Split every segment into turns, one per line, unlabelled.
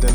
then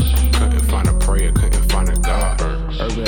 Couldn't find a prayer, couldn't find a God.
Urban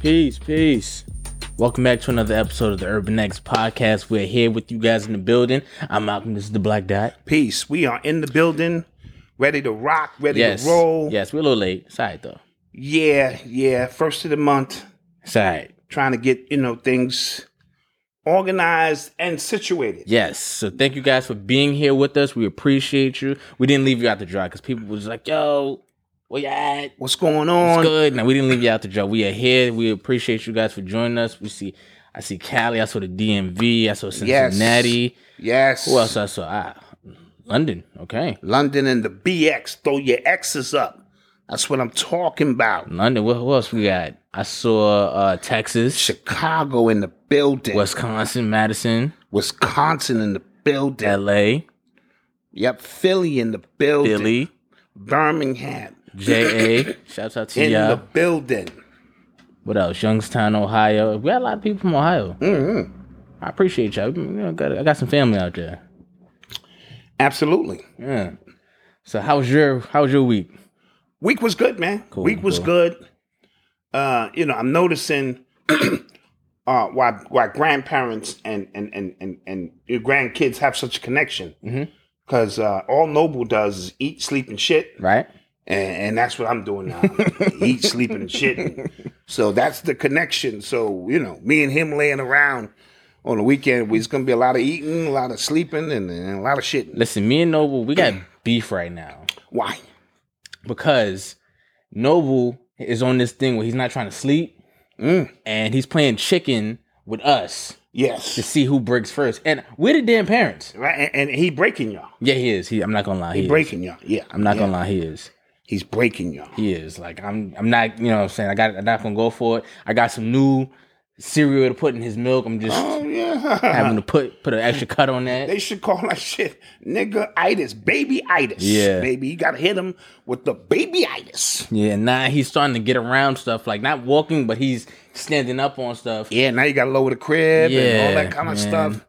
Peace, peace. Welcome back to another episode of the Urban X Podcast. We're here with you guys in the building. I'm Malcolm. This is the Black Dot.
Peace. We are in the building, ready to rock, ready
Yes.
to roll.
Yes, we're a little late. It's all right, though.
Yeah, yeah. First of the month,
It's all right.
trying to get, you know, things organized and situated.
Yes. So thank you guys for being here with us. We appreciate you. We didn't leave you out to dry because people was like, yo, where you at?
What's going
It's
on?
good. Now we didn't leave you out to dry. We are here. We appreciate you guys for joining us. We see I see Cali, I saw the DMV, I saw
Yes.
Cincinnati.
Yes.
Who else I saw? Ah, London. Okay.
London and the BX. Throw your X's up. That's what I'm talking about.
London. What, who else we got? I saw uh Texas,
Chicago in the building.
Wisconsin, Madison,
Wisconsin in the building.
L.A.,
Yep. Philly in the building.
Philly,
Birmingham
J.A. Shouts out to
in the
y'all.
building.
What else? Youngstown, Ohio. We got a lot of people from Ohio.
Mhm.
I appreciate y'all. You know, got, I got some family out there.
Absolutely.
Yeah. So how was your how was your week?
Week was good, man.
Cool,
Week was
cool.
good. Uh, you know, I'm noticing uh why why grandparents and and and and, and your grandkids have such a connection.
Mhm.
Cause uh, all Noble does is eat, sleep, and shit,
Right?
and, and that's what I'm doing now. eat, sleep, and shit. So that's the connection. So you know, me and him laying around on the weekend, it's gonna be a lot of eating, a lot of sleeping, and, and a lot of shitting.
Listen, me and Noble, we got beef right now
Why?
because Noble is on this thing where he's not trying to sleep
Mm.
and he's playing chicken with us. to
Yes.
see who breaks first. And we're the damn parents.
Right, and, and he breaking y'all.
Yeah, he is. He, I'm not gonna lie. He,
He
is.
breaking y'all. Yeah,
I'm not
yeah.
gonna lie. He is.
He's breaking y'all.
He is. Like I'm. I'm not. You know. what I'm saying I got. I'm not gonna go for it. I got some new cereal to put in his milk. I'm just
Oh yeah.
having to put put an extra cut on that.
They should call that shit nigga itis, baby itis.
Yeah.
Baby, you gotta hit him with the baby itis.
Yeah. Now he's starting to get around stuff. Like not walking, but he's standing up on stuff.
Yeah, now you gotta lower the crib and all
Yeah,
that kind of
man.
stuff.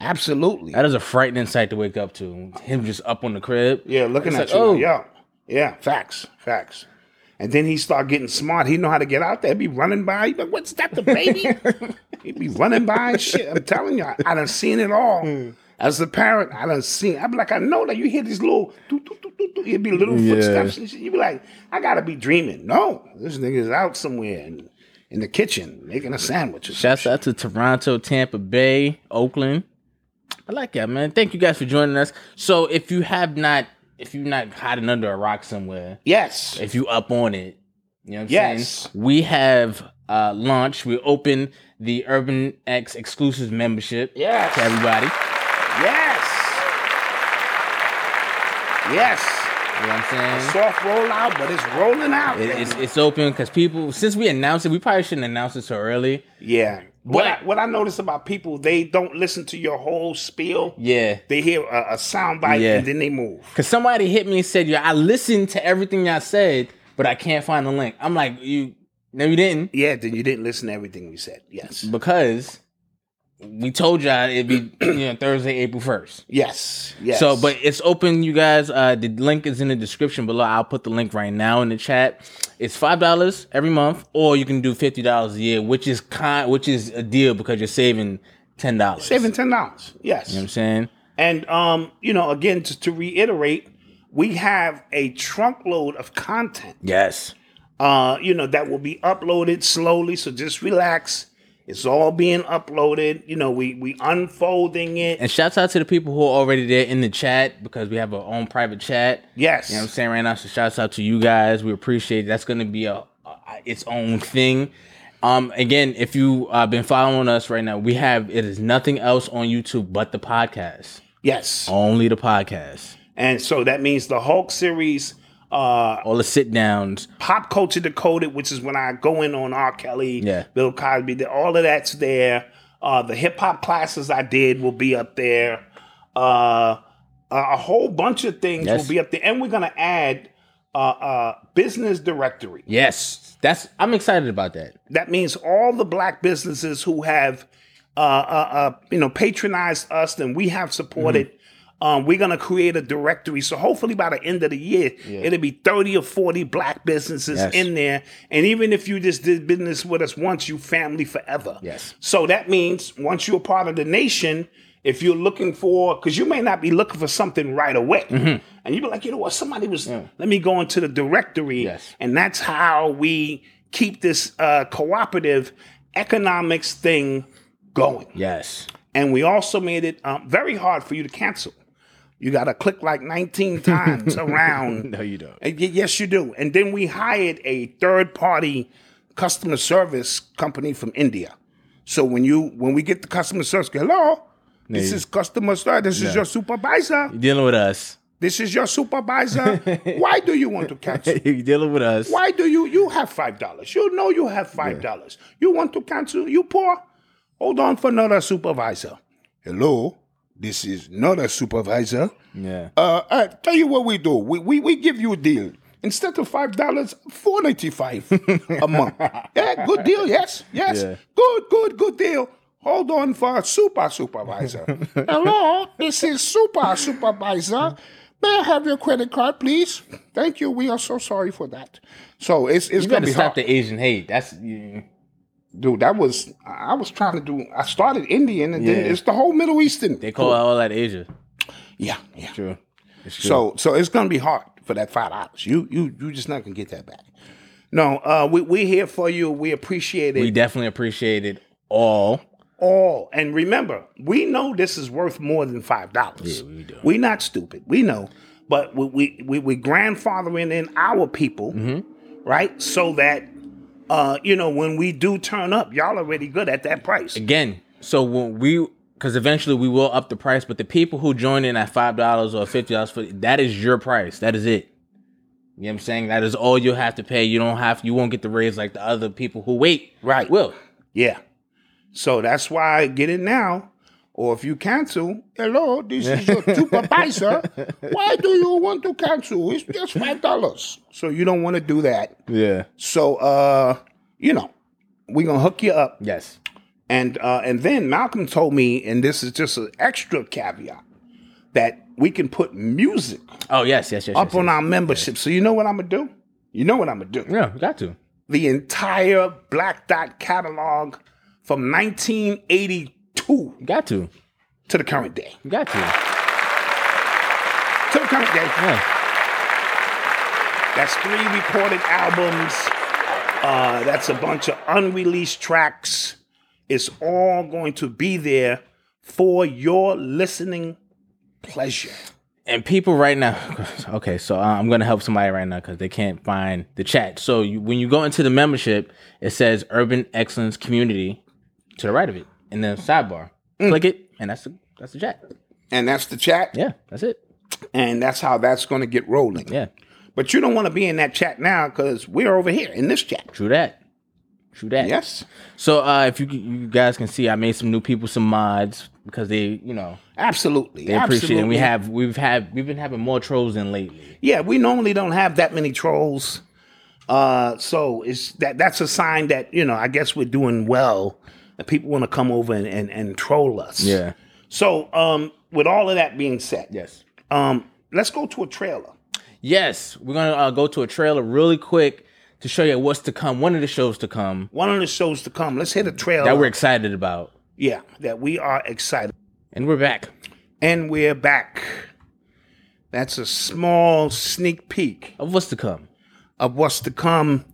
Absolutely.
That is a frightening sight to wake up to. Him just up on the crib.
Yeah, looking
It's like,
at you.
oh.
Yeah. Yeah. Facts. Facts. And then he start getting smart. He know how to get out there. Be running by. He Like, what's that? The baby? He be running by and shit. I'm telling you, I, I done seen it all.
Hmm.
As a parent, I done seen. I'm like, I know that you hear these little, doo, doo, doo, doo, doo. it'd be little
Yeah.
footsteps and shit. You be like, I gotta be dreaming. No, this nigga's out somewhere in, in the kitchen making a sandwich. Or
Shouts out to Toronto, Tampa Bay, Oakland. I like that, man. Thank you guys for joining us. So if you have not, if you're not hiding under a rock somewhere,
yes,
if you up on it, you know what I'm
Yes.
saying? We have uh launched, we opened the Urban X exclusive membership
Yes.
to everybody.
yes, yes.
You know what I'm saying?
Soft rollout, but it's rolling out.
It-
baby.
it's, it's open because people since we announced it, we probably shouldn't announce it so early.
Yeah. What
But-
I, what I notice about people, they don't listen to your whole spiel.
Yeah.
They hear a, a sound bite
Yeah.
and then they move.
Cause somebody hit me and said, "Yeah, I listened to everything y'all said, but I can't find the link." I'm like, "You, no, you didn't,
Yeah, then you didn't listen to everything we said. Yes.
because we told y'all it'd be you know Thursday, April first.
Yes. Yes.
So, but it's open, you guys. Uh, the link is in the description below. I'll put the link right now in the chat. It's five dollars every month, or you can do fifty dollars a year, which is kind, which is a deal because you're saving ten dollars.
saving ten dollars. Yes.
you know what I'm saying?
And um, you know, again, to, to reiterate, we have a trunk load of content.
Yes.
uh, you know, that will be uploaded slowly. So just relax. It's all being uploaded. You know, we we unfolding it.
And shouts out to the people who are already there in the chat because we have our own private chat.
Yes.
You know what I'm saying right now. So shouts out to you guys. We appreciate it. that's going to be a, a its own thing. Um, again, if you uh, been following us right now, we have it is nothing else on YouTube but the podcast,
Yes.
only the podcast,
And so that means the Hulk series, uh,
all the sit downs.
Pop Culture Decoded, which is when I go in on R. Kelly,
Yeah.
Bill Cosby, the- all of that's there. Uh, the hip hop classes I did will be up there. Uh, a a whole bunch of things
Yes.
will be up there. And we're going to add uh, uh, Business Directory.
Yes, that's I'm excited about that.
That means all the black businesses who have, uh, uh, uh, you know, patronized us and we have supported.
Mm-hmm.
Um, we're gonna create a directory, so hopefully by the end of the year, it'll be thirty or forty black businesses
Yes.
in there. And even if you just did business with us once, you family forever.
Yes.
So that means once you're part of the nation, if you're looking for, because you may not be looking for something right away,
Mm-hmm.
and you be like, you know what, somebody was, let me go into the directory,
Yes.
and that's how we keep this uh, cooperative economics thing going.
Yes,
And we also made it um, very hard for you to cancel. You got to click like 19 times around. No,
you don't.
yes, you do. And then we hired a third party customer service company from India. So when you when we get the customer service, hello, this is customer service. This is your supervisor.
you're dealing with us.
This is your supervisor. Why do you want to cancel?
you're dealing with us.
Why do you you have five dollars? You know you have five dollars. You want to cancel? You poor? Hold on for another supervisor. Hello, this is not a supervisor.
Yeah.
Uh, I tell you what we do. We we, we give you a deal. Instead of five dollars, four ninety five a month. Yeah, good deal. Yes, yes,
Yeah.
good, good, good deal. Hold on for a super supervisor. Hello, this is super supervisor. May I have your credit card, please? Thank you. We are so sorry for that. So it's it's
You
gonna
gotta
be
stop
hard,
the Asian hate. That's you,
dude. That was I was trying to do. I started Indian, and then
Yeah.
it's the whole Middle Eastern.
they call all that Asia.
yeah, yeah.
True.
So so it's gonna be hard for that five dollars. You you you just not gonna get that back. No, uh, we we're here for you. We appreciate it
We definitely appreciate it all.
all. And remember, we know this is worth more than five dollars. we do. We're not stupid. We know, but we we we we grandfathering in our people, right? So that uh, you know when we do turn up, y'all already good at that price.
again so when we because eventually we will up the price but the people who join in at five dollars or fifty dollars for that is your price that is it you know what i'm saying that is all you'll have to pay you don't have you won't get the raise like the other people who wait
Right.
will
Yeah. So that's why get it now. Or if you cancel, hello, this is your supervisor. Why do you want to cancel? It's just five dollars. So you don't want to do that.
yeah
So uh, you know, we're gonna hook you up.
yes
And uh, and then Malcolm told me, and this is just an extra caveat, that we can put music
oh yes yes yes, yes,
up on
yes.
our membership. So you know what I'm gonna do? You know what I'm gonna do?
yeah got to
The entire Black Dot catalog from 1982
Got to.
to the current day.
Got to.
To the current day.
Yeah.
That's three recorded albums. Uh, that's a bunch of unreleased tracks. It's all going to be there for your listening pleasure.
And people right now, okay, so uh, I'm gonna help somebody right now because they can't find the chat. So you, when you go into the membership, it says Urban Excellence Community to the right of it in the sidebar.
Mm.
Click it, and that's the that's the chat.
And that's the chat.
Yeah, that's it.
And that's how that's going to get rolling.
Yeah,
But you don't want to be in that chat now because we're over here in this chat.
true that. True that.
Yes.
So uh, if you you guys can see, I made some new people some mods because they you know
Absolutely.
they appreciate it. And we have
absolutely.
we've had we've been having more trolls than lately.
Yeah, we normally don't have that many trolls. Uh, so it's that that's a sign that, you know, I guess we're doing well. That people want to come over and, and, and troll us. So um with all of that being said,
Yes.
um, let's go to a trailer.
Yes, we're gonna uh, go to a trailer really quick to show you what's to come. One of the shows to come
One of the shows to come. Let's hit a trailer.
that we're excited about,
yeah, that we are excited.
and we're back.
And we're back. That's a small sneak peek
Of what's to come?
of what's to come.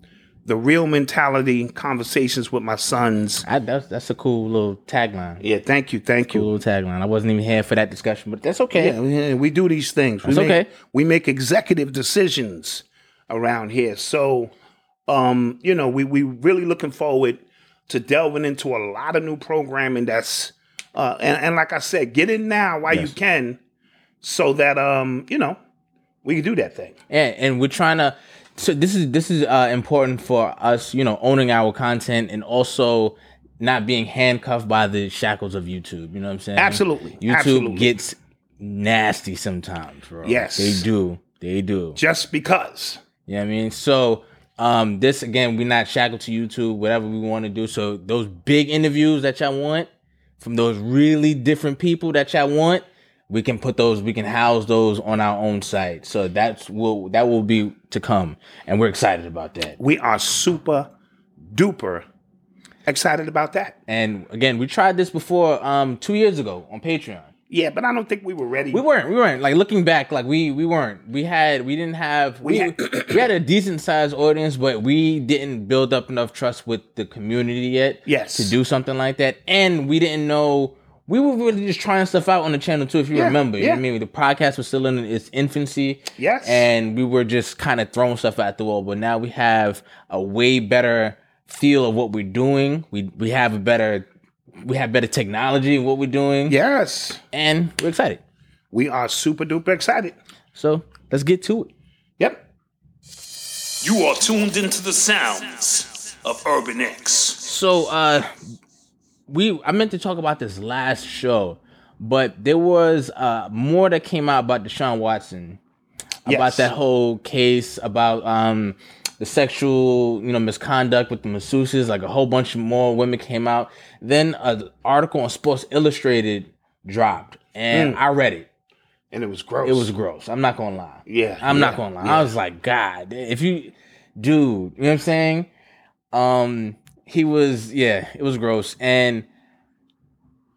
The real mentality conversations with my sons.
I, that's that's a cool little tagline.
Yeah, thank you, thank you.
Cool little tagline. I wasn't even here for that discussion, but that's okay.
Yeah, yeah, we do these things. We
That's
make,
okay.
We make executive decisions around here. So, um, you know, we we really looking forward to delving into a lot of new programming. That's uh, and and like I said, get in now while you can, so that um, you know, we can do that thing.
and, and we're trying to so this is this is uh, important for us you know owning our content and also not being handcuffed by the shackles of youtube you know what i'm saying
Absolutely.
youtube
Absolutely.
gets nasty sometimes bro
Yes.
they do they do
Just because.
you know what i mean so um this again we're not shackled to youtube whatever we want to do so those big interviews that y'all want from those really different people that y'all want we can put those we can house those on our own site so that's will that will be to come and we're excited about that
We are super duper excited about that.
and again we tried this before um two years ago on patreon
Yeah, but I don't think we were ready.
we weren't we weren't like looking back like we we weren't we had we didn't have we
We
we had,
had-
a decent sized audience but we didn't build up enough trust with the community yet
Yes.
to do something like that and we didn't know we were really just trying stuff out on the channel too if you
Yeah,
remember you know what i
yeah.
mean the podcast was still in its infancy
Yes.
and we were just kind of throwing stuff at the wall but now we have a way better feel of what we're doing we we have a better we have better technology in what we're doing
yes,
and we're excited
we are super duper excited.
so let's get to it.
Yep.
You are tuned into the sounds of Urban X.
So uh we I meant to talk about this last show, but there was uh more that came out about Deshaun Watson. About
Yes.
that whole case about um the sexual, you know, misconduct with the masseuses, like a whole bunch more women came out. Then an article on Sports Illustrated dropped, and I read it.
And it was gross.
It was gross. I'm not gonna lie.
Yeah,
I'm not
yeah,
gonna lie. I was like, God, if you, dude, you know what I'm saying? Um, he was, yeah, it was gross. And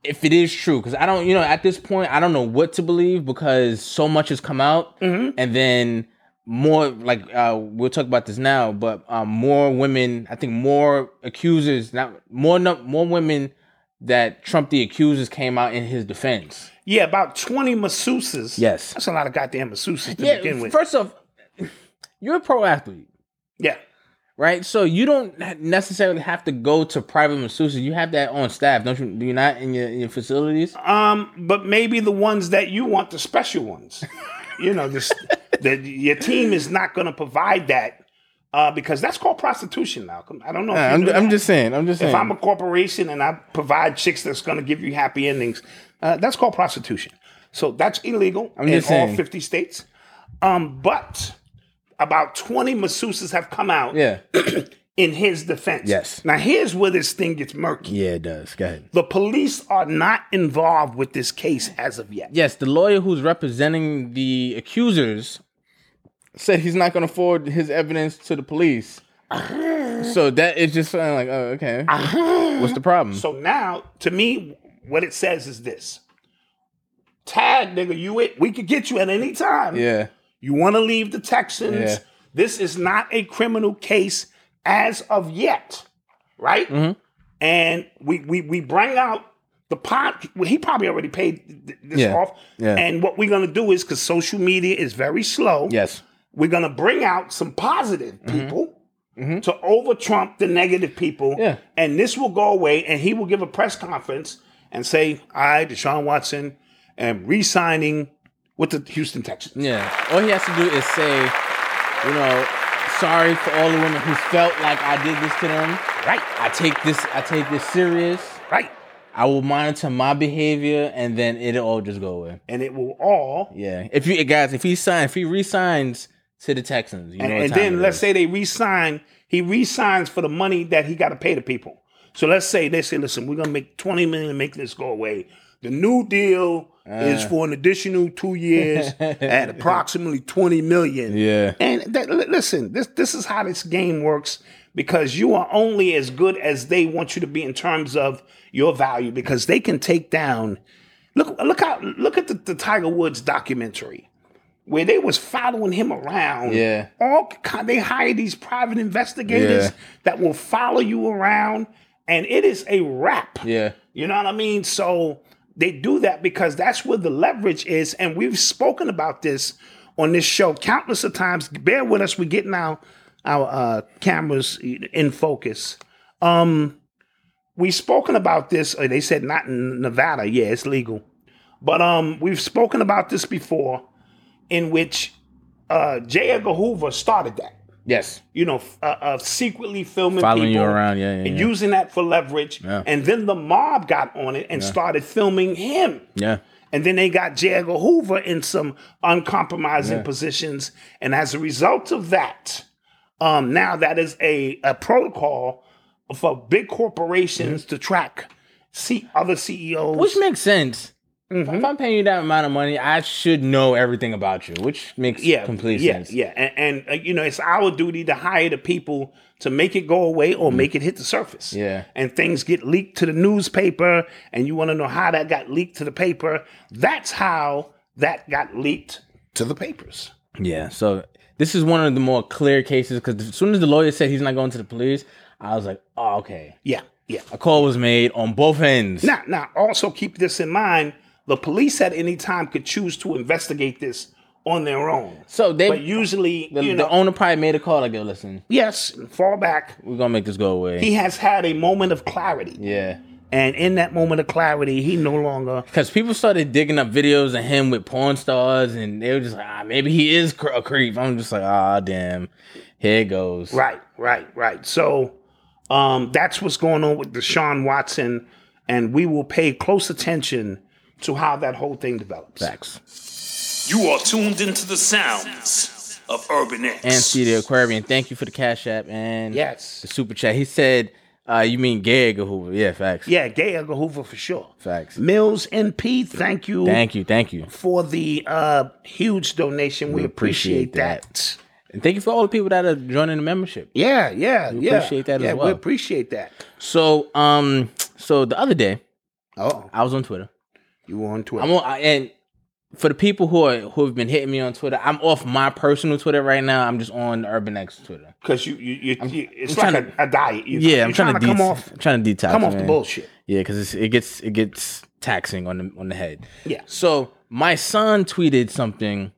if it is true, because I don't, you know, at this point, I don't know what to believe because so much has come out,
Mm-hmm.
and then more like uh we'll talk about this now but um more women i think more accusers not more num- more women that trump the accusers came out in his defense
Yeah, about 20 masseuses.
Yes.
That's a lot of goddamn masseuses to begin
yeah
with.
first off you're a pro athlete
yeah.
right? So you don't necessarily have to go to private masseuses. You have that on staff, don't you? Do you not in your, in your facilities?
Um, but maybe the ones that you want, the special ones. you know, this the, your team is not going to provide that uh, because that's called prostitution, Malcolm. I don't know. if you knew that.
saying. I'm just
If I'm a corporation and I provide chicks that's going to give you happy endings, uh, that's called prostitution. So that's illegal in
just
all
saying.
50 states. Um, but about 20 masseuses have come out.
yeah.
in his defense.
Yes.
Now here's where this thing gets murky.
Yeah, it does. Go ahead.
The police are not involved with this case as of yet.
Yes, the lawyer who's representing the accusers said he's not going to forward his evidence to the police. So that it's just something like, oh, okay. What's the problem?
So now, to me, what it says is this: Tag, nigga, you it. We could get you at any time.
yeah.
You want to leave the Texans?
Yeah.
This is not a criminal case as of yet, right?
Mm-hmm.
And we we we bring out the pot. Well, he probably already paid th- th- this
Yeah.
off.
Yeah.
And what we're gonna do is because social media is very slow.
Yes.
We're gonna bring out some positive people. To over Trump the negative people,
Yeah.
and this will go away, and he will give a press conference and say, "I, Deshaun Watson, am re-signing with the Houston Texans."
Yeah. All he has to do is say, you know, sorry for all the women who felt like I did this to them.
Right,
I take this. I take this serious.
right.
I will monitor my behavior, and then it'll all just go away.
and it will all.
Yeah. If you guys, if he signs, if he resigns to the Texans, you know.
And,
what
and
time it
then let's
is.
say they resign. He resigns for the money that he got to pay the people. So let's say they say, listen, we're gonna make twenty million and make this go away. The new deal
Uh.
is for an additional two years at approximately twenty million.
Yeah.
And that, li- listen, this this is how this game works because you are only as good as they want you to be in terms of your value because they can take down. Look look how look at the, the Tiger Woods documentary where they was following him around.
Yeah.
all ki- they hire these private investigators
Yeah.
that will follow you around, and it is a wrap.
Yeah.
You know what I mean? So they do that because that's where the leverage is. And we've spoken about this on this show countless of times. Bear with us. We're getting our, our uh, cameras in focus. Um, we've spoken about this. uh, They said not in Nevada. Yeah, it's legal. But um, we've spoken about this before in which uh, J. Edgar Hoover started that.
Yes.
You know, f- uh, uh, secretly filming
Following
people
you around. Yeah. Yeah.
and
Yeah.
using that for leverage.
Yeah.
And then the mob got on it and started filming him.
yeah.
And then they got J. Edgar Hoover in some uncompromising positions. And as a result of that, um, now that is a, a protocol for big corporations to track see other E CEOs.
Which makes sense.
Mm-hmm.
If I'm paying you that amount of money, I should know everything about you, which makes
yeah,
complete
yeah,
sense.
Yeah, and, and uh, you know, it's our duty to hire the people to make it go away or make it hit the surface.
Mm. Yeah.
and things get leaked to the newspaper, and you want to know how that got leaked to the paper. That's how that got leaked to the papers.
Yeah, so this is one of the more clear cases because as soon as the lawyer said he's not going to the police, I was like, oh, okay.
Yeah, yeah.
A call was made on both ends.
Now, now, also keep this in mind: the police at any time could choose to investigate this on their own.
So they,
But usually,
the,
you
the
know,
owner probably made a call like, yo, listen,
yes, fall back.
we're going to make this go away.
He has had a moment of clarity,
yeah.
and in that moment of clarity, he no longer
Because people started digging up videos of him with porn stars and they were just like, ah, maybe he is cr- a creep. I'm just like, ah, damn. Here it goes.
Right, right, right. So um, that's what's going on with Deshaun Watson, and we will pay close attention to how that whole thing develops.
Facts.
You are tuned into the sounds of Urban X.
And see the Aquarian, thank you for the Cash App and the
Yes.
Super Chat. He said, uh, you mean Gag or Hoover? Yeah, facts.
Yeah, Gay Edgar Hoover for sure.
Facts.
Mills NP, thank you
Thank you, thank you.
for the uh, huge donation. We,
appreciate
appreciate,
that.
that.
And thank you for all the people that are joining the membership.
Yeah, yeah, yeah.
appreciate that as
yeah,
well.
we appreciate that.
So, um, so the other day
Oh,
I was on Twitter.
you were on Twitter?
I'm on, I- and for the people who are who have been hitting me on Twitter, I'm off my personal Twitter right now. I'm just on Urban X Twitter.
Because you, you, you, you it's
I'm
like
trying
a, a diet. You,
yeah,
you're
I'm trying, to,
come
de-
off,
I'm trying to detox.
come off the
man.
bullshit.
Yeah, because it gets it gets taxing on the on the head.
Yeah.
So my son tweeted something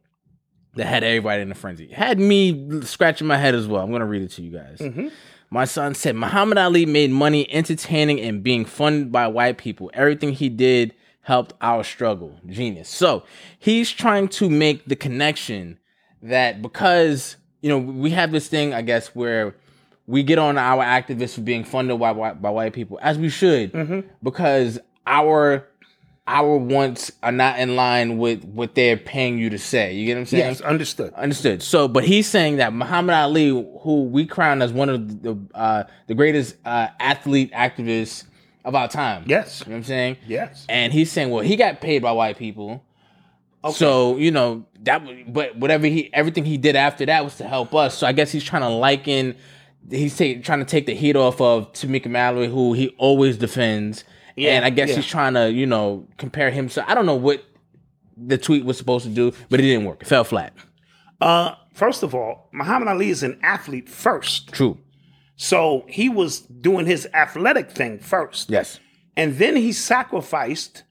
that had everybody in a frenzy. Had me scratching my head as well. I'm gonna read it to you guys. My son said Muhammad Ali made money entertaining and being funded by white people. Everything he did helped our struggle. Genius. So he's trying to make the connection that because you know we have this thing, I guess, where we get on our activists for being funded by white by white people, as we should,
Mm-hmm.
because our our wants are not in line with what they're paying you to say. You get what I'm saying?
Yes, understood.
Understood. So, but he's saying that Muhammad Ali, who we crowned as one of the uh, the greatest uh, athlete activists of our time.
Yes,
You know what I'm saying?
yes.
And he's saying, well, he got paid by white people. So, you know, that w- but whatever he everything he did after that was to help us. So I guess he's trying to liken he's take, trying to take the heat off of Tamika Mallory, who he always defends.
Yeah,
and I guess
yeah.
he's trying to, you know, compare himself. I don't know what the tweet was supposed to do, but it didn't work. It fell flat.
Uh, first of all, Muhammad Ali is an athlete first.
True.
So he was doing his athletic thing first.
Yes.
And then he sacrificed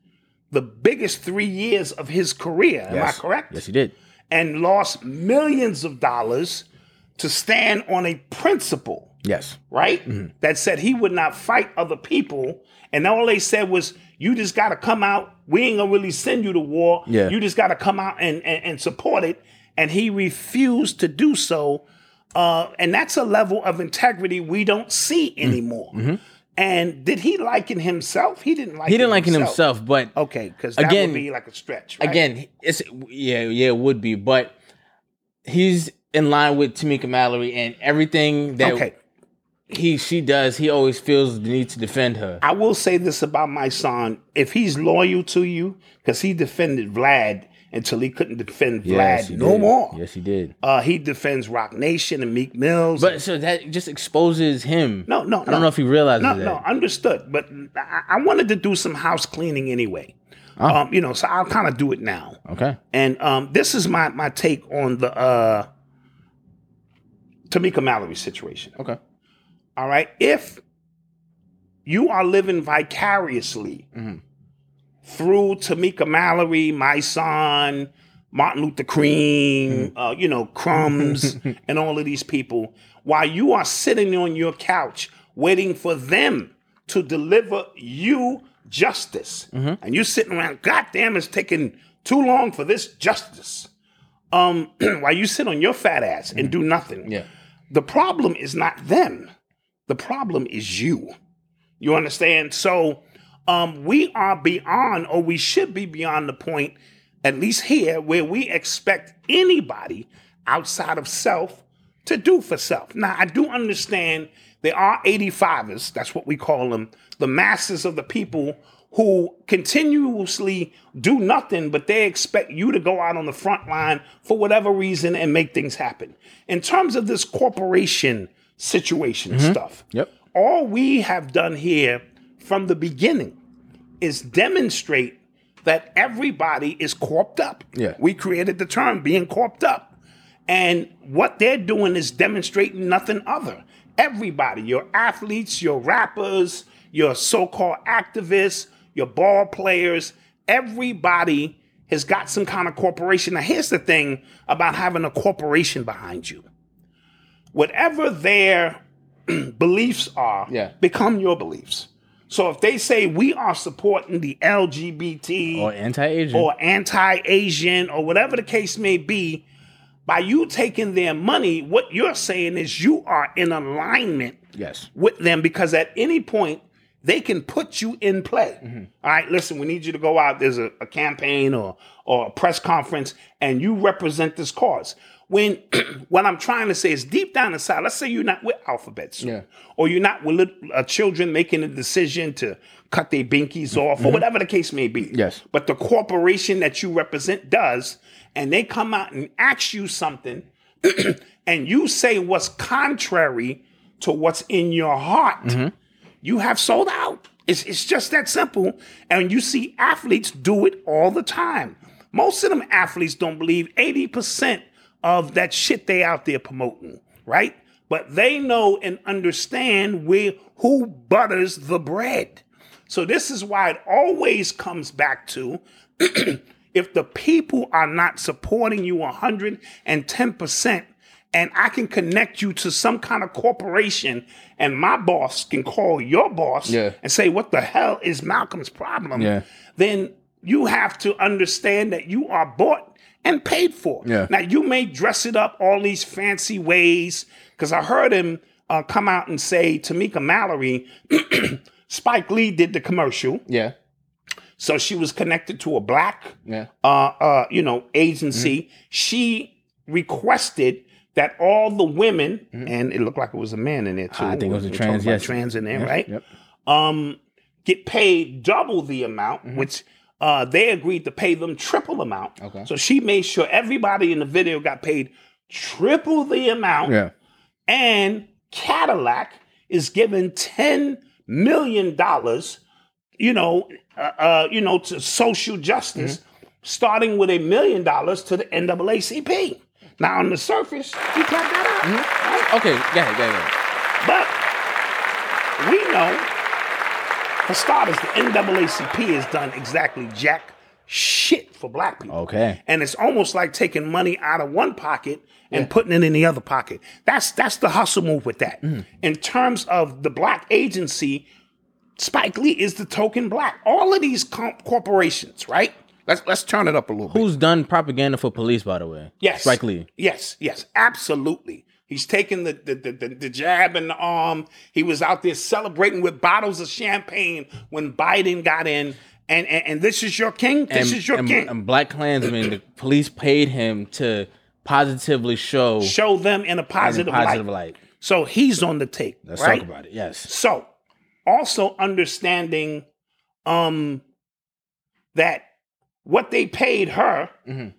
the biggest three years of his career. Am I correct?
Yes, he did.
And lost millions of dollars to stand on a principle,
Yes.
right?
Mm-hmm.
That said he would not fight other people. And all they said was, you just got to come out. We ain't going to really send you to war.
Yeah.
You just got to come out and, and, and support it. And he refused to do so. Uh, and that's a level of integrity we don't see
Mm-hmm.
anymore. And did he liken himself? He didn't like
He didn't like it himself, but
Okay, because that
Again-
would be like a stretch. Right?
again, it's yeah, yeah, it would be, but he's in line with Tamika Mallory and everything that
okay.
he she does. He always feels the need to defend her.
I will say this about my son: if he's loyal to you, because he defended Vlad until he couldn't defend
Yes, he
Vlad no
did.
more.
Yes, he did.
Uh, he defends Rock Nation and Meek Mills.
But so that just exposes him.
no, no,
I don't know if he realizes
No,
that.
no, understood. But I, I wanted to do some house cleaning anyway.
Oh.
Um, you know, so I'll kind of do it now.
Okay.
And um, this is my my take on the uh, Tamika Mallory situation.
Okay.
All right. If you are living vicariously through Tamika Mallory, my son, Martin Luther Cream, uh, you know, Crumbs, and all of these people, while you are sitting on your couch waiting for them to deliver you justice, and you're sitting around, God damn, it's taking too long for this justice. Um, while you sit on your fat ass and do nothing,
Yeah.
the problem is not them. The problem is you. You understand? So um, we are beyond, or we should be beyond the point, at least here, where we expect anybody outside of self to do for self. Now, I do understand there are 85ers, that's what we call them, the masses of the people who continuously do nothing, but they expect you to go out on the front line for whatever reason and make things happen. In terms of this corporation situation stuff,
Yep.
all we have done here from the beginning is demonstrate that everybody is corped up.
Yeah.
We created the term being corped up. And what they're doing is demonstrating nothing other. Everybody, your athletes, your rappers, your so called activists, your ball players, everybody has got some kind of corporation. Now, here's the thing about having a corporation behind you whatever their beliefs are,
Yeah.
become your beliefs. So if they say we are supporting the LGBT
Or anti-Asian.
or anti Asian or whatever the case may be, by you taking their money, what you're saying is you are in alignment
yes.
with them because at any point they can put you in play. All right, listen, we need you to go out. There's a, a campaign or or a press conference, and you represent this cause. When what I'm trying to say is deep down inside, let's say you're not with alphabets,
Yeah.
or you're not with lit- uh, children making a decision to cut their binkies off, or whatever the case may be.
Yes.
But the corporation that you represent does, and they come out and ask you something, and you say what's contrary to what's in your heart, you have sold out. It's, it's just that simple. And you see athletes do it all the time. Most of them athletes don't believe 80% of that shit they out there promoting, right? But they know and understand where who butters the bread. So this is why it always comes back to if the people are not supporting you 110%, and I can connect you to some kind of corporation, and my boss can call your boss
Yeah.
and say, What the hell is Malcolm's problem?
Yeah.
Then you have to understand that you are bought and paid for.
Yeah.
Now, you may dress it up all these fancy ways, because I heard him uh, come out and say, Tamika Mallory, Spike Lee did the commercial.
Yeah.
So she was connected to a black
Yeah.
uh, uh, you know,
Mm-hmm.
agency, she requested that all the women, and it looked like it was a man in there too.
Mm-hmm. Ah, I think it was a
We're
trans,
talking about
yes.
trans in there,
Yep,
right?
Yep.
Um, get paid double the amount,
Mm-hmm.
which uh, they agreed to pay them triple amount.
Okay.
So she made sure everybody in the video got paid triple the amount
Yeah.
and Cadillac is giving ten million dollars, you know, uh, uh, you know, to social justice, starting with a million dollars to the NAACP. Now, on the surface, you cut that out. right?
Okay, go ahead, go ahead.
But we know, for starters, the NAACP has done exactly jack shit for black people.
Okay.
And it's almost like taking money out of one pocket and putting it in the other pocket. That's that's the hustle move with that. In terms of the black agency, Spike Lee is the token black. All of these comp corporations, right? Let's let's turn it up a little bit.
Who's done propaganda for police, by the way?
Yes.
Spike Lee.
Yes, yes, absolutely. He's taking the the, the, the the jab in the arm. He was out there celebrating with bottles of champagne when Biden got in. And and, and this is your king. This is your
and,
king.
and Black Klansmen, the police paid him to positively show,
Show them in a
in a
positive,
positive
light.
light.
So he's on the take.
Let's
right?
talk about it. Yes.
So, also understanding um that what they paid her,
Mm-hmm.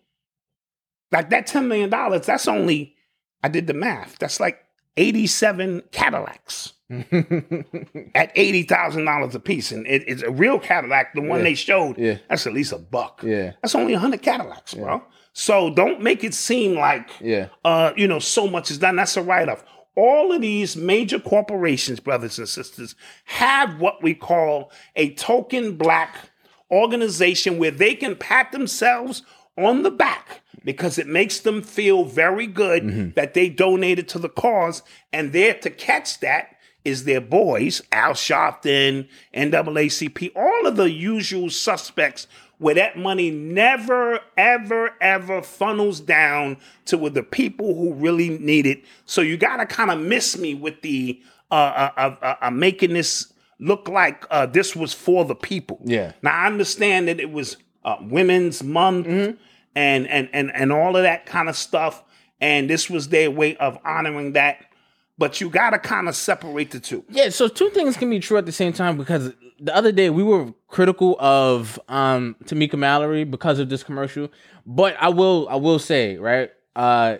like that ten million dollars, that's only I did the math. That's like eighty-seven Cadillacs at eighty thousand dollars a piece, and it, it's a real Cadillac. The one they showed,
Yeah.
that's at least a buck.
Yeah.
that's only hundred Cadillacs, bro. So don't make it seem like
Yeah.
uh, you know, so much is done. That's a write off. All of these major corporations, brothers and sisters, have what we call a token black organization where they can pat themselves on the back because it makes them feel very good
Mm-hmm.
that they donated to the cause. And there to catch that is their boys, Al Sharpton, NAACP, all of the usual suspects where that money never, ever, ever funnels down to with the people who really need it. So you gotta kind of miss me with the uh, uh, uh, uh, uh, making this look like uh, this was for the people.
Yeah.
Now I understand that it was uh, Women's Month
Mm-hmm.
and, and and and all of that kind of stuff, and this was their way of honoring that. But you gotta kind of separate the two.
Yeah, so two things can be true at the same time because the other day we were critical of um Tamika Mallory because of this commercial, but I will I will say, right? Uh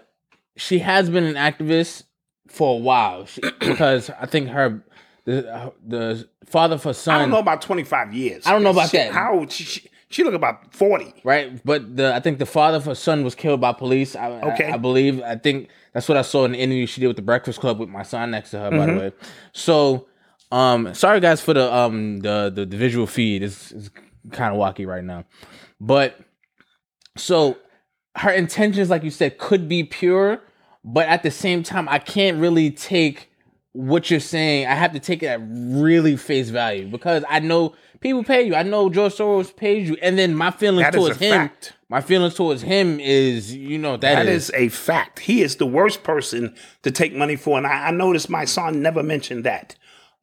she has been an activist for a while she, because I think her the, the father for son
I don't know about twenty five years.
I don't know about
Shit,
that.
How old she? She, she look about forty.
right? But the I think the father of her son was killed by police. I, I-
Okay.
I, believe. I think that's what I saw in the interview she did with the Breakfast Club with my son next to her. By the way, so um, sorry guys for the um the the, the visual feed is is kind of wacky right now, but so her intentions, like you said, could be pure, but at the same time, I can't really take what you're saying. I have to take it at really face value because I know people pay you. I know George Soros pays you, and then my feelings
That is
towards
a
him,
fact.
my feelings towards him is, you know,
That is a fact. He is the worst person to take money for, and I, I noticed my son never mentioned that.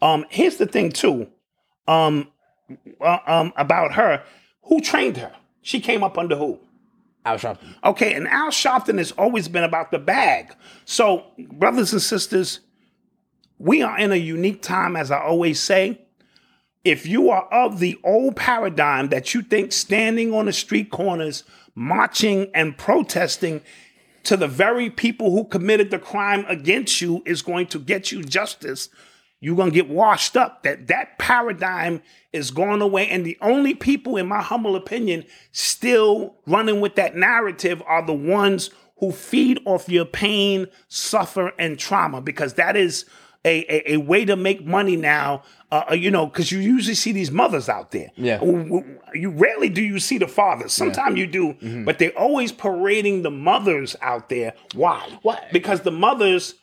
Um, here's the thing too, um, uh, um, about her. Who trained her? She came up under who?
Al Sharpton.
Okay, and Al Sharpton has always been about the bag. So, brothers and sisters, we are in a unique time, as I always say. If you are of the old paradigm that you think standing on the street corners, marching and protesting to the very people who committed the crime against you is going to get you justice, you're gonna get washed up. That that paradigm is going away, and the only people, in my humble opinion, still running with that narrative are the ones who feed off your pain, suffer, and trauma, because that is a a, a way to make money now. Uh, uh, you know, because you usually see these mothers out there.
Yeah.
W- w- You rarely do you see the fathers. Sometimes you do,
Mm-hmm.
but they're always parading the mothers out there. Why?
Why?
Because the mothers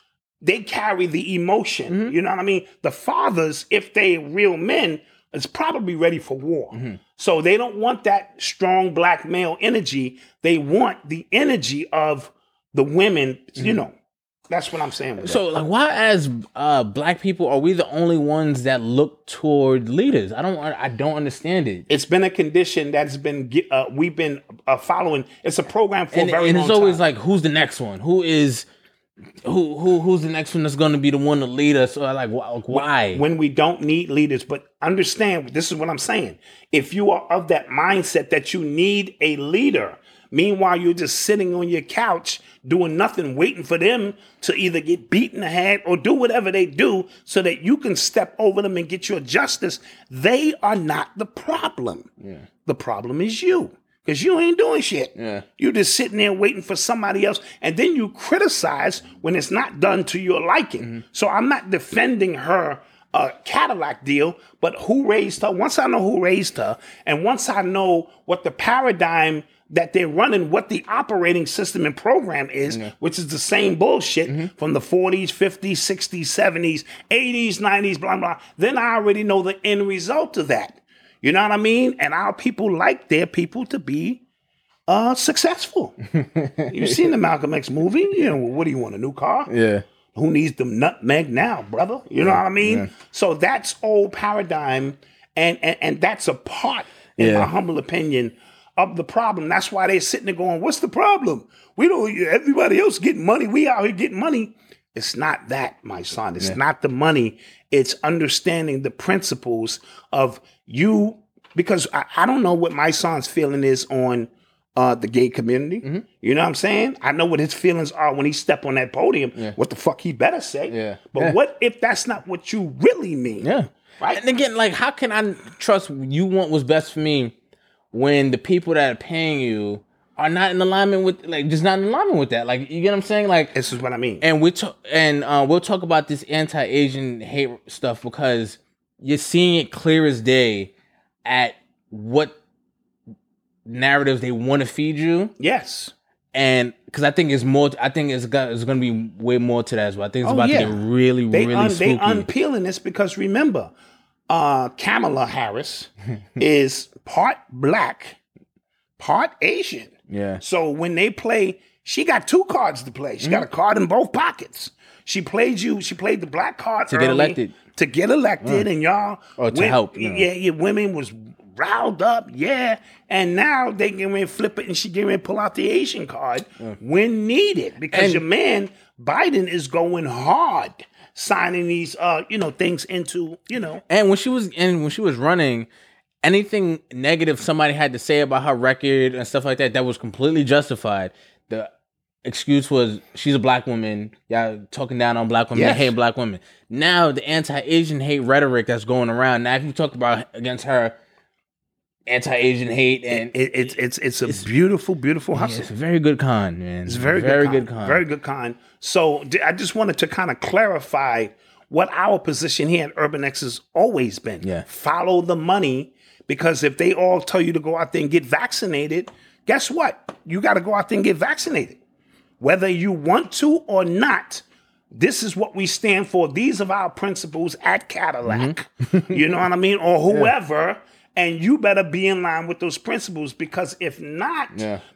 they carry the emotion.
Mm-hmm.
You know what I mean? The fathers, if they real men, is probably ready for war.
Mm-hmm.
So they don't want that strong black male energy. They want the energy of the women. You know, that's what I'm saying. With
Mm-hmm. So, like, why as uh, black people are we the only ones that look toward leaders? I don't, I don't understand it.
that. it's been a condition that's been gi- uh, we've been uh, following. It's a program for
and,
a very
and
long
it's always like
time.
who's the next one who is who who who's the next one that's gonna be the one to lead us? Or like wh- like, why?
when we don't need leaders. But understand, this is what I'm saying. If you are of that mindset that you need a leader, meanwhile, you're just sitting on your couch doing nothing, waiting for them to either get beat in the head or do whatever they do so that you can step over them and get your justice, they are not the problem. The problem is you. Because you ain't doing shit.
Yeah.
you just sitting there waiting for somebody else. And then you criticize when it's not done to your liking. So I'm not defending her uh, Cadillac deal, but who raised her? Once I know who raised her, and once I know what the paradigm that they're running, what the operating system and program is, which is the same bullshit from the 40s, 50s, 60s, 70s, 80s, 90s, blah, blah, then I already know the end result of that. You know what I mean? And our people like their people to be uh, successful. You've seen the Malcolm X movie. You know, what do you want? A new car?
yeah.
Who needs the nutmeg now, brother? You know what I mean? So that's old paradigm, and and, and that's a part, in
Yeah.
my humble opinion, of the problem. That's why they're sitting there going, "What's the problem? We don't. Everybody else getting money. We out here getting money. It's not that, my son. It's not the money. It's understanding the principles of you. Because I, I don't know what my son's feeling is on uh, the gay community.
Mm-hmm.
You know what I'm saying? I know what his feelings are when he step on that podium. What the fuck he better say?
Yeah.
But
Yeah.
what if that's not what you really mean?
Yeah.
Right.
And again, like, how can I trust you want what's best for me when the people that are paying you are not in alignment with, like, just not in alignment with that? Like, you get what I'm saying? Like,
This is what I mean.
and we t- and uh, we'll talk about this anti-Asian hate stuff because you're seeing it clear as day at what narratives they want to feed you,
yes.
and because I think it's more, I think it's got, it's going to be way more to that as well. I think it's
Oh,
about
yeah.
to get really,
They
really
un-
spooky.
they unpeeling this because remember, uh, Kamala Harris is part black, part Asian.
yeah,
So when they play, she got two cards to play. She got a card in both pockets. She played you. She played the black card
To get
early
elected.
To get elected, and y'all
Or to help, you know.
Oh, Yeah, yeah. Women was riled up. Yeah, and now they can ready to flip it, and she can ready to pull out the Asian card when needed because
And-
your man Biden is going hard signing these uh you know things into you know
and when she was and when she was running. Anything negative somebody had to say about her record and stuff like that, that was completely justified. The excuse was she's a black woman. Y'all talking down on black women.
Yes.
They hate black women. Now the anti-Asian hate rhetoric that's going around. Now if you talk about against her anti-Asian hate and
it, it's it's it's a beautiful beautiful hustle.
it's a very good con, man.
It's very,
Mm-hmm. very
good, con, Very good con. So d- I just wanted to kind of clarify what our position here at Urban X has always been.
Yeah.
Follow the money because if they all tell you to go out there and get vaccinated, guess what? You got to go out there and get vaccinated. Whether you want to or not, this is what we stand for. These are our principles at Cadillac. you know what I mean? Or whoever. And you better be in line with those principles because if not,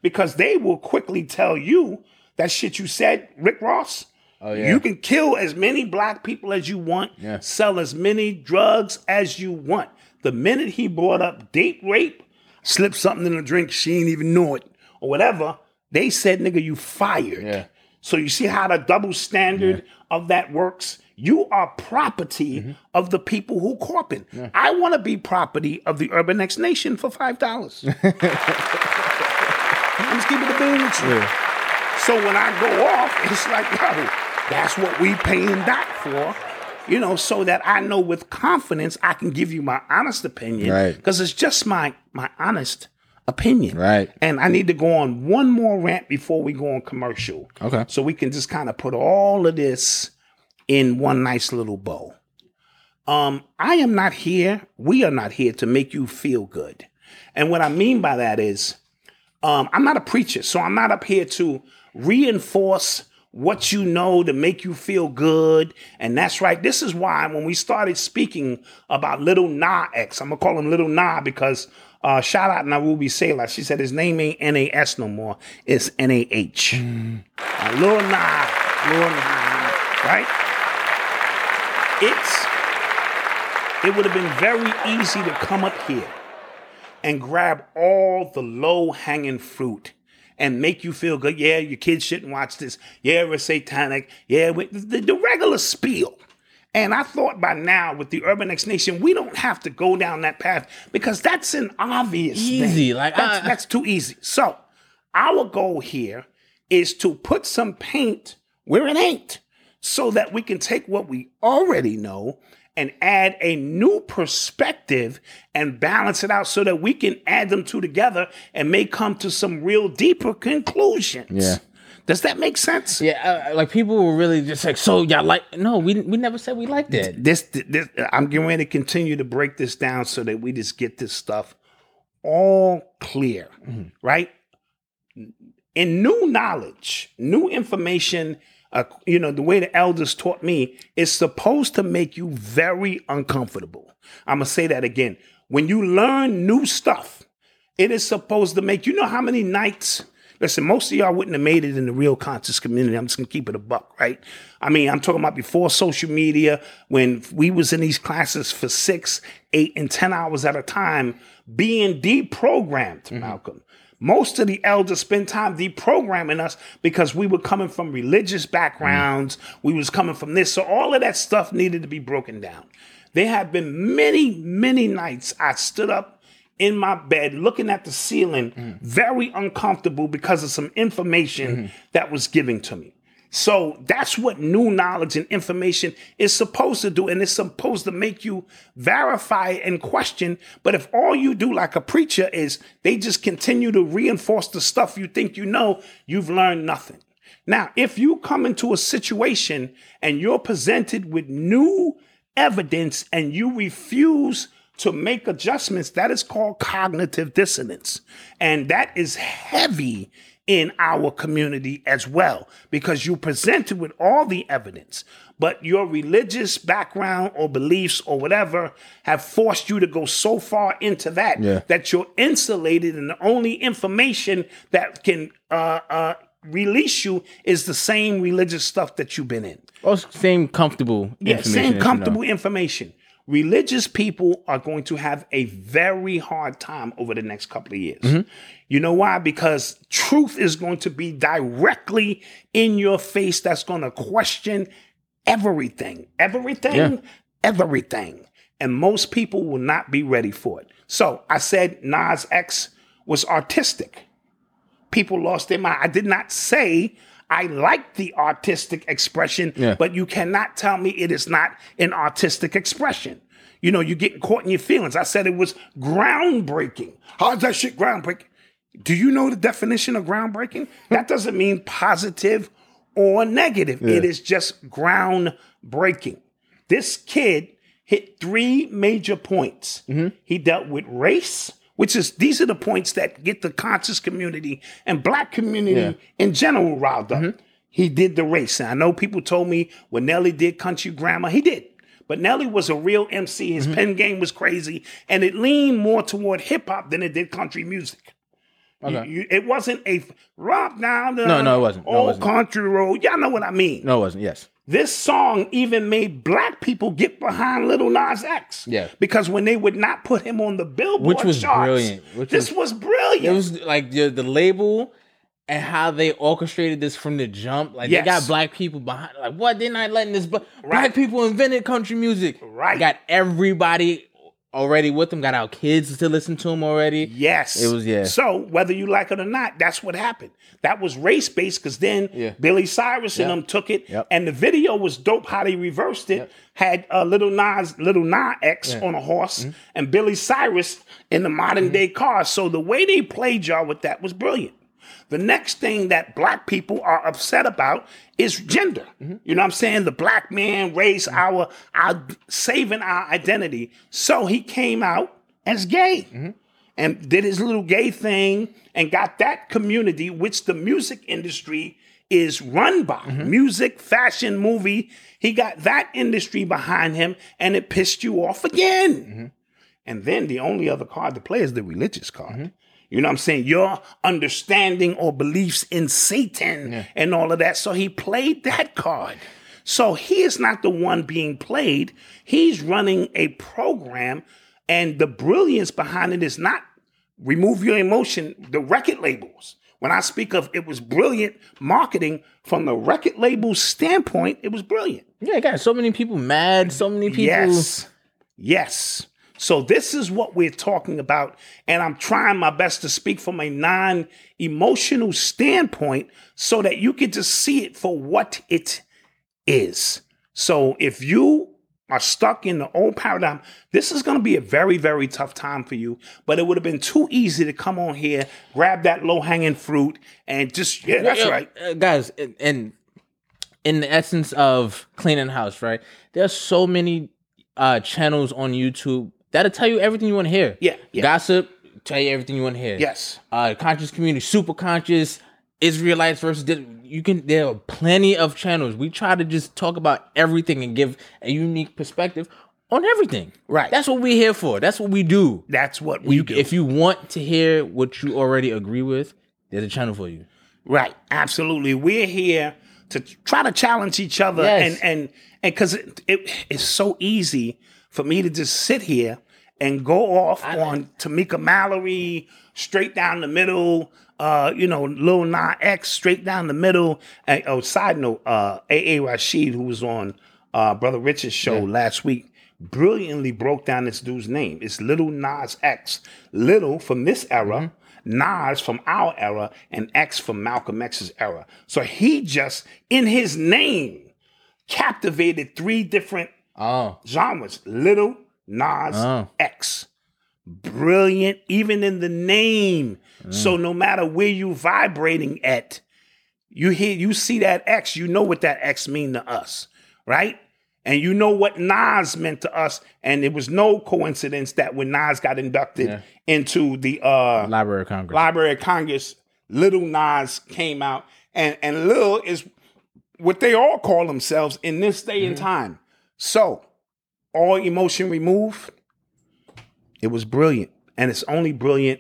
because they will quickly tell you that shit you said, Rick Ross.
yeah.
You can kill as many black people as you want, sell as many drugs as you want. The minute he brought up date rape, slip something in a drink, she ain't even know it, or whatever, they said, nigga, you fired.
Yeah.
So you see how the double standard of that works? You are property of the people who corping. I want to be property of the Urban X Nation for five dollars. I'm just keeping the bean with you. So when I go off, it's like, yo, that's what we paying Doc for. You know, so that I know with confidence I can give you my honest opinion.
Right.
Because it's just my my honest opinion.
Right.
And I need to go on one more rant before we go on commercial.
Okay.
So we can just kind of put all of this in one nice little bow. Um, I am not here, we are not here to make you feel good. And what I mean by that is, um, I'm not a preacher, so I'm not up here to reinforce what you know to make you feel good. And that's right. This is why when we started speaking about Little Nah X, I'm gonna call him Little Nah because uh, shout out Narubi Sailor. She said his name ain't NAS no more. It's N A H. Uh, Lil Nas, Lil Nas, right? It's it would have been very easy to come up here and grab all the low hanging fruit and make you feel good. Yeah, your kids shouldn't watch this. Yeah, we're satanic. Yeah, we, the, the regular spiel. And I thought by now with the Urban X Nation, we don't have to go down that path because that's an obvious thing.
Easy, like, uh,
that's,
I-
that's too easy. So our goal here is to put some paint where it ain't, so that we can take what we already know and add a new perspective and balance it out, so that we can add them two together and may come to some real deeper conclusions.
Yeah.
Does that make sense?
Yeah, I- I- like people were really just like, so y'all like? No, we we never said we liked it.
this, this I'm getting ready to continue to break this down so that we just get this stuff all clear, right? In new knowledge, new information, uh, you know, the way the elders taught me is supposed to make you very uncomfortable. I'm gonna say that again. When you learn new stuff, it is supposed to make you know how many nights. Listen, most of y'all wouldn't have made it in the real conscious community. I'm just gonna keep it a buck, right? I mean, I'm talking about before social media, when we was in these classes for six, eight, and ten hours at a time, being deprogrammed, Malcolm. Most of the elders spend time deprogramming us because we were coming from religious backgrounds. We was coming from this. So all of that stuff needed to be broken down. There have been many, many nights I stood up in my bed looking at the ceiling, very uncomfortable because of some information that was given to me. So that's what new knowledge and information is supposed to do. And it's supposed to make you verify and question. But if all you do, like a preacher, is they just continue to reinforce the stuff you think you know, you've learned nothing. Now, if you come into a situation and you're presented with new evidence and you refuse to make adjustments, that is called cognitive dissonance. And that is heavy in our community as well, because you're presented with all the evidence, but your religious background or beliefs or whatever have forced you to go so far into that
Yeah.
that you're insulated, and the only information that can uh, uh, release you is the same religious stuff that you've been in.
Also, Oh, same comfortable.
Yeah,
information that
same
you
comfortable
know.
information. Religious people are going to have a very hard time over the next couple of years.
Mm-hmm.
You know why? Because truth is going to be directly in your face. That's going to question everything, everything,
Yeah.
everything. And most people will not be ready for it. So I said Nas X was artistic people lost their mind. I did not say I like the artistic expression,
Yeah.
but you cannot tell me it is not an artistic expression. You know, you're getting caught in your feelings. I said it was groundbreaking. How's that shit groundbreaking? Do you know the definition of groundbreaking? That doesn't mean positive or negative. It is just groundbreaking. This kid hit three major points.
Mm-hmm.
He dealt with race, which is these are the points that get the conscious community and black community
Yeah. Mm-hmm.
in general riled up. He did the race. And I know people told me when Nelly did country grammar, he did. But Nelly was a real MC.
Mm-hmm.
His pen game was crazy, and it leaned more toward hip hop than it did country music.
Okay.
You- you- it wasn't a f- rock down the
No, no, it wasn't. No, it
old
wasn't.
country road. Y'all know what I mean.
No, it wasn't. Yes.
This song even made black people get behind Little Nas X.
Yeah.
Because when they would not put him on the billboard
Which was
charts,
brilliant. Which
this was, brilliant.
It was like the, the label and how they orchestrated this from the jump. Like
Yes.
they got black people behind. Like what? They're not letting this. Bla-
Right.
Black people invented country music.
Right.
Got everybody already with them. Got our kids to listen to them already.
Yes.
It was- yeah.
So whether you like it or not, that's what happened. That was race based because then
Yeah.
Billy Cyrus and
Yep.
them took it,
Yep.
and the video was dope how they reversed it. Had uh, little Nas, little Nas X on a
Mm-hmm.
horse, and Billy Cyrus in the modern day car. So the way they played y'all with that was brilliant. The next thing that black people are upset about is gender.
Mm-hmm.
You know what I'm saying? The black man, race, our, our saving our identity. So he came out as gay
Mm-hmm.
and did his little gay thing and got that community, which the music industry is run by music, fashion, movie. He got that industry behind him and it pissed you off again. And then the only other card to play is the religious card. You know what I'm saying? Your understanding or beliefs in Satan and all of that. So he played that card. So he is not the one being played. He's running a program, and the brilliance behind it is not remove your emotion, the record labels. When I speak of it was brilliant marketing from the record label standpoint, it was brilliant.
Yeah, it got so many people mad, so many people.
Yes. Yes. So this is what we're talking about. And I'm trying my best to speak from a non emotional standpoint so that you can just see it for what it is. So if you are stuck in the old paradigm, this is going to be a very, very tough time for you. But it would have been too easy to come on here, grab that low hanging fruit, and just, yeah, that's
Yeah,
right.
uh, guys. And, and in the essence of cleaning house, right? There's so many uh channels on YouTube that'll tell you everything you want to hear.
Yeah, yeah.
gossip tell you everything you want to hear.
Yes.
uh, conscious community, super conscious, Israelites versus di- you can. There are plenty of channels. We try to just talk about everything and give a unique perspective on everything.
Right.
That's what we're here for. That's what we do.
That's what we
you,
do.
If you want to hear what you already agree with, there's a channel for you.
Right. Absolutely. We're here to try to challenge each other
Yes.
and and and because it, it, it's so easy for me to just sit here and go off on Tamika Mallory straight down the middle. Uh, you know, Lil Nas X straight down the middle. And, oh, side note, uh, A.A. Rashid, who was on uh, Brother Richard's show last week, brilliantly broke down this dude's name. It's Little Nas X. Little from this era, Nas from our era, and X from Malcolm X's era. So he just, in his name, captivated three different
Oh,
genres. Little Nas
Oh.
X. Brilliant, even in the name.
Mm.
So no matter where you vibrating at, you hear you see that X, you know what that X mean to us, right? And you know what Nas meant to us. And it was no coincidence that when Nas got inducted
Yeah.
into the uh
Library of Congress.
Library of Congress, Little Nas came out, and and Lil is what they all call themselves in this day
Mm-hmm.
and time. So, all emotion removed. It was brilliant, and it's only brilliant.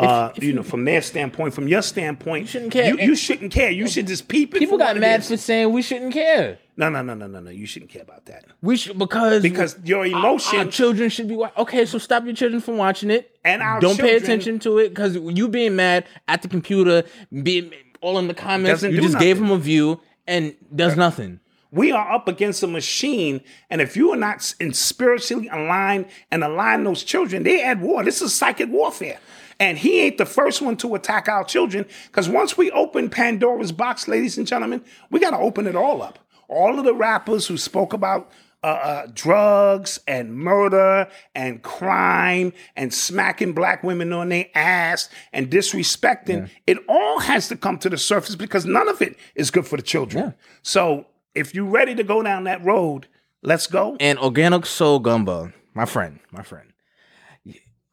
Uh, you know, from their standpoint, from your standpoint, you
shouldn't care.
You, you shouldn't care. You should just peep it.
People
for
got
what it
mad
is.
for saying we shouldn't care.
no, no, no, no, no, no. You shouldn't care about that
We should because
because your emotion
our children should be wa- okay. So stop your children from watching it,
And our
don't pay
children-
attention to it because you being mad at the computer, being all in the comments,
Doesn't
you
do
just gave
nothing.
them a view and does nothing.
We are up against a machine, and if you are not s- in spiritually aligned and align those children, they're at war. This is psychic warfare. And he ain't the first one to attack our children, because once we open Pandora's box, ladies and gentlemen, we got to open it all up. All of the rappers who spoke about uh, uh, drugs and murder and crime and smacking black women on their ass and disrespecting, it all has to come to the surface because none of it is good for the children. So if you're ready to go down that road, let's go.
And organic soul gumbo, my friend, my friend,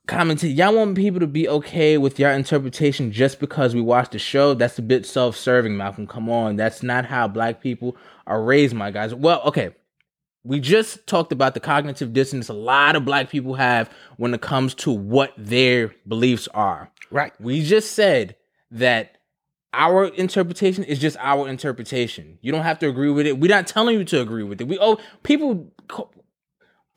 commented, "Y'all want people to be okay with your interpretation just because we watched the show? That's a bit self-serving, Malcolm. Come on, that's not how black people are raised, my guys. Well, okay." we just talked about the cognitive dissonance a lot of black people have when it comes to what their beliefs are.
Right.
We just said that our interpretation is just our interpretation. You don't have to agree with it. We're not telling you to agree with it. We oh people co-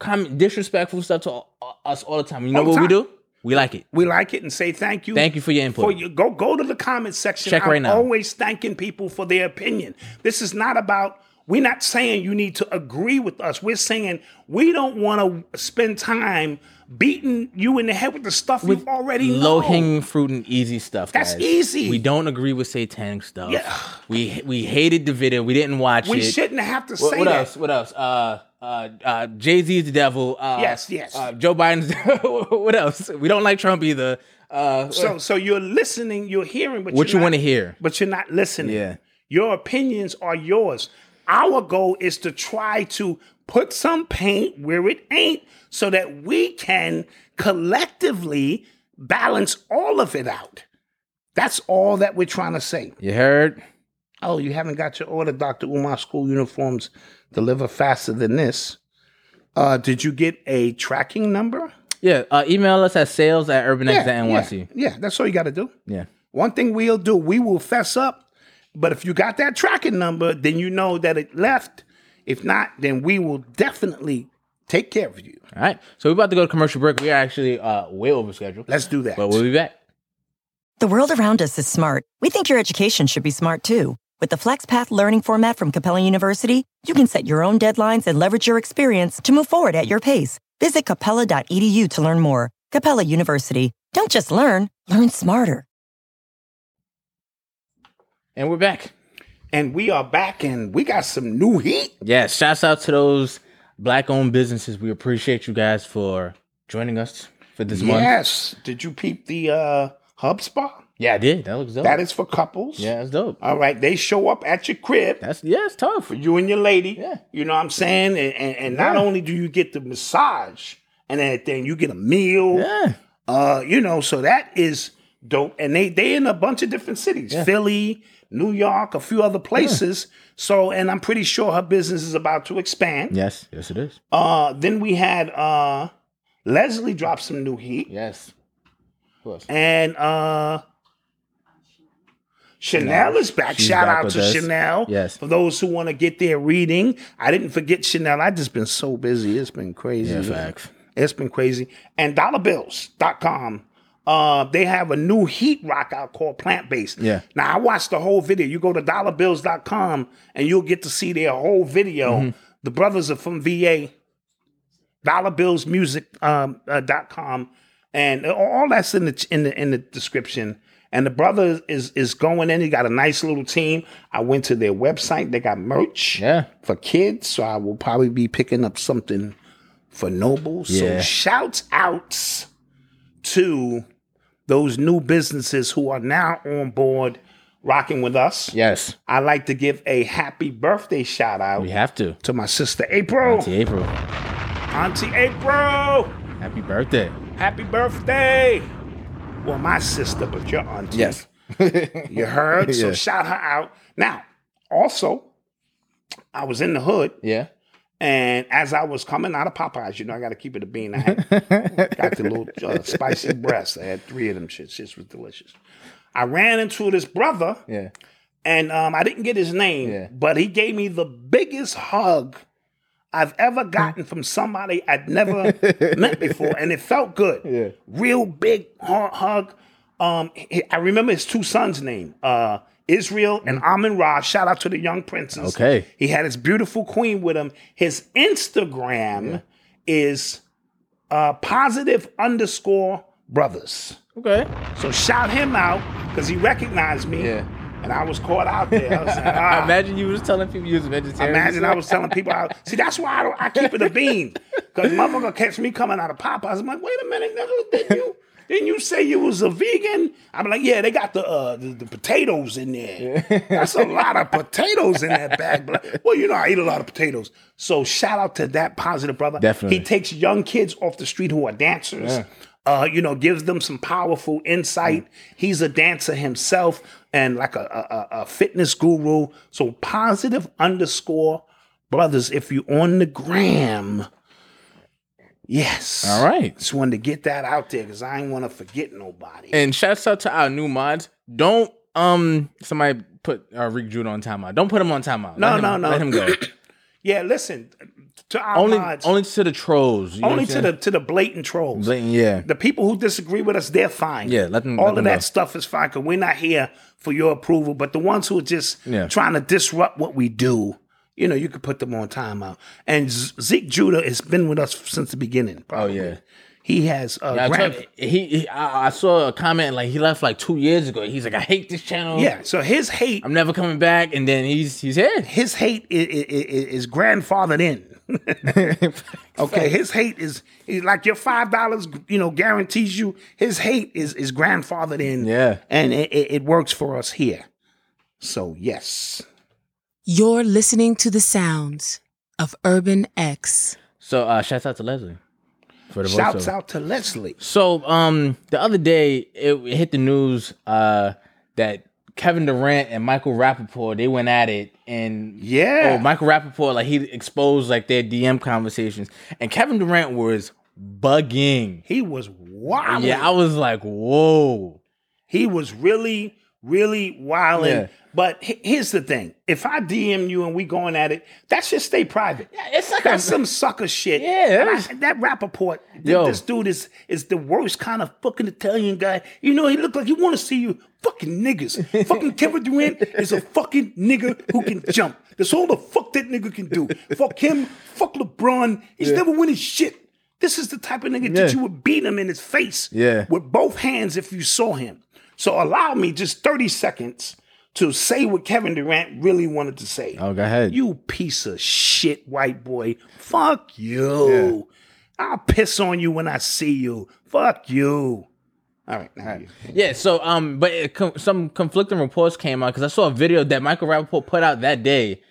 comment disrespectful stuff to uh, us all the time. You know
All the
what we
time.
do? We like it.
We like it and say thank you.
Thank you for your input.
For you, go go to the comment section.
Check
I'm
right now.
Always thanking people for their opinion. This is not about. We're not saying you need to agree with us. We're saying we don't want to spend time beating you in the head with the stuff you've already
low
know.
hanging fruit and easy stuff.
That's
guys.
easy.
We don't agree with satanic stuff.
Yeah.
We we hated the video. We didn't watch
We
it.
shouldn't have to
What,
say
what
that.
else? What else? Uh, uh, uh, Jay Z's the devil. Uh,
Yes, yes.
Uh, Joe Biden's. what else? We don't like Trump either. Uh,
So so you're listening, you're hearing, but
what
you're
you
not-
want to hear?
but you're not listening.
Yeah.
Your opinions are yours. Our goal is to try to put some paint where it ain't so that we can collectively balance all of it out. That's all that we're trying to say.
You heard?
Oh, you haven't got your order, Dr. Umar school uniforms deliver faster than this. Uh, did you get a tracking number?
Yeah. Uh, email us at sales at
yeah,
urbanx.nyc.
yeah, that's all you got to do.
Yeah.
One thing we'll do, we will fess up. But if you got that tracking number, then you know that it left. If not, then we will definitely take care of you.
All right. So we're about to go to commercial break. We are actually uh, way over schedule,
Let's do that.
but we'll be back.
The world around us is smart. We think your education should be smart too. With the FlexPath learning format from Capella University, you can set your own deadlines and leverage your experience to move forward at your pace. Visit capella.edu to learn more. Capella University. Don't just learn, learn smarter.
And we're back.
And we are back, and we got some new heat.
Yeah, shouts out to those black owned businesses. We appreciate you guys for joining us for this month.
yes. Did you peep the uh, Hub Spa?
Yeah, I did. That looks dope.
That is for couples.
yeah, that's dope.
All right. They show up at your crib.
That's yeah, it's tough.
for you and your lady.
Yeah.
You know what I'm saying? And and, and not
Yeah.
only do you get the massage and everything, you get a meal.
Yeah.
Uh, you know, so that is dope. And they they in a bunch of different cities. Philly, New York, a few other places. So and I'm pretty sure her business is about to expand.
Yes, yes it is.
Uh then we had uh Leslie drop some new heat.
Yes. Who else?
And uh Chanel, is back.
She's
Shout
back
out
with
to
us.
Chanel.
Yes.
For those who want to get their reading. I didn't forget Chanel. I just been so busy. It's been crazy.
Yeah, facts.
It's been crazy. And dollarbills.com. Uh, they have a new heat rock out called plant based.
Yeah.
Now I watched the whole video. You go to dollarbills.com and you'll get to see their whole video. The brothers are from VA dollarbillsmusic.com, uh, dot com, and all that's in the in the in the description. And the brother is is going in. He got a nice little team. I went to their website. They got merch
Yeah.
for kids, so I will probably be picking up something for Noble. So
Yeah.
shouts outs to those new businesses who are now on board, rocking with us.
Yes.
I like to give a happy birthday shout out
We have to.
to my sister April.
Auntie April.
Auntie April.
Happy birthday.
Happy birthday! Well, my sister, but your auntie. You heard? So
Yeah.
shout her out. Now, also, I was in the hood,
Yeah.
and as I was coming out of Popeyes, you know, I got to keep it a bean. I had, got the little uh, spicy breasts. I had three of them shits. Shits was delicious. I ran into this brother,
Yeah.
and um, I didn't get his name,
Yeah.
but he gave me the biggest hug I've ever gotten from somebody I'd never met before, and it felt good.
Yeah.
Real big hu- hug. Um, he- I remember his two sons' name, uh, Israel and Amin Ra. Shout out to the young princes.
Mm. Okay.
He had his beautiful queen with him. His Instagram is uh, positive underscore brothers.
Okay.
So shout him out because he recognized me.
Yeah.
And I was caught out there. I was like, ah.
I imagine you was telling people you was a vegetarian.
Imagine I was telling people, I, see, that's why I, don't, I keep it a bean. Because motherfucker catch me coming out of Popeyes. I'm like, wait a minute, nigga, didn't you, didn't you say you was a vegan? I'm like, yeah, they got the uh, the, the potatoes in there. That's a lot of potatoes in that bag. But like, well, you know, I eat a lot of potatoes. So shout out to that positive brother.
Definitely.
He takes young kids off the street who are dancers. Uh, you know, gives them some powerful insight. He's a dancer himself and like a, a, a- a fitness guru. So positive underscore brothers, if you on the gram, yes.
All right.
Just wanted to get that out there because I ain't want to forget nobody.
And shouts out to our new mods. Don't um somebody put uh, Rick Jude on timeout. Don't put him on timeout.
No,
Let him-
no, no.
Let him go.
yeah, listen to our
only
mods, only,
only to the trolls. you know what I'm
to
saying?
the to the blatant trolls.
blatant. Yeah.
The people who disagree with us, they're fine.
Yeah, let them-
all
let
of
them
that
know.
stuff is fine because we're not here for your approval. But the ones who are just
Yeah.
trying to disrupt what we do, you know, you could put them on timeout. And Z- Zeke Judah has been with us since the beginning. Probably.
Oh, yeah.
he has. Uh,
I
grand-
told, he, he I, I saw a comment like he left like two years ago. He's like, I hate this channel.
yeah. So his hate,
I'm never coming back. And then he's he's here.
his hate is, is grandfathered in. Okay, his hate is, is like your five dollars, you know, guarantees you. His hate is is grandfathered in,
Yeah.
and it, it, it works for us here. So yes,
You're listening to the sounds of Urban X.
So uh, shouts out to Leslie for the
shouts
voiceover.
out to Leslie.
So um, the other day it, it hit the news uh that Kevin Durant and Michael Rappaport they went at it and
Yeah.
oh Michael Rappaport like he exposed like their DM conversations and Kevin Durant was bugging.
He was wild.
yeah, I was like, whoa.
he was really really wilding.
Yeah.
But he- here's the thing: if I DM you and we going at it, that should stay private.
it's like
that's
a-
some sucker shit.
Yeah,
And I-
it's-
that Rappaport, th-
Yo.
this dude is is the worst kind of fucking Italian guy. You know, he looked like he want to see you fucking niggas. fucking Kevin Durant is a fucking nigga who can jump. That's all the fuck that nigga can do. Fuck him. Fuck LeBron. He's never winning shit. This is the type of nigga that
Yeah.
you would beat him in his face
Yeah.
with both hands if you saw him. So allow me just 30 seconds to say what Kevin Durant really wanted to say.
Oh, go ahead.
You piece of shit, white boy. Fuck you. I'll piss on you when I see you. Fuck you. All right. Now you.
Yeah, so um, but it com- some conflicting reports came out because I saw a video that Michael Rappaport put out that day,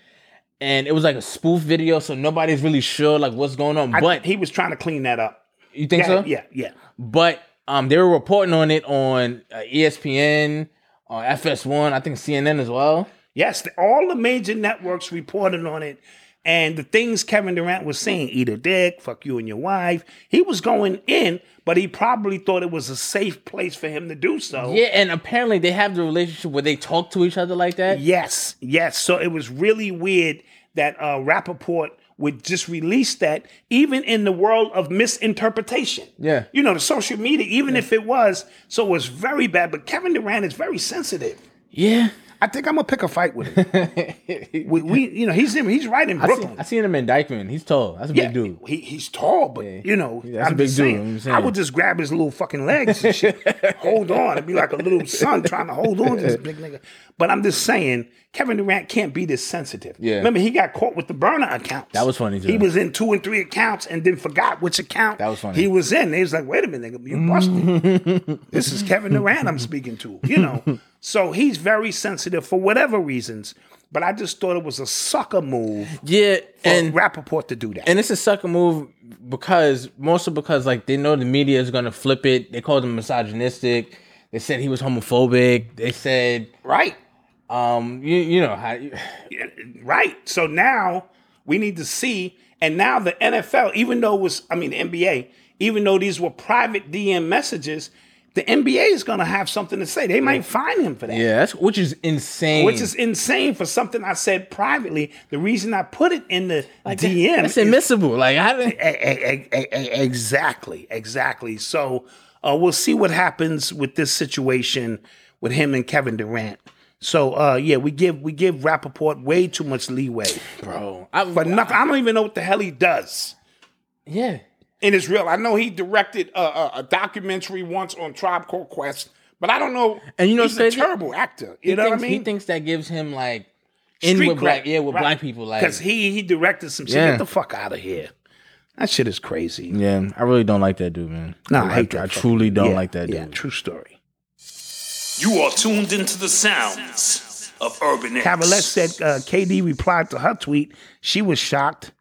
and it was like a spoof video, so nobody's really sure like what's going on.
I-
but
he was trying to clean that up.
you think
yeah,
so?
yeah, yeah.
But um, they were reporting on it on uh, ESPN, on FS1, I think CNN as well.
Yes, the, all the major networks reported on it. And the things Kevin Durant was saying, eat a dick, fuck you and your wife. He was going in, but he probably thought it was a safe place for him to do so.
Yeah, and apparently they have the relationship where they talk to each other like that.
Yes, yes. So it was really weird that uh, Rappaport would just release that, even in the world of misinterpretation.
Yeah.
You know, the social media, even if it was, so it was very bad. But Kevin Durant is very sensitive.
Yeah,
I think I'm gonna pick a fight with him. we, we, you know, he's in, he's right in
I
Brooklyn.
seen, I seen him in Dykeman. He's tall. That's a
Yeah,
big dude.
He, he's tall, but you know,
Yeah, that's
I'm
a big
just
dude,
saying,
I'm saying.
I would just grab his little fucking legs and shit. hold on. It'd be like a little son trying to hold on to this big nigga. But I'm just saying, Kevin Durant can't be this sensitive.
Yeah.
Remember, he got caught with the burner accounts.
That was funny, too.
He was in two and three accounts and then forgot which account
That was funny.
he was in. They was like, wait a minute, nigga, you busted. this is Kevin Durant I'm speaking to, you know. So he's very sensitive for whatever reasons. But I just thought it was a sucker move
Yeah,
for
and
Rappaport to do that.
and it's a sucker move because mostly because like they know the media is gonna flip it. They called him misogynistic. They said he was homophobic. They said,
right.
um, you you know how
Right. So now we need to see. And now the NFL, even though it was, I mean, the NBA, even though these were private DM messages, the NBA is going to have something to say. They might fine him for that.
yeah, that's which is insane.
Which is insane for something I said privately. The reason I put it in the DM.
That's
is-
admissible. Like I didn't.
E- e- e- e- exactly, exactly. So uh, we'll see what happens with this situation with him and Kevin Durant. So uh, yeah, we give we give Rappaport way too much leeway, bro.
I-
but nothing. I don't even know what the hell he does
Yeah.
in Israel. I know he directed a, a, a documentary once on Tribe Called Quest, but I don't know.
And you know
he's
what's
a
crazy?
terrible actor.
He
You know
thinks,
what I mean?
He thinks that gives him like in
Street
with black
cred,
yeah with
right.
black people like
because he he directed some shit.
Yeah.
Get the fuck out of here. That shit is crazy.
yeah. I really don't like that dude, man.
No, I, hate that fucking-
truly don't
yeah,
like that dude.
Yeah, true story.
You are tuned into the sounds of Urban X.
Cavallette said uh, KD replied to her tweet. She was shocked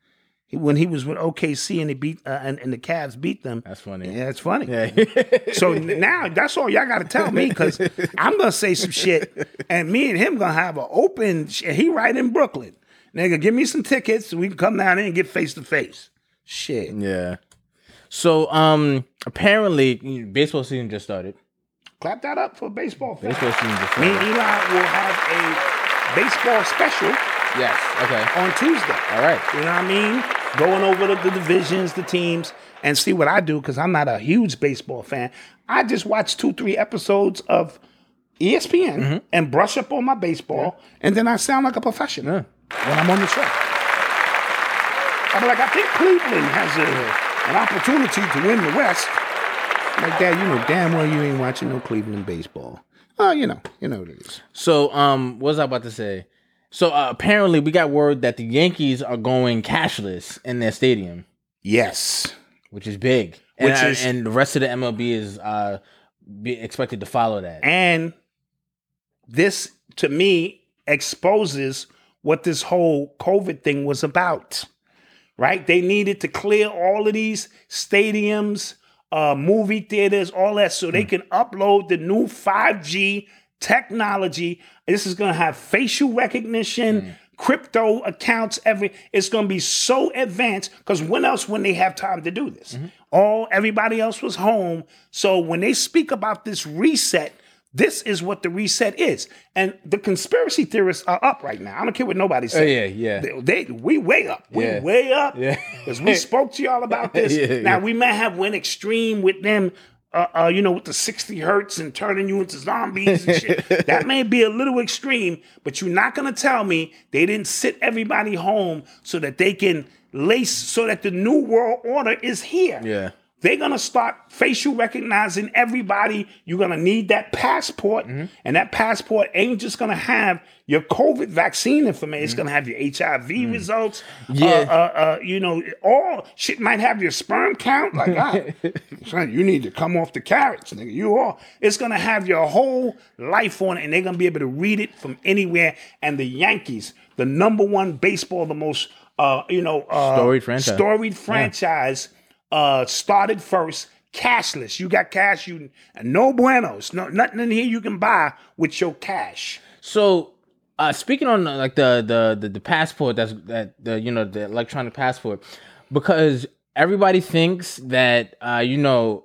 when he was with OKC and they beat uh, and, and the Cavs beat them.
That's funny.
Yeah, it's funny.
Yeah.
So n- now that's all y'all got to tell me because I'm gonna say some shit, and me and him gonna have an open. Sh- he right in Brooklyn, nigga. Give me some tickets. We can come down there and get face to face. Shit,
yeah. So um apparently you know, baseball season just started.
clap that up for baseball. Fans.
Baseball season just
Me
started.
and Eli will have a baseball special
Yes. Okay.
on Tuesday.
All right.
You know what I mean? Going over the, the divisions, the teams, and see what I do because I'm not a huge baseball fan. I just watch two, three episodes of E ESPN and brush up on my baseball, and then I sound like a professional when I'm on the show. I'm like, I think Cleveland has a, an opportunity to win the West. Like that, you know damn well you ain't watching no Cleveland baseball. Oh, you know, you know what it is.
So um what was I about to say? So uh, apparently we got word that the Yankees are going cashless in their stadium,
Yes.
which is big. And,
Which
I-
is-
and the rest of the MLB is uh be expected to follow that.
And this, to me, exposes what this whole COVID thing was about, right? They needed to clear all of these stadiums, uh, movie theaters, all that, so they can upload the new 5G technology. This is going to have facial recognition. Crypto accounts, every it's gonna be so advanced because when else when they have time to do this? All everybody else was home, so when they speak about this reset, This is what the reset is, and the conspiracy theorists are up right now. I don't care what nobody says.
Oh, yeah, yeah.
They, they- we way up. We
Yeah.
way up.
Yeah.
because we spoke to y'all about this.
Yeah,
now
yeah.
we may have went extreme with them. Uh, uh, you know, with the 60 hertz and turning you into zombies and shit. that may be a little extreme, but you're not going to tell me they didn't sit everybody home so that they can lace, so that the New World Order is here.
Yeah.
They're gonna start facial recognizing everybody. You're gonna need that passport, and that passport ain't just gonna have your COVID vaccine information. It's gonna have your HIV results. Yeah, uh, uh, you know, all shit might have your sperm count. Like, ah, son, you need to come off the carrots, nigga. You all. It's gonna have your whole life on it, and they're gonna be able to read it from anywhere. And the Yankees, the number one baseball, the most, uh, you know, uh,
Storied franchise.
storied franchise uh, started first, cashless. You got cash, you no buenos, no nothing in here you can buy with your cash.
So, uh, speaking on uh, like the, the the the passport, that's that the you know the electronic passport, because everybody thinks that uh, you know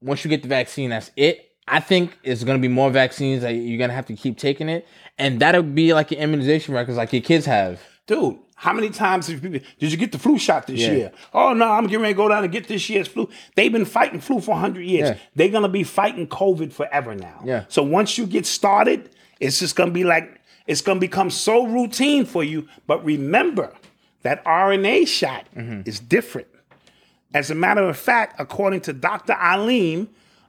once you get the vaccine, that's it. I think it's gonna be more vaccines that you're gonna have to keep taking it, and that'll be like your immunization records, like your kids have.
Dude, how many times have people, did you get the flu shot this
Yeah.
year? Oh no, I'm getting ready to go down and get this year's flu. They've been fighting flu for 100 years.
Yeah.
They're gonna be fighting COVID forever now.
Yeah.
So once you get started, it's just gonna be like it's gonna become so routine for you. But remember, that RNA shot
Mm-hmm.
is different. As a matter of fact, according to Dr. Aleem,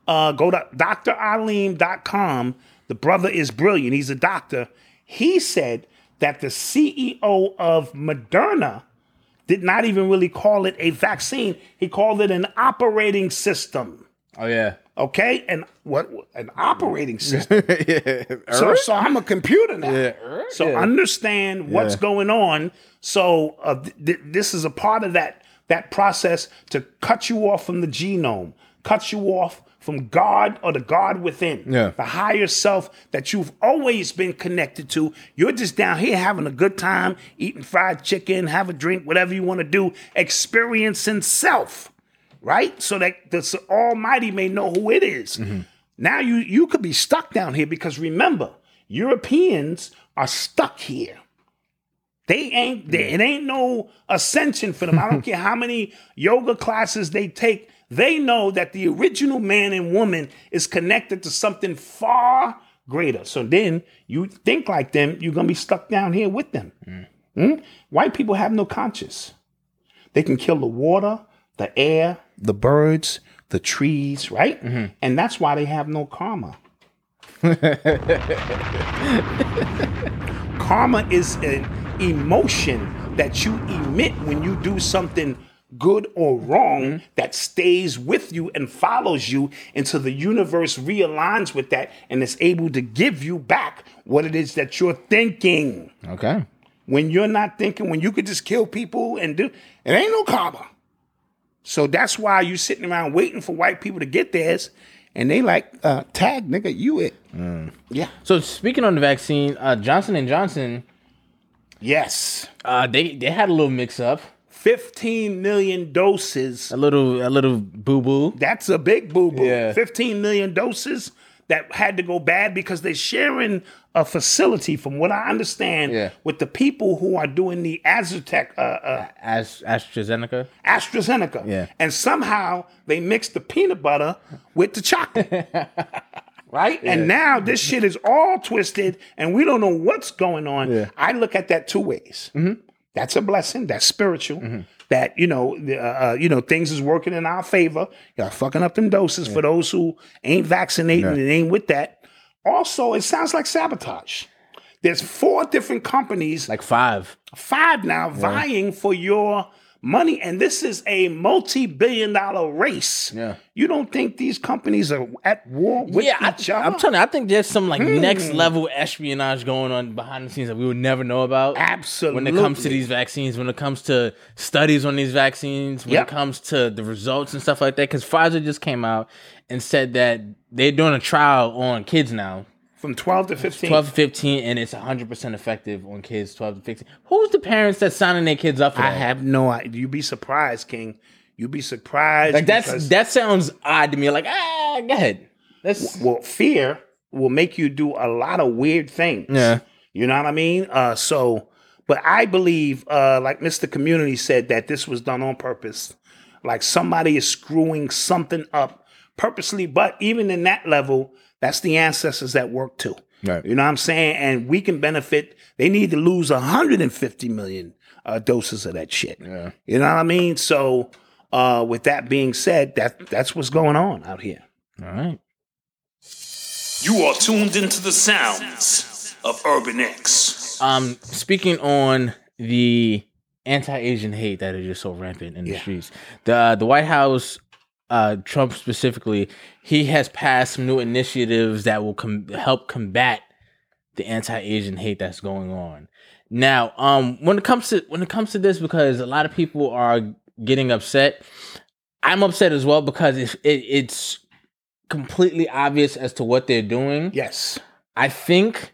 uh, go to draleem.com. The brother is brilliant. He's a doctor. He said that the CEO of Moderna did not even really call it a vaccine. He called it an operating system.
Oh yeah,
Okay, and what an operating system. so, so I'm a computer now. So understand what's going on. So uh, th- th- this is a part of that that process to cut you off from the genome, cut you off from God or the God within,
Yeah.
the higher self that you've always been connected to. You're just down here having a good time, eating fried chicken, have a drink, whatever you want to do, experiencing self, right? So that the s- Almighty may know who it is. Now you you could be stuck down here because remember, Europeans are stuck here. They ain't they, it ain't no ascension for them. I don't care how many yoga classes they take. They know that the original man and woman is connected to something far greater. So then you think like them, you're gonna be stuck down here with them. Mm? White people have no conscience. They can kill the water, the air, the birds, the trees, right? And that's why they have no karma. karma is an emotion that you emit when you do something good or wrong that stays with you and follows you until the universe realigns with that and is able to give you back what it is that you're thinking
okay,
when you're not thinking, when you could just kill people and do it ain't no karma. So that's why you sitting around waiting for white people to get theirs, and they like uh, tag nigga, you it. Yeah.
so speaking on the vaccine, uh, Johnson and Johnson,
Yes.
uh, they they had a little mix up,
Fifteen million doses.
a little a little boo boo.
That's a big boo boo.
Yeah.
Fifteen million doses that had to go bad because they're sharing a facility, from what I understand,
Yeah.
with the people who are doing the Azotec uh, uh,
As AstraZeneca,
AstraZeneca.
Yeah.
And somehow they mixed the peanut butter with the chocolate. right? And now this shit is all twisted and we don't know what's going on. I look at that two ways. That's a blessing. That's spiritual. That you know, the, uh, uh, you know, things is working in our favor. You're fucking up them doses for those who ain't vaccinating and ain't with that. Also, it sounds like sabotage. There's four different companies
like five.
five now vying for your money and this is a multi-billion dollar race
Yeah.
you don't think these companies are at war with
yeah, I,
each other
am telling you, I think there's some like
Hmm.
next level espionage going on behind the scenes that we would never know about.
absolutely
When it comes to these vaccines, when it comes to studies on these vaccines, when
Yep.
it comes to the results and stuff like that, because Pfizer just came out and said that they're doing a trial on kids now,
from 12 to 15
12 to 15, and it's 100% effective on kids 12 to 15. Who's the parents that's signing their kids up for
i
that?
have no idea you'd be surprised king you'd be surprised
like that's
because-
that sounds odd to me. Like ah, go ahead. That's
well fear will make you do a lot of weird things.
Yeah.
You know what I mean? Uh, so, but I believe, uh, like Mr. Community said, that this was done on purpose. Like somebody is screwing something up purposely. But even in that level, that's the ancestors that work too.
Right.
You know what I'm saying? And we can benefit. They need to lose 150 million uh, doses of that shit. Yeah. You know what I mean? So, uh, with that being said, that that's what's going on out here.
All right.
You are tuned into the sounds of Urban X.
Um, speaking on the anti-Asian hate that is just so rampant in the streets, the the White House, uh, Trump specifically, he has passed some new initiatives that will com- help combat the anti-Asian hate that's going on. Now, um, when it comes to when it comes to this, because a lot of people are getting upset, I'm upset as well because it, it it's completely obvious as to what they're doing.
Yes.
I think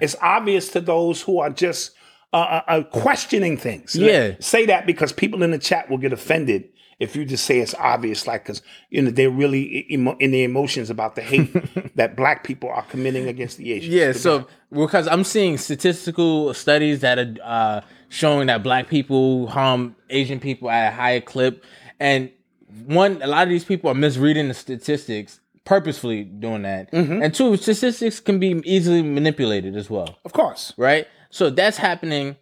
It's obvious to those who are just uh, uh, uh, questioning things.
Yeah.
Say that because people in the chat will get offended if you just say it's obvious, like because you know they're really e- emo- in their emotions about the hate that black people are committing against the Asians.
Yeah, so because I'm seeing statistical studies that are uh, showing that black people harm Asian people at a higher clip, and one, a lot of these people are misreading the statistics purposefully doing that,
Mm-hmm.
and two, statistics can be easily manipulated as well,
of course.
right? So that's happening,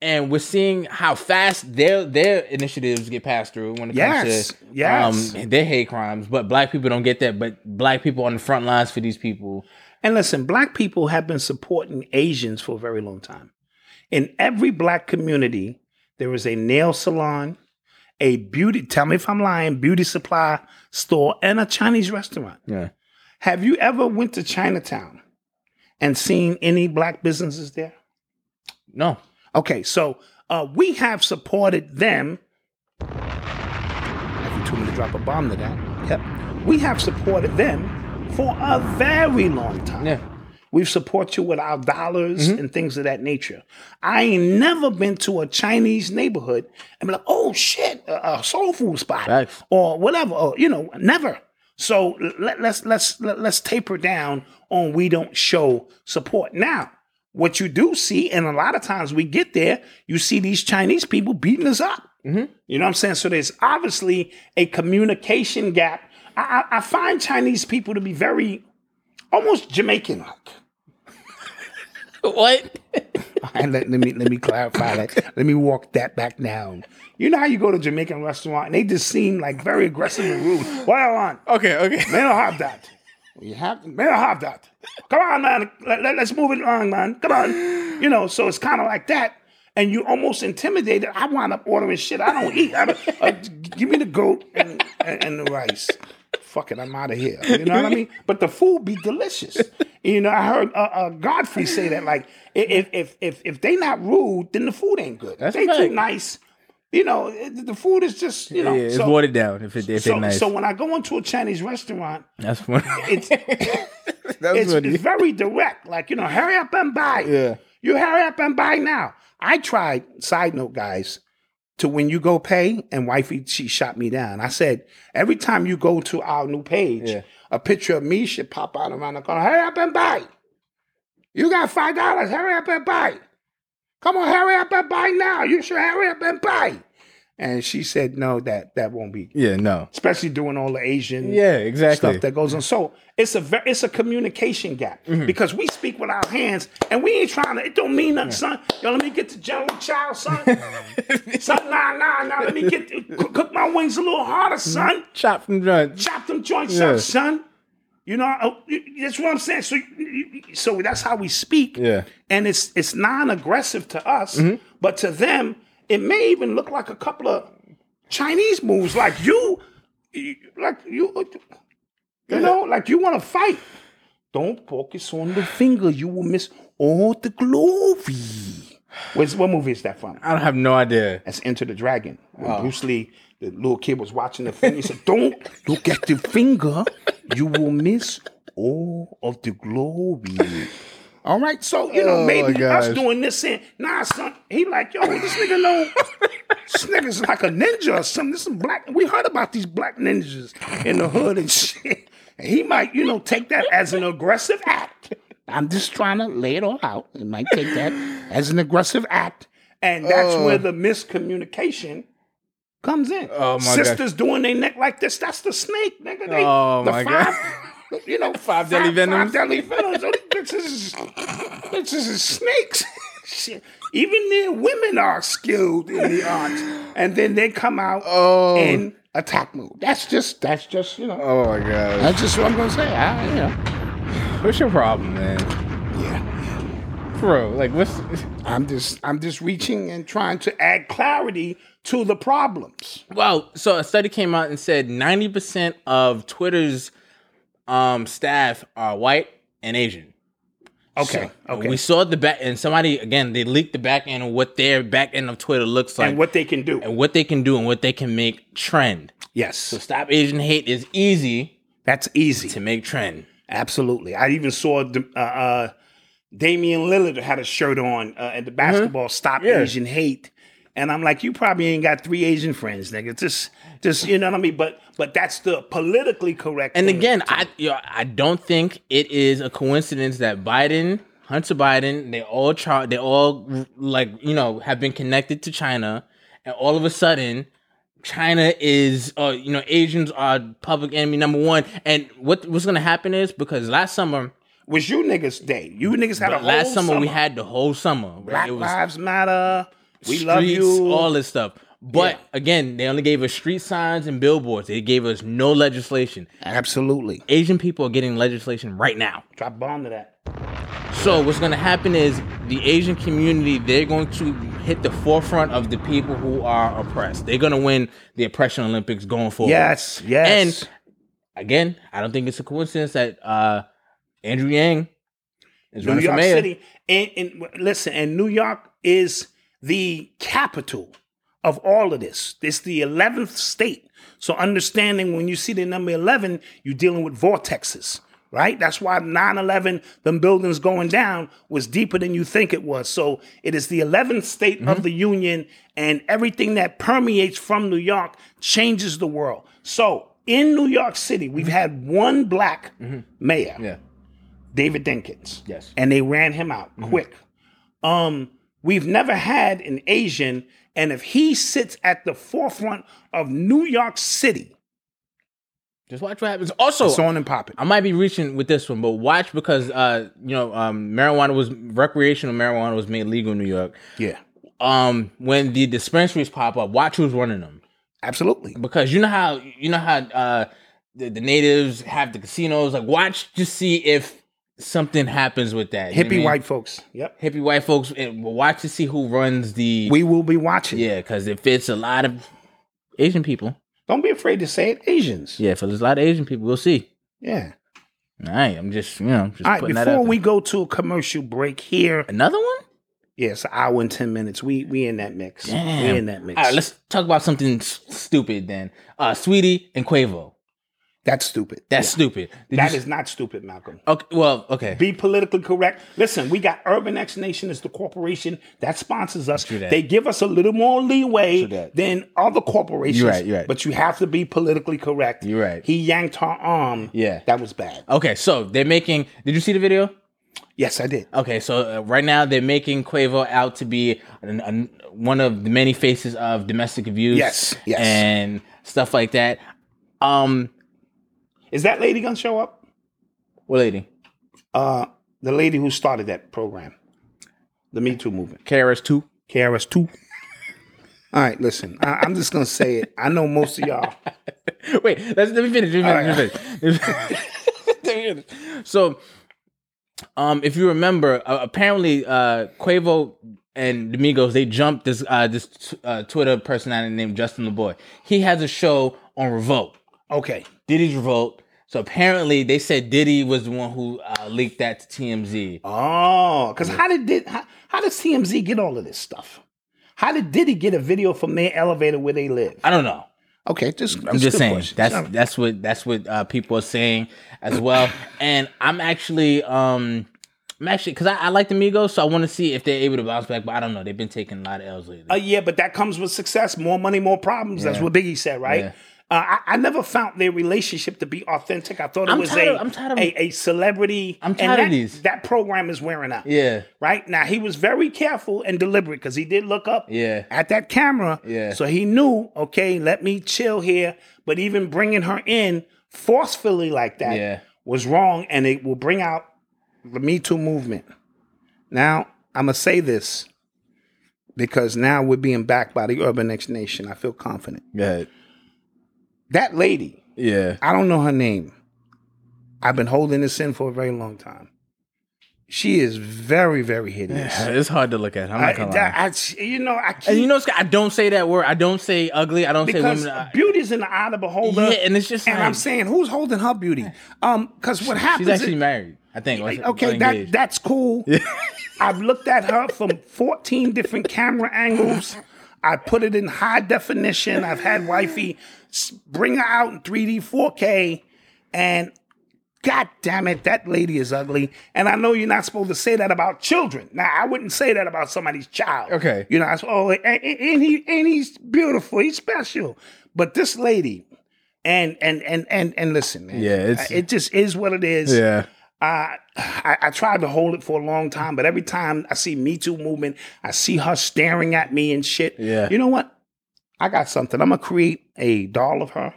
and we're seeing how fast their their initiatives get passed through when it
Yes,
comes to
yes.
um, their hate crimes, but black people don't get that, but black people on the front lines for these people.
And listen, black people have been supporting Asians for a very long time. In every black community, there is a nail salon, a beauty, tell me if I'm lying, beauty supply store, and a Chinese restaurant.
Yeah.
Have you ever went to Chinatown and seen any black businesses there?
No,
Okay, so uh, we have supported them. Every two minutes, drop a bomb to that. Yep, we have supported them for a very long time.
Yeah.
We've supported you with our dollars and things of that nature. I ain't never been to a Chinese neighborhood and be like, oh shit, a, a soul food spot
Facts.
or whatever, or you know, never. So let, let's let's let, let's taper down on we don't show support now. What you do see, and a lot of times we get there, you see these Chinese people beating us up. You know what I'm saying? So there's obviously a communication gap. I, I, I find Chinese people to be very almost Jamaican like.
What?
And let, let me let me clarify that. Let me walk that back down. You know how you go to a Jamaican restaurant and they just seem like very aggressive and rude. Well on,
Okay, okay.
man, I have that. You have man, I have that. Come on, man. Let, let, us move it along, man. Come on. You know, so it's kind of like that. And you almost intimidated. I wind up ordering shit I don't eat. I don't- uh, give me the goat and, and, and the rice. Fuck it, I'm out of here. You know what I mean? But the food be delicious. You know, I heard uh, uh, Godfrey say that like, if if if if they not rude, then the food ain't good.
That's
they
a
too
fact.
nice. You know, it- the food is just you know.
yeah, it's
so-
watered down if it if
so,
it's nice.
so when I go into a Chinese restaurant,
That's funny.
it's
That's
it's,
funny.
it's very direct. Like you know, hurry up and buy.
Yeah.
you hurry up and buy now. I tried. Side note, guys, to when you go pay, and wifey she shot me down. I said every time you go to our new page,
Yeah.
a picture of me should pop out around the corner. Hurry up and buy. You got five dollars. Hurry up and buy. Come on, hurry up and buy now. You should hurry up and buy. And she said, "No, that that won't be."
yeah, no.
Especially doing all the Asian
Yeah, exactly.
stuff that goes on. So it's a ver- it's a communication gap because we speak with our hands and we ain't trying to. It don't mean nothing, son. Yo, let me get to General Child, son. son, nah, nah, nah. Let me get cook, cook my wings a little harder, son.
Chop from joint.
Chop them joints
Yeah.
up, son. You know, oh, you- you- that's what I'm saying. So, you- you- you- so that's how we speak.
Yeah. Mm-hmm.
and it's it's non-aggressive to us, but to them, it may even look like a couple of Chinese moves, like you, you like you, you know, like you want to fight. Don't focus on the finger; you will miss all the glory. Where's, what movie is that from?
I don't have no idea.
That's Enter the Dragon. When Bruce Lee, the little kid was watching the finger. He said, Don't look at the finger. You will miss all of the glory. All right, so you know,
Oh,
maybe
my
us
gosh.
doing this and nah, son. He like, yo, this nigga know this nigga's like a ninja or something. This is black. We heard about these black ninjas in the hood and shit. He might, you know, take that as an aggressive act. I'm just trying to lay it all out. He might take that as an aggressive act. And that's where the miscommunication comes in.
Oh, my God.
Sisters doing their neck like this. That's the snake, nigga. They,
Oh,
the
my
five, You know, five
deadly venoms.
Five deadly venoms. Oh, This is, this is snakes. Shit. Even the women are skilled in the arts, and then they come out
Oh.
in attack mode. That's just, that's just, you know,
Oh my god.
that's just what I'm gonna say. I, you know,
What's your problem, man?
yeah.
Bro, like what's
I'm just, I'm just reaching and trying to add clarity to the problems.
Well, so a study came out and said 90% of Twitter's um, staff are white and Asian.
Okay,
So,
okay.
We saw the back and somebody again, they leaked the back end of what their back end of Twitter looks like
and what they can do.
and what they can do and what they can make trend. So
yes,
stop Asian hate is easy
that's easy.
to make trend.
Absolutely. I even saw D- uh, uh, Damian Lillard had a shirt on uh, at the basketball stop
Mm-hmm. Yeah.
Asian hate. And I'm like, you probably ain't got three Asian friends, nigga. Just, just you know what I mean. But, but that's the politically correct.
And
thing
again,
to
I you know, I don't think it is a coincidence that Biden, Hunter Biden, they all char- they all like you know have been connected to China, and all of a sudden, China is uh, you know Asians are public enemy number one. And what what's gonna happen is because last summer,
was you niggas' day. You niggas had a whole
last summer, we had the whole summer. right?
Black
It was
Lives Matter. We love
streets,
you.
all this stuff. But
Yeah.
again, they only gave us street signs and billboards. They gave us no legislation.
Absolutely.
Asian people are getting legislation right now.
Drop bomb to that.
So what's going to happen is the Asian community they're going to hit the forefront of the people who are oppressed. They're going to win the oppression Olympics going forward.
Yes. Yes.
And again, I don't think it's a coincidence that uh, Andrew Yang is
New
running for
York
mayor.
City. And, and listen, and New York is the capital of all of this. It's the 11th state. So understanding when you see the number 11, you're dealing with vortexes, right? That's why 9-11, them buildings going down, was deeper than you think it was. So it is the 11th state
Mm-hmm.
of the union and everything that permeates from New York changes the world. So in New York City, we've had one black mayor.
Mm-hmm. Yeah.
David Dinkins.
Yes. Mm-hmm.
And they ran him out quick. Um, we've never had an Asian, and if he sits at the forefront of New York City,
Just watch what happens. Also,
it's on and popping.
I might be reaching with this one, but watch because uh, you know um, marijuana was recreational marijuana was made legal in New York.
Yeah.
Um, when the dispensaries pop up, watch who's running them.
Absolutely.
because you know how you know how uh the, the natives have the casinos like watch to see if something happens with that you know
Hippie
what I mean?
white folks. Yep.
hippie white folks and watch to see who runs the
We will be watching.
yeah because if it's a lot of asian people
Don't be afraid to say it. Asians.
yeah if there's a lot of asian people we'll see
Yeah.
all right i'm just you know just
All right.
putting that out
Before
there.
we go to a commercial break here,
another one
yes, hour and ten minutes. We we in that mix.
Damn.
We in that mix.
all right let's talk about something s- stupid then uh sweetie and quavo
That's stupid.
that's stupid Did
That
you-
is not stupid, Malcolm.
okay well okay
Be politically correct. Listen, we got Urban X Nation is the corporation that sponsors us.
True that.
They give us a little more leeway
True that.
than other corporations.
You're right, you're right.
But you have to be politically correct.
You're right.
He yanked her arm.
Yeah.
That was bad.
okay so they're making did you see the video
Yes, I did.
Okay, so uh, right now they're making Quavo out to be an, an, one of the many faces of domestic abuse,
Yes, yes.
and stuff like that. Um,
Is that lady gonna show up?
what lady?
Uh the lady who started that program. The Me Too movement.
KRS Two.
KRS two. All right, listen. I, I'm just gonna say it. I know most of y'all.
Wait, let's, let me finish. Let me finish. let
Oh,
me finish. Let me finish. so, um, if you remember, uh, apparently uh, Quavo and Domingos they jumped this uh, this t- uh, Twitter personality named Justin LeBoy. He has a show on Revolt.
Okay.
Diddy's revolt. So apparently they said Diddy was the one who uh, leaked that to TMZ.
Oh, because how did, did how, how does TMZ get all of this stuff? How did Diddy get a video from their elevator where they live?
I don't know.
Okay, just
I'm just saying that's that's what that's what uh, people are saying as well. and I'm actually um I'm actually because I, I like the Migos, so I want to see if they're able to bounce back. But I don't know. They've been taking a lot of L's lately.
uh, yeah, but that comes with success. More money, more problems. That's what Biggie said, right? Uh, I, I never found their relationship to be authentic. I thought it
I'm
was
tired
a,
of- I'm tired of-
a a celebrity.
I'm
and
tired of
that-
these.
That program is wearing out.
Yeah.
Right now, he was very careful and deliberate because he did look up.
Yeah.
At that camera.
Yeah.
So he knew. Okay, let me chill here. But even bringing her in forcefully like that
Yeah.
was wrong, and it will bring out the Me Too movement. Now, I'm going to say this because now we're being backed by the Urban X Nation. I feel confident.
Go ahead.
That lady,
Yeah.
I don't know her name. I've been holding this in for a very long time. She is very, very hideous.
It's hard to look at. I'm
I,
not gonna lie.
I- I- you know, I keep,
And you know, it's- I don't say that word. I don't say ugly. I don't say
because
women. I-
beauty's in the eye of the beholder.
Yeah, and it's just
and
like-
I'm saying, who's holding her beauty? Um, because what happens?
She's actually
is-
married, I think. or- or
okay, that,
engaged.
that's cool. I've looked at her from 14 different camera angles. I put it in high definition. I've had wifey s- bring her out in 3D, 4K, and God damn it, that lady is ugly. And I know you're not supposed to say that about children. Now, I wouldn't say that about somebody's child.
Okay.
You know, I s- oh, and, and- and he and he's beautiful, he's special. But this lady, and and and and and listen, man.
Yeah, it's-
it just is what it is.
yeah.
I, I I tried to hold it for a long time, but every time I see Me Too movement, I see her staring at me and shit.
Yeah.
You know what? I got something. I'm gonna create a doll of her,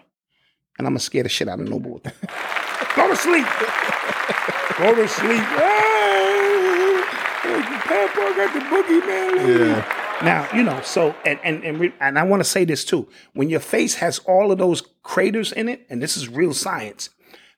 and I'm gonna scare the shit out of Noble with it. Go to sleep. Go to sleep. Oh, Papa got the boogeyman.
Yeah.
Now you know. So and and and, re- and I want to say this too. When your face has all of those craters in it, and this is real science,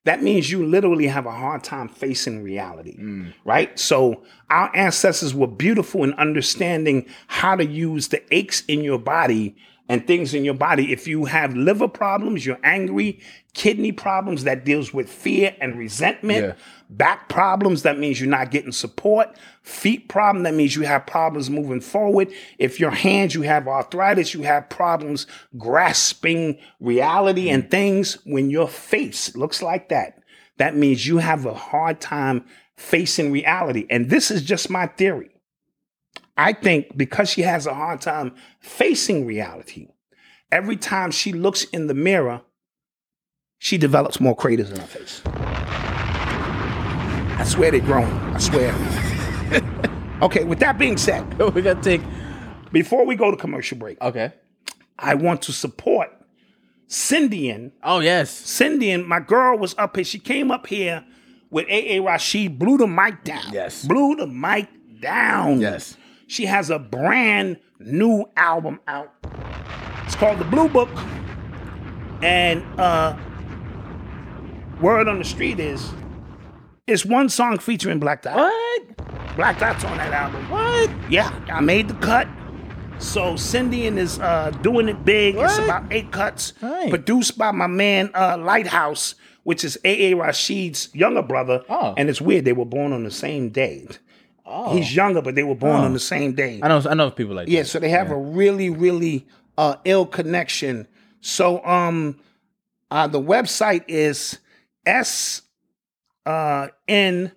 that means you literally have a hard time facing reality,
Mm.
right? So our ancestors were beautiful in understanding how to use the aches in your body and things in your body. If you have liver problems, you're angry, kidney problems that deals with fear and resentment,
Yeah.
back problems that means you're not getting support, feet problem that means you have problems moving forward. If your hands you have arthritis, you have problems grasping reality and things when your face looks like that. That means you have a hard time facing reality. And this is just my theory. I think because she has a hard time facing reality, every time she looks in the mirror, she develops more craters in her face. I swear they're growing. I swear. okay, with that being said,
we gotta take.
before we go to commercial break,
Okay.
I want to support Cindian.
Oh yes.
Cindian, my girl was up here. She came up here with AA Rashid, blew the mic down.
Yes.
Blew the mic down.
Yes.
She has a brand new album out. It's called The Blue Book. And uh word on the street is it's one song featuring Black Dot.
What?
Black Dot's on that album.
What?
Yeah, I made the cut. So Cindy and is uh, doing it big. It's
What?
about eight cuts.
Right.
Produced by my man uh, Lighthouse, which is A.A. Rashid's younger brother.
Oh.
And it's weird, they were born on the same day. Oh. He's younger, but they were born on the same day.
I know. I know people like
Yeah,
that.
so they have a really, really uh, ill connection. So um, uh, the website is s uh, n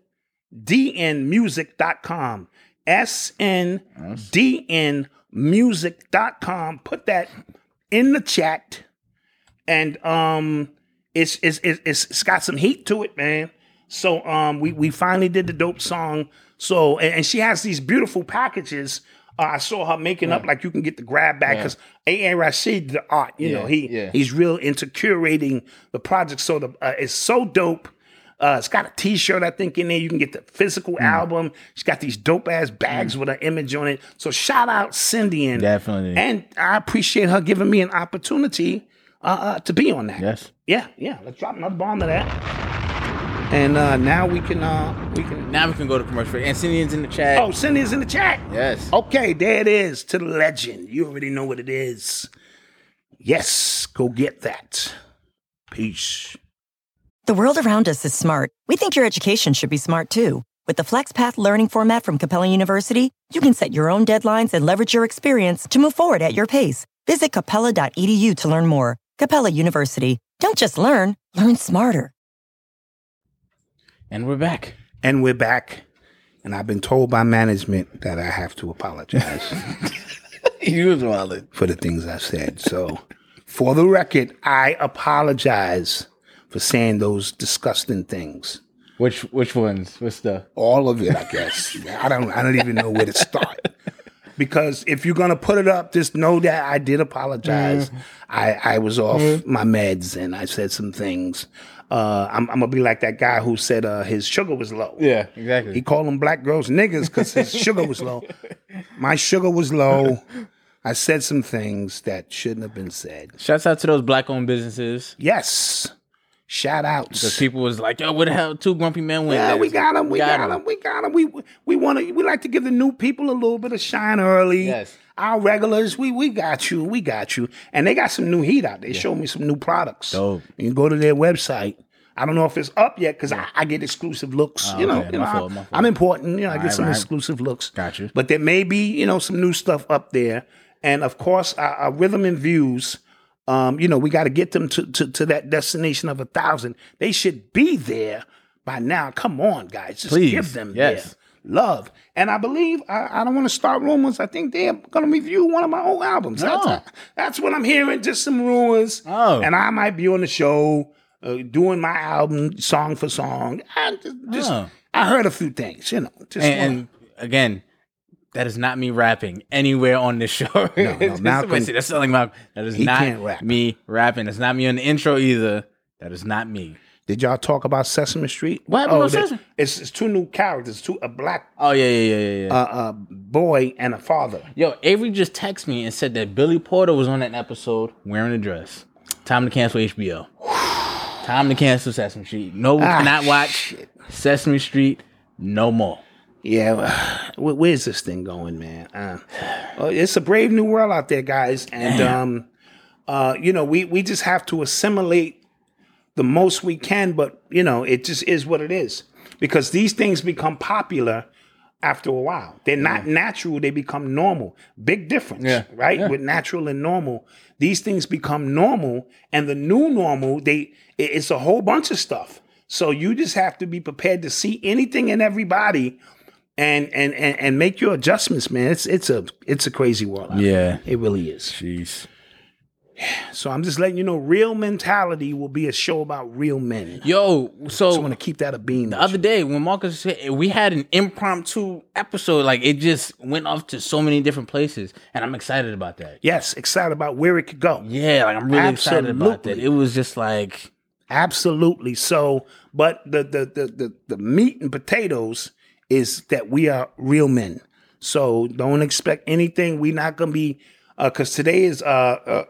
d n music.com. S n d n music.com. Put that in the chat. And um, it's, it's, it's, it's it's got some heat to it, man. So um, we we finally did the dope song. So and, and she has these beautiful packages. Uh, I saw her making up like you can get the grab bag because A.A. Rashid did the art. You know he
yeah.
he's real into curating the project. So the uh, it's so dope. Uh, it's got a T-shirt I think in there. You can get the physical
Mm.
album. She's got these dope ass bags with her image on it. So shout out Cindy and
Definitely.
and I appreciate her giving me an opportunity uh, uh, to be on that.
Yes.
Yeah, yeah. Let's drop another bomb to that. And uh, now we can uh, we can.
Now we can go to commercial. break. And Cindy's in the chat.
Oh, Cindy's in the chat.
Yes.
Okay, there it is. To the legend. You already know what it is. Yes, go get that. Peace.
The world around us is smart. We think your education should be smart too. With the FlexPath learning format from Capella University, you can set your own deadlines and leverage your experience to move forward at your pace. Visit capella.edu to learn more. Capella University. Don't just learn, learn smarter.
And we're back.
And we're back. And I've been told by management that I have to apologize
you was wildin'.
for the things I said. So For the record, I apologize for saying those disgusting things.
Which which ones? What's the
All of it, I guess. I don't I don't even know where to start. Because if you're gonna put it up, just know that I did apologize. I, I was off my meds and I said some things. Uh, I'm, I'm gonna be like that guy who said uh, his sugar was low.
yeah exactly?
He called them black girls niggas because his sugar was low. My sugar was low. I said some things that shouldn't have been said.
Shouts out to those black owned businesses.
Yes. Shout
Because
outs.
people was like, yo, where the hell two grumpy men went?
Yeah,
They
we
was
got
like,
them. We got them. We got them. We we want to. We like to give the new people a little bit of shine early.
Yes.
Our regulars, we we got you. We got you. And they got some new heat out. They showed me some new products.
Dope.
You can go to their website. I don't know if it's up yet because I, I get exclusive looks. you know,
Oh, okay.
you know
My
I-
fault, my fault.
I'm important. You know, I get
Alright,
some
alright.
exclusive looks.
Got you.
But there may be, you know, some new stuff up there. And of course, our, our rhythm and views. Um, you know, we got to get them to, to to that destination of a thousand. They should be there by now. Come on, guys, just
Please.
give them
Yes.
their love. And I believe I, I don't want to start rumors. I think they're going to review one of my old albums.
No.
That's, that's what I'm hearing. Just some rumors.
Oh.
and I might be on the show uh, doing my album song for song. I just, just-
Oh.
I heard a few things. You know, just
And,
wanna-
and again, that is not me rapping anywhere on this show. No,
Malcolm-
that's selling my. That is
He
not
can't rap.
me rapping. That's not me on the intro either. That is not me.
Did y'all talk about Sesame Street? Oh,
What happened on
that-
Sesame-
It's, it's two new characters, two a black
Oh yeah, yeah, yeah, yeah. yeah.
uh, uh, boy and a father.
Yo, Avery just texted me and said that Billy Porter was on that episode wearing a dress. Time to cancel HBO. Time to cancel Sesame Street. No, we
Ah,
cannot watch
shit.
Sesame Street no more.
Yeah, wh- where's this thing going, man? Uh, oh, it's a brave new world out there, guys, and um, uh, you know we we just have to assimilate the most we can, but you know it just is what it is because these things become popular after a while. They're not natural; they become normal. Big difference,
Yeah.
right? With natural and normal, these things become normal, and the new normal they it- it's a whole bunch of stuff. So you just have to be prepared to see anything and everybody and and and, and make your adjustments, man. It's it's a it's a crazy world. out there.
Yeah.
it really is.
Jeez.
So I'm just letting you know, real mentality will be a show about real men.
Yo, so
I want to keep that a bean.
the other day when Marcus said we had an impromptu episode, like it just went off to so many different places, and I'm excited about that.
yes, excited about where it could go.
Yeah, like I'm really excited about that.
Absolutely.
It was just like
Absolutely. So, but the the the the, the meat and potatoes is that we are real men. So don't expect anything. We're not gonna be because today is uh, uh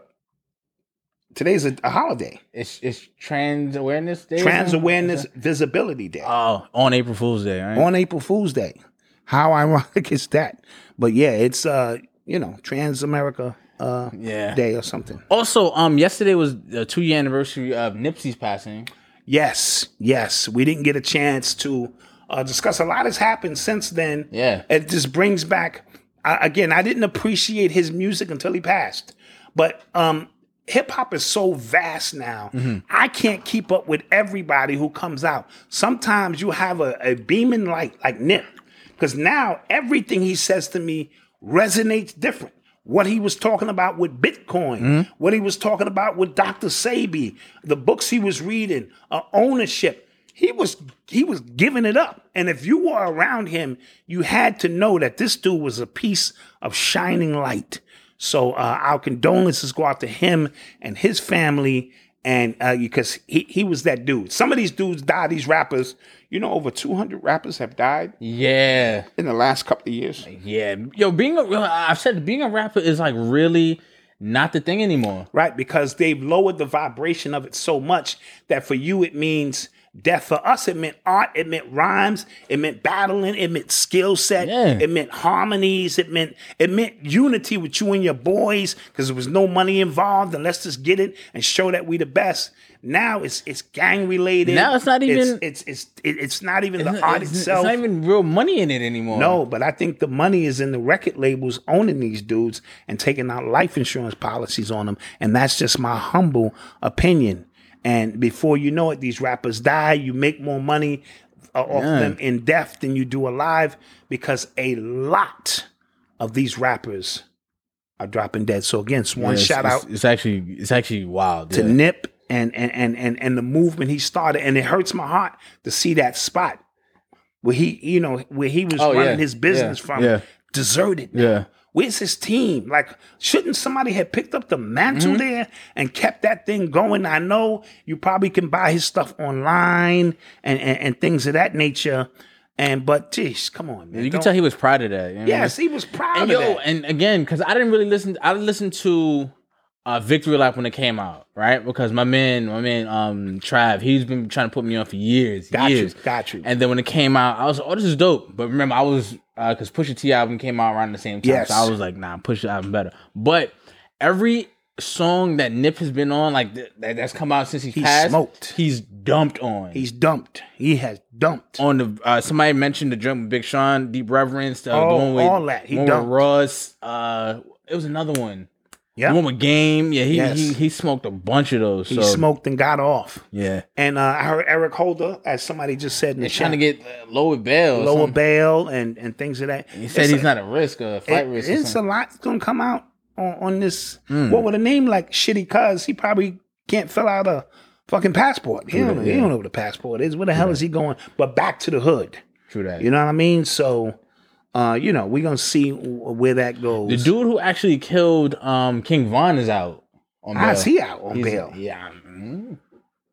today is a, a holiday,
it's it's trans awareness day. or
Trans
something?
Awareness Visibility Day.
Oh, on April Fool's Day, right?
on April Fool's Day. How ironic is that? But yeah, it's uh, you know, Trans America uh
Yeah.
Day or something.
Also, um, yesterday was the two year anniversary of Nipsey's passing.
Yes, yes. We didn't get a chance to uh discuss a lot has happened since then.
Yeah.
It just brings back I, again, I didn't appreciate his music until he passed. But um hip hop is so vast now. I can't keep up with everybody who comes out. Sometimes you have a, a beaming light like Nip, because now everything he says to me resonates different. What he was talking about with Bitcoin, what he was talking about with Dr. Sabi, the books he was reading, uh, ownership. He was he was giving it up, and if you were around him, you had to know that this dude was a piece of shining light. So uh, our condolences go out to him and his family, and uh, because he he was that dude. Some of these dudes died. These rappers, you know, over two hundred rappers have died
Yeah,
in the last couple of years.
yeah. Yo, being a, I've said being a rapper is like really not the thing anymore.
right? Because they've lowered the vibration of it so much that for you it means death. For us, it meant art, it meant rhymes, it meant battling, it meant skill set,
Yeah.
it meant harmonies, it meant it meant unity with you and your boys because there was no money involved. And let's just get it and show that we the best. Now it's it's gang related.
Now it's not even-
it's it's it's, it- it's not even the
It's-
art
it's,
itself.
It's not even real money in it anymore.
No, but I think the money is in the record labels owning these dudes and taking out life insurance policies on them. And that's just my humble opinion. And before you know it, these rappers die. You make more money uh, off them in death than you do alive because a lot of these rappers are dropping dead. So again, Swan
It's-
shout
it's-
out
It's actually it's actually wild.
to
yeah.
Nip and, and and and and the movement he started, and it hurts my heart to see that spot where he, you know, where he was
Oh, yeah.
running his business
Yeah.
from
Yeah.
deserted. now.
Yeah.
Where's his team? Like, shouldn't somebody have picked up the
Mm-hmm.
mantle there and kept that thing going? I know you probably can buy his stuff online and and, and things of that nature. And but geez, come on, man.
You can
Don't-
tell he was proud of that. you know?
Yes, he was proud
and
of
yo,
that.
and again, because I didn't really listen. I listened to uh, Victory Lap when it came out, right? Because my man, my man, um, Trav, he's been trying to put me on for years,
Got you,
years.
got you.
And then when it came out, I was like, "Oh, this is dope." But remember, I was because Pusha T album came out around the same time,
Yes.
so I was like, "Nah, Pusha album better." But every song that Nip has been on, like th- that, that's come out since he's
He's
passed,
smoked.
he's dumped on.
He's dumped. He has dumped.
on the uh, somebody mentioned the joint with Big Sean, Deep Reverence, uh,
Oh,
the one with
all that. He
one with
dumped.
Russ. Uh, it was another one.
Yeah.
The one with Game. Yeah, he
Yes.
he, he smoked a bunch of those.
He
so,
smoked and got off.
Yeah,
And uh, I heard Eric Holder, as somebody just said in the
they're trying to
chat,
get uh, lower bail. or
lower
something.
bail and, and things of that.
He said
It's
he's
a-
not a risk, a flight
it-
risk. or
It's a
something.
lot going to come out on, on this.
Hmm.
What with a name like Shitty Cuz, he probably can't fill out a fucking passport. He don't, know, he don't know what a passport is. Where the hell is he going? But back to the hood.
True that.
You know what I mean? So, uh, you know, we're going to see wh- where that goes.
the dude who actually killed um, King Von is out on bail.
How's Ah, he out on
He's-
bail?
Yeah, mm,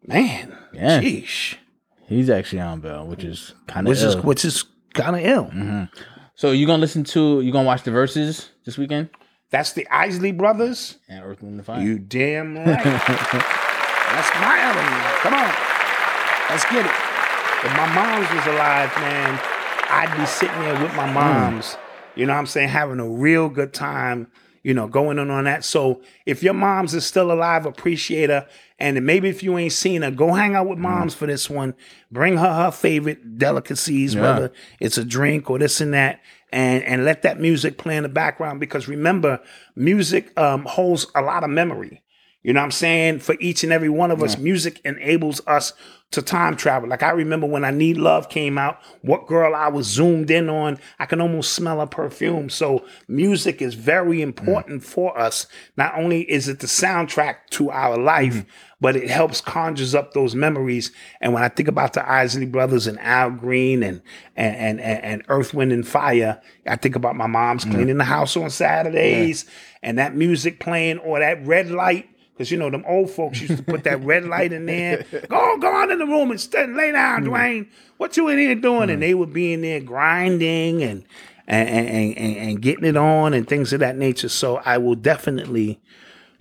Man.
Yeah.
Sheesh.
he's actually on bail, which is kind of
Which is, which is kind of ill.
Mm-hmm. So you gonna listen to you gonna watch the verses this weekend?
That's the Isley Brothers.
And Earth Wind and Fire.
You damn right. That's my element. Come on. Let's get it. If my mom's was alive, man, I'd be sitting there with my mom's, you know what I'm saying, having a real good time, you know, going in on that. So if your mom's is still alive, appreciate her. And maybe if you ain't seen her, go hang out with moms for this one. Bring her her favorite delicacies, whether it's a drink or this and that, and and let that music play in the background because remember, music um, holds a lot of memory. You know what I'm saying? For each and every one of us, music enables us to time travel. Like I remember when I Need Love came out, what girl I was zoomed in on, I can almost smell her perfume. So music is very important for us. Not only is it the soundtrack to our life, but it helps conjures up those memories. And when I think about the Isley Brothers and Al Green and and and, and, and Earth, Wind and Fire, I think about my mom's cleaning the house on Saturdays and that music playing or that red light. Cause you know them old folks used to put that red light in there. Go go on in the room and stand, lay down,
Mm.
Dwayne. What you in here doing? And they would be in there grinding and and, and, and- and and getting it on and things of that nature. So I will definitely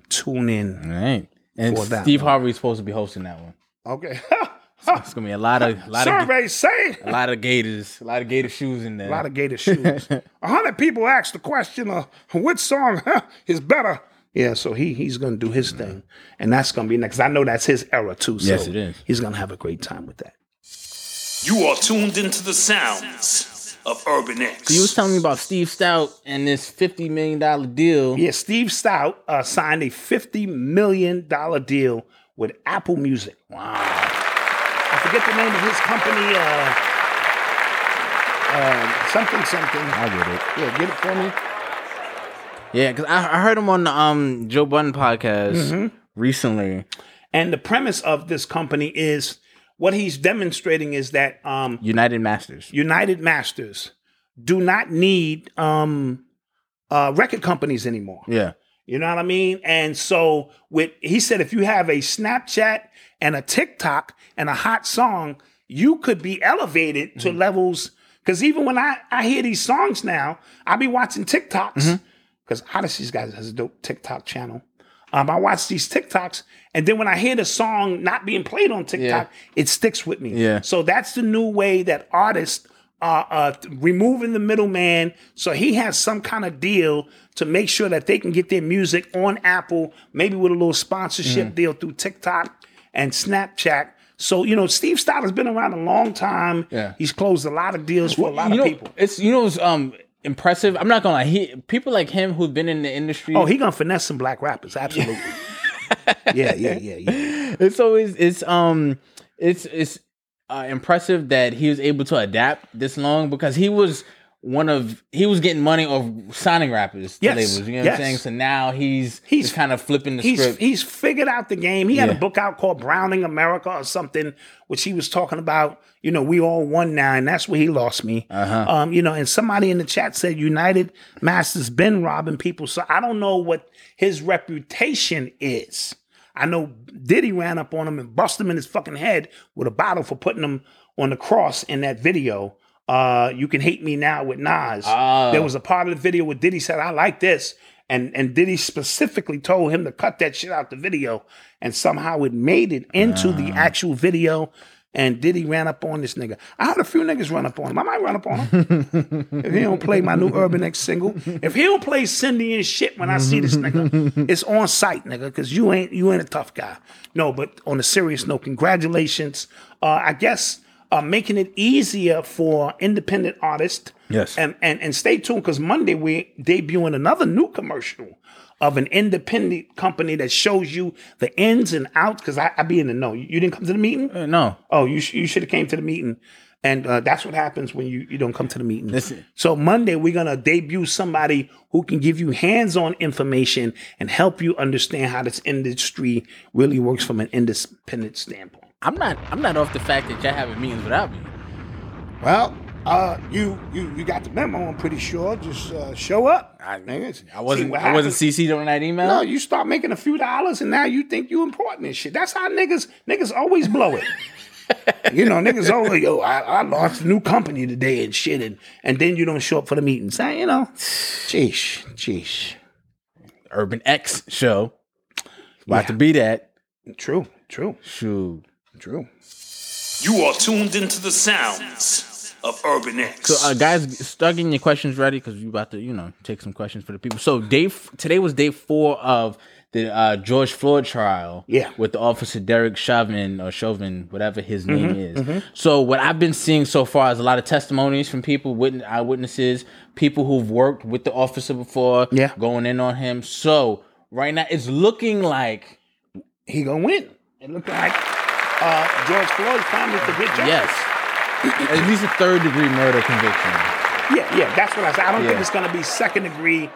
tune in.
All right. And
For that
Steve
one. Ah,
Harvey's supposed to be hosting that one.
Okay.
It's gonna be a lot of lot of
Survey say
a lot of gators, a lot of gator shoes in there.
a lot of gator shoes. A hundred people asked the question of which song is better. Yeah, so he he's gonna do his thing, and that's gonna be next. I know that's his era too. So
Mm. Yes, it is.
He's gonna have a great time with that.
You are tuned into the sounds of Urban X.
you was telling me about Steve Stout and this fifty million dollar deal.
Yeah, Steve Stout uh, signed a fifty million dollar deal with Apple Music. Wow. I forget the name of his company. Uh, uh, something, something. I get it. Yeah, get it for me.
Yeah, because I, I heard him on the um Joe Budden podcast
Mm-hmm.
recently.
And the premise of this company is what he's demonstrating is that um,
United Masters.
United Masters do not need um, uh, record companies anymore.
Yeah.
You know what I mean? And so with he said if you have a Snapchat and a TikTok and a hot song, you could be elevated to levels because even when I, I hear these songs now, I be watching TikToks because Odyssey's guys has a dope TikTok channel. Um, I watch these TikToks, and then when I hear the song not being played on TikTok, it sticks with me.
Yeah.
So that's the new way that artists are uh, removing the middleman. So he has some kind of deal to make sure that they can get their music on Apple, maybe with a little
Mm.
sponsorship deal through TikTok and Snapchat. So you know, Steve Stout has been around a long time.
Yeah.
He's closed a lot of deals for a lot
you
of
know,
people.
It's you know it's um impressive. I'm not gonna lie, he people like him who've been in the industry.
Oh, he gonna finesse some black rappers, absolutely. yeah, yeah, yeah, yeah.
it's always it's um it's it's uh, impressive that he was able to adapt this long because he was one of he was getting money off signing rappers. to
Yes,
labels, you know
yes.
what I'm saying. So now he's
He's-
he's kind of flipping the
he's
script.
he's figured out the game. He had a
Yeah.
book out called Browning America or something, which he was talking about. You know, we all won now, and that's where he lost me. Uh-huh. Um, you know, and somebody in the chat said United Masters been robbing people, so I don't know what his reputation is. I know Diddy ran up on him and busted him in his fucking head with a bottle for putting him on the cross in that video. Uh, you can hate me now with Nas. There was a part of the video where Diddy said, "I like this," and and Diddy specifically told him to cut that shit out the video, and somehow it made it into the actual video. And Diddy ran up on this nigga. I heard a few niggas run up on him. I might run up on him if he don't play my new Urban X single. If he don't play Cindy and shit when I see this nigga, it's on site, nigga, because you ain't you ain't a tough guy. No, but on a serious note, congratulations. Uh, I guess uh, making it easier for independent artists.
Yes.
And and, and stay tuned because Monday we're debuting another new commercial of an independent company that shows you the ins and outs. Because I, I be in the know. You didn't come to the meeting.
Uh, no,
Oh, you sh- you should have came to the meeting, and uh, that's what happens when you, you don't come to the meeting.
Listen.
So Monday we're gonna debut somebody who can give you hands on information and help you understand how this industry really works from an independent standpoint.
I'm not. I'm not off the fact that y'all having meetings without me.
Well, uh, you you you got the memo. I'm pretty sure. Just uh, show up. I,
I wasn't. I wasn't CC'd on that email.
No, you start making a few dollars and now you think you important and shit. That's how niggas niggas always blow it. you know, niggas always yo, I, I launched a new company today and shit, and and then you don't show up for the meetings. I, you know, jeesh, jeesh.
Urban X show. About to be that.
True, true,
Shoot.
true.
You are tuned into the sounds of Urban X.
So, uh, guys, start getting your questions ready because you about to, you know, take some questions for the people. So, day f- today was day four of the uh, George Floyd trial.
Yeah.
with the officer Derek Chauvin or Chauvin, whatever his
Mm-hmm,
name is. So, what I've been seeing so far is a lot of testimonies from people, witness, eyewitnesses, people who've worked with the officer before.
Yeah.
going in on him. So, right now, it's looking like
He gonna win. It looked like uh, George Floyd finally to get justice.
yes, at least a third degree murder conviction.
Yeah, yeah, that's what I said. I don't think
Yeah.
it's going to be second degree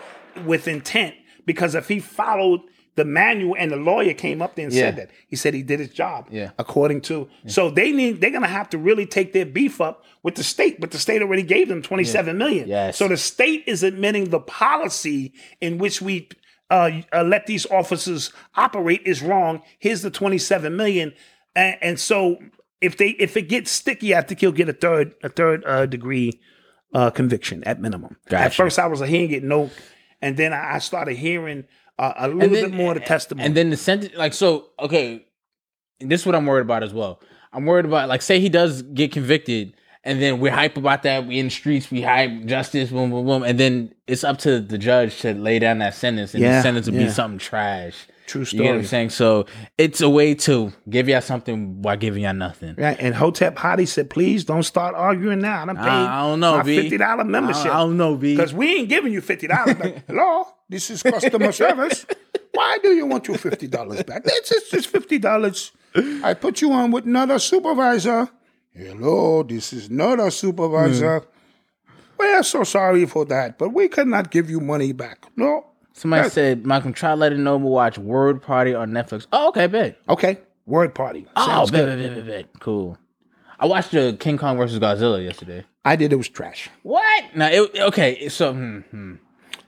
with intent because if he followed the manual and the lawyer came up there and said
Yeah.
that he said he did his job
Yeah.
according to so they need they're going to have to really take their beef up with the state but the state already gave them twenty seven million.
Yes.
so the state is admitting the policy in which we uh, uh, let these officers operate is wrong here's the 27 million and, and so if they if it gets sticky i think he'll get a third a third uh, degree uh, conviction at minimum. At
Gotcha.
first, I was like, he ain't getting no, and then I, I started hearing uh, a little bit more of the testimony.
And then the sentence, like, so, okay, and this is what I'm worried about as well. I'm worried about, like, say he does get convicted, and then we're hype about that. We in the streets, we hype justice, boom, boom, boom. And then it's up to the judge to lay down that sentence, and
Yeah,
the sentence will
yeah.
be something trash.
True
You get what
story.
I'm saying? So it's a way to give y'all something while giving y'all nothing.
Right, and Hotep Hottie said, "Please don't start arguing now. I done paid
I don't know,
my
B.
fifty dollar membership.
I don't know, B.
because we ain't giving you fifty dollars back. Hello, this is customer service. Why do you want your fifty dollars back? That's just, just fifty dollars. I put you on with another supervisor. Hello, this is another supervisor. We are so sorry for that, but we cannot give you money back. No.
Somebody
Yes.
said, Malcolm, try letting Nova watch Word Party on Netflix. Oh, okay, bet.
Okay. Word party.
Oh,
Sounds
bet,
good.
bet, bet, bet, bet. Cool. I watched the King Kong versus Godzilla yesterday.
I did. It was trash.
What? No, it, okay. So, hmm, hmm.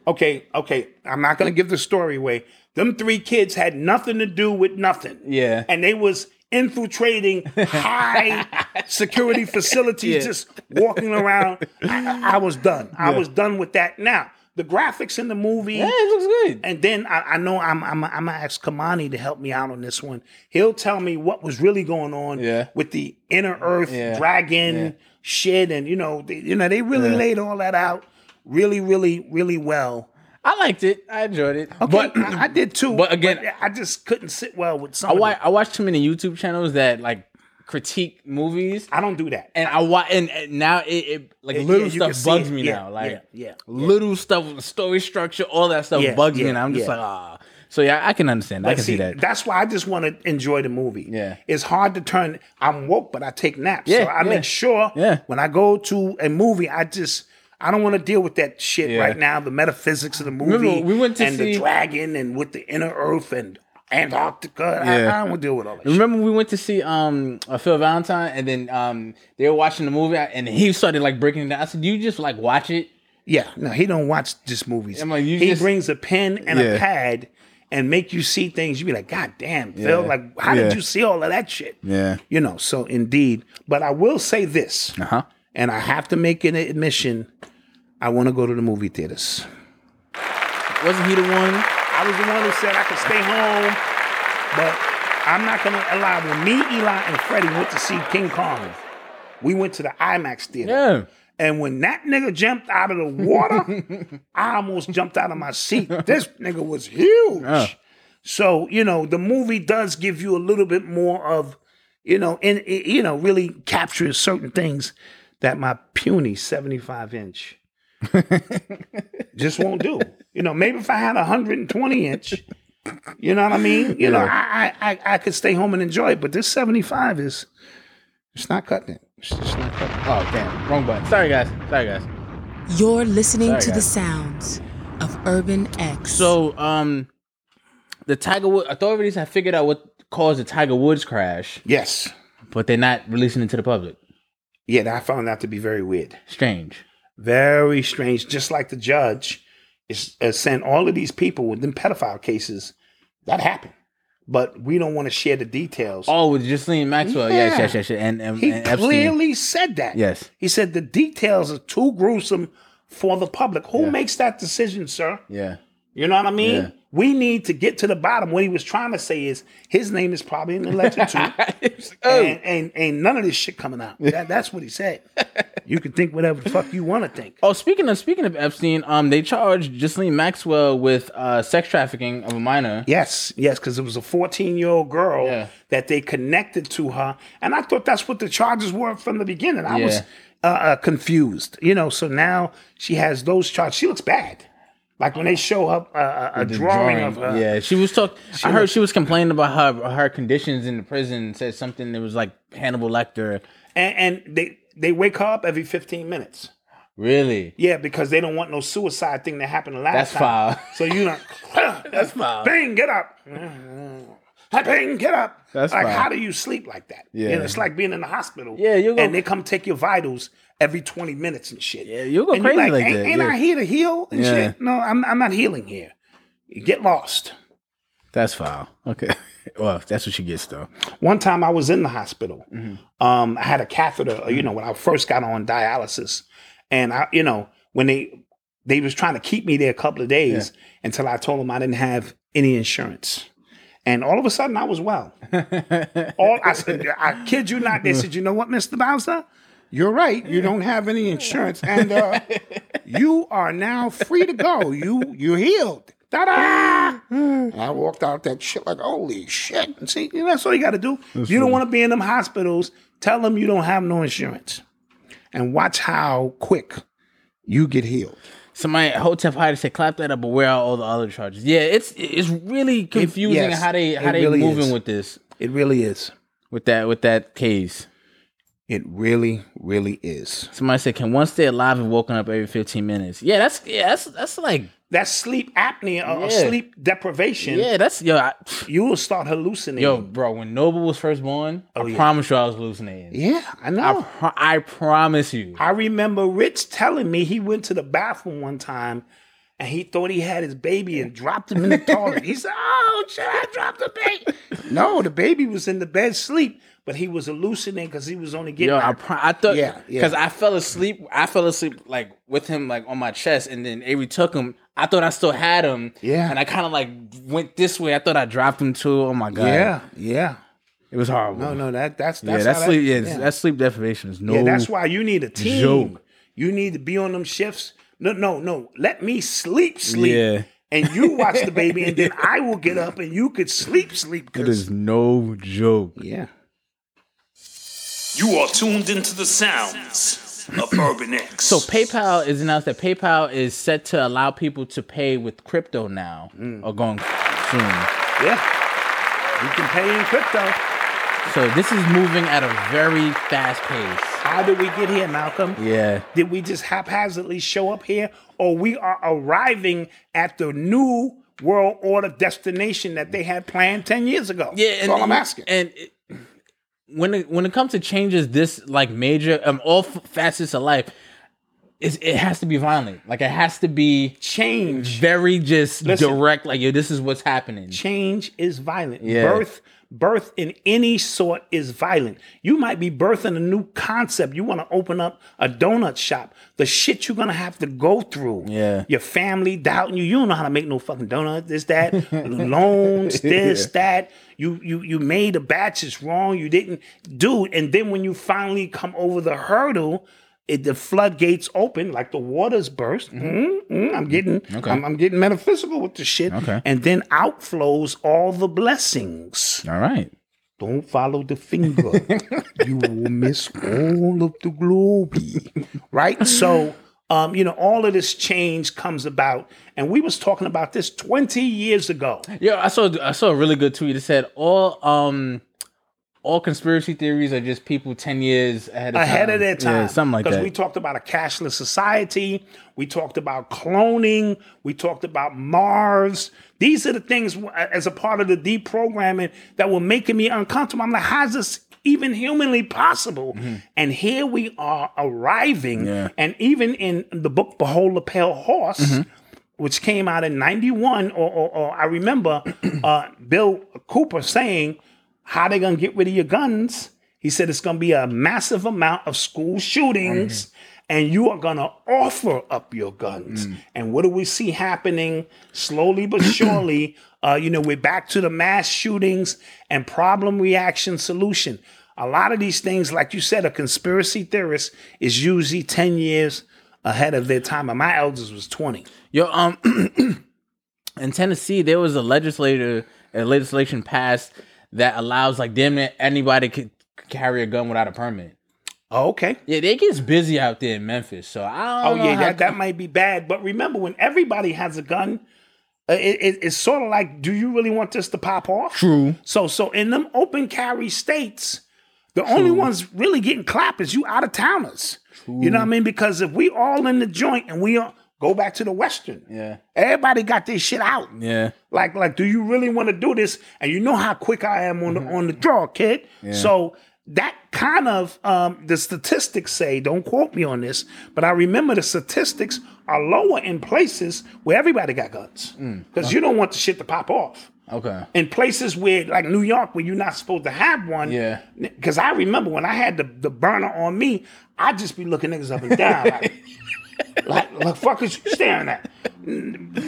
Okay, okay. I'm not gonna give the story away. Them three kids had nothing to do with nothing.
Yeah.
And they was infiltrating high security facilities, just walking around. I, I was done. I was done with that. Now, the graphics in the movie.
yeah, it looks good.
And then I, I know I'm I'm I'm gonna ask Kamani to help me out on this one. He'll tell me what was really going on
Yeah.
with the inner earth
Yeah.
dragon shit, and you know, they, you know, they really laid all that out really, really, really well.
I liked it. I enjoyed it.
But
But
I, I did too.
but again-
I just couldn't sit well with
I,
some.
wa-
of it.
I watch too many YouTube channels that like critique movies,
I don't do that.
and I wa- and, and now it, it like
Yeah,
little
you can
stuff
see
bugs
it.
me
Yeah,
now. Like
yeah, yeah,
little stuff, story structure, all that stuff
Yeah,
bugs
yeah,
me, and I'm just
yeah.
like ah. So yeah, I can understand. I
But
can see, that.
That's why I just want to enjoy the movie.
Yeah.
It's hard to turn. I'm woke, but I take naps.
Yeah,
so I
yeah.
make sure
Yeah.
when I go to a movie, I just I don't want to deal with that shit
Yeah.
right now. The metaphysics of the movie
Remember, we went to
and the
see-
dragon and with the inner earth and Antarctica. I- I,
Yeah.
don't want to deal with all that.
Remember we went to see um uh, Phil Valentine and then um they were watching the movie and he started like breaking it down. I said, "You just like watch it."
shit. Yeah, no, he don't watch just movies.
I'm like, you
he
just-
brings a pen and a
Yeah.
pad and make you see things. You be like, God damn, Phil, like how did
Yeah.
you see all of that shit?
Yeah.
you know. So indeed, but I will say this.
Uh huh.
and I have to make an admission. I want to go to the movie theaters.
Wasn't he the one?
I was the one who said I could stay home, but I'm not going to allow. When me, Eli, and Freddie went to see King Kong, we went to the IMAX theater.
Yeah.
And when that nigga jumped out of the water, I almost jumped out of my seat. This nigga was huge. So, you know, the movie does give you a little bit more of, you know, and it, you know, really captures certain things that my puny 75 inch just won't do. You know, maybe if I had a 120 inch, you know what I mean? You know, I, I I I could stay home and enjoy it, but this 75 is it's not cutting it. It's just not cutting it.
Oh damn, wrong button. Sorry guys. Sorry guys.
You're listening
Sorry,
to the
guys.
sounds of Urban X.
So um, the Tiger Woods authorities have figured out what caused the Tiger Woods crash,
Yes.
but they're not releasing it to the public.
Yeah, that I found that to be very weird.
Strange.
Very strange. Just like the judge is, is saying all of these people with them pedophile cases, that happened. But we don't want to share the details.
Oh, with Justine Maxwell. Yes,
Yeah.
yes, yes, yes. And and,
he
and Epstein.
clearly said that.
Yes.
He said the details are too gruesome for the public. Who makes that decision, sir?
Yeah.
You know what I mean?
Yeah.
We need to get to the bottom. What he was trying to say is his name is probably in the ledger too.
Oh.
and, and and none of this shit coming out. That, that's what he said. You can think whatever the fuck you want to think.
Oh, speaking of speaking of Epstein, um, they charged Justine Maxwell with uh sex trafficking of a minor.
Yes, yes, because it was a 14 year old girl
Yeah.
that they connected to her. And I thought that's what the charges were from the beginning. I was
Yeah.
uh, uh, confused, you know. So now she has those charges. She looks bad. Like when they show her uh, a, a
The
drawing, of her.
Yeah, she was talk. I heard
was-
she was complaining about her her conditions in the prison. Said something that was like Hannibal Lecter.
And, and they, they wake her up every 15 minutes.
Really?
Yeah, because they don't want no suicide thing to happen the
That's
last time.
foul.
So you don't. That's
foul.
Bang, get up. Bang, get up.
That's
like,
foul.
how do you sleep like that? You
Yeah.
know, it's like being in the hospital.
Yeah, you go-
And they come take your vitals every 20 minutes and shit. Yeah,
you go crazy like
ain't,
that,
Ain't
yeah.
I here to heal and
Yeah.
shit? No, I'm, I'm not healing here. You get lost.
That's foul. Okay. Well, that's what she gets though.
One time I was in the hospital. Um, I had a catheter, you know, when I first got on dialysis. And I, you know, when they they was trying to keep me there a couple of days until I told them I didn't have any insurance. And all of a sudden I was well. all I said, I kid you not, they said, you know what, Mr. Bowser? You're right. You don't have any insurance. And uh, you are now free to go. You you healed. Ta-da! And I walked out that shit like, holy shit. And See, that's all you got to do. you don't want to be in them hospitals. Tell them you don't have no insurance, and watch how quick you get healed.
Somebody Hotep Hyder said, "Clap that up, but where are all the other charges?" Yeah, it's it's really confusing
yes,
how they how
it
they
really
moving
is.
with this
It really is.
with that with that case.
It really, really is.
Somebody said, "Can one stay alive and woken up every fifteen minutes?" Yeah, that's yeah, that's that's like
That's sleep apnea or, or
Yeah.
sleep deprivation.
yeah, that's yo I,
You will start hallucinating.
yo bro. When Noble was first born, I
Oh, yeah.
promise you I was hallucinating.
Yeah, I
I,
know.
pro- I promise you.
I remember Rich telling me he went to the bathroom one time and he thought he had his baby and dropped him in the toilet. He said, Oh, shit, I dropped the baby. No, the baby was in the bed sleep, but he was hallucinating because he was only getting.
Yo, I,
out.
pro- I thought,
Yeah, yeah.
because I fell asleep. I fell asleep like with him, like on my chest, and then Avery took him. I thought I still had him.
Yeah.
and I kind of like went this way. I thought I dropped him too. Oh my god,
yeah, yeah.
it was horrible.
No, no, that that's
yeah,
that's
that's
how
sleep.
that-
yeah, that sleep deprivation is no.
Yeah, that's why you need a team.
joke.
You need to be on them shifts. No, no, no. Let me sleep, sleep,
Yeah.
and you watch the baby, and then I will get up and you could sleep, sleep.
It is no joke.
yeah.
You are tuned into the sounds of Urban X.
So PayPal is announced that PayPal is set to allow people to pay with crypto
Mm.
now, or going soon.
Yeah. You can pay in crypto.
So this is moving at a very fast pace.
How did we get here, Malcolm?
Yeah.
Did we just haphazardly show up here, or we are arriving at the new world order destination that they had planned ten years ago?
Yeah,
that's all I'm asking.
And it, when it, when it comes to changes this like major, um, all f- facets of life, it's, it has to be violent. Like it has to be
change,
very just
Listen.
direct. Like yo, this is what's happening.
change is violent.
Yeah.
Birth, birth in any sort is violent. You might be birthing a new concept. You want to open up a donut shop. The shit you're gonna have to go through.
Yeah.
Your family doubting you. You don't know how to make no fucking donut. This, that, loans, this, that. You you you made the batches wrong. You didn't do. And then when you finally come over the hurdle. It, the floodgates open like the waters burst. Mm, mm, I'm getting, I'm, I'm getting metaphysical with the shit.
Okay.
And then out flows all the blessings.
All right.
Don't follow the finger. you will miss all of the glory. Right? So um, you know, all of this change comes about. And we was talking about this 20 years ago.
Yo, I saw I saw a really good tweet. It said all um all conspiracy theories are just people ten years ahead of
ahead
time.
of their time.
Yeah, something like
Because
that.
we talked about a cashless society. We talked about cloning. We talked about Mars. These are the things w- as a part of the deprogramming that were making me uncomfortable. I'm like, how's this even humanly possible?
Mm-hmm.
And here we are arriving. And even in the book Behold the Pale Horse,
Mm-hmm.
which came out in 91 or, or, or i remember uh, bill cooper saying how they gonna get rid of your guns he said it's gonna be a massive amount of school shootings and you are gonna offer up your guns and what do we see happening slowly but surely uh, you know we're back to the mass shootings and problem reaction solution a lot of these things like you said a conspiracy theorist is usually 10 years ahead of their time and my elders was 20
Yo, um, in Tennessee, there was a legislator, a legislation passed that allows like damn near anybody could carry a gun without a permit.
Oh, okay.
Yeah, they gets busy out there in Memphis, so I
Oh
don't know
yeah,
how-
that, that might be bad. But remember, when everybody has a gun, uh, it, it, it's sort of like, do you really want this to pop off?
True.
So so in them open carry states, the only ones really getting clapped is you out of towners. You know what I mean? Because if we all in the joint and we all go back to the western,
Yeah.
everybody got their shit out.
Yeah.
Like, like, do you really want to do this? And you know how quick I am on the on the draw, kid. So that kind of um, the statistics say, don't quote me on this, but I remember the statistics are lower in places where everybody got guns because you don't want the shit to pop off.
Okay.
In places where, like New York, where you're not supposed to have one,
Yeah.
Because I remember when I had the, the burner on me, I'd just be looking niggas up and down, like, like, like fuck is you staring at?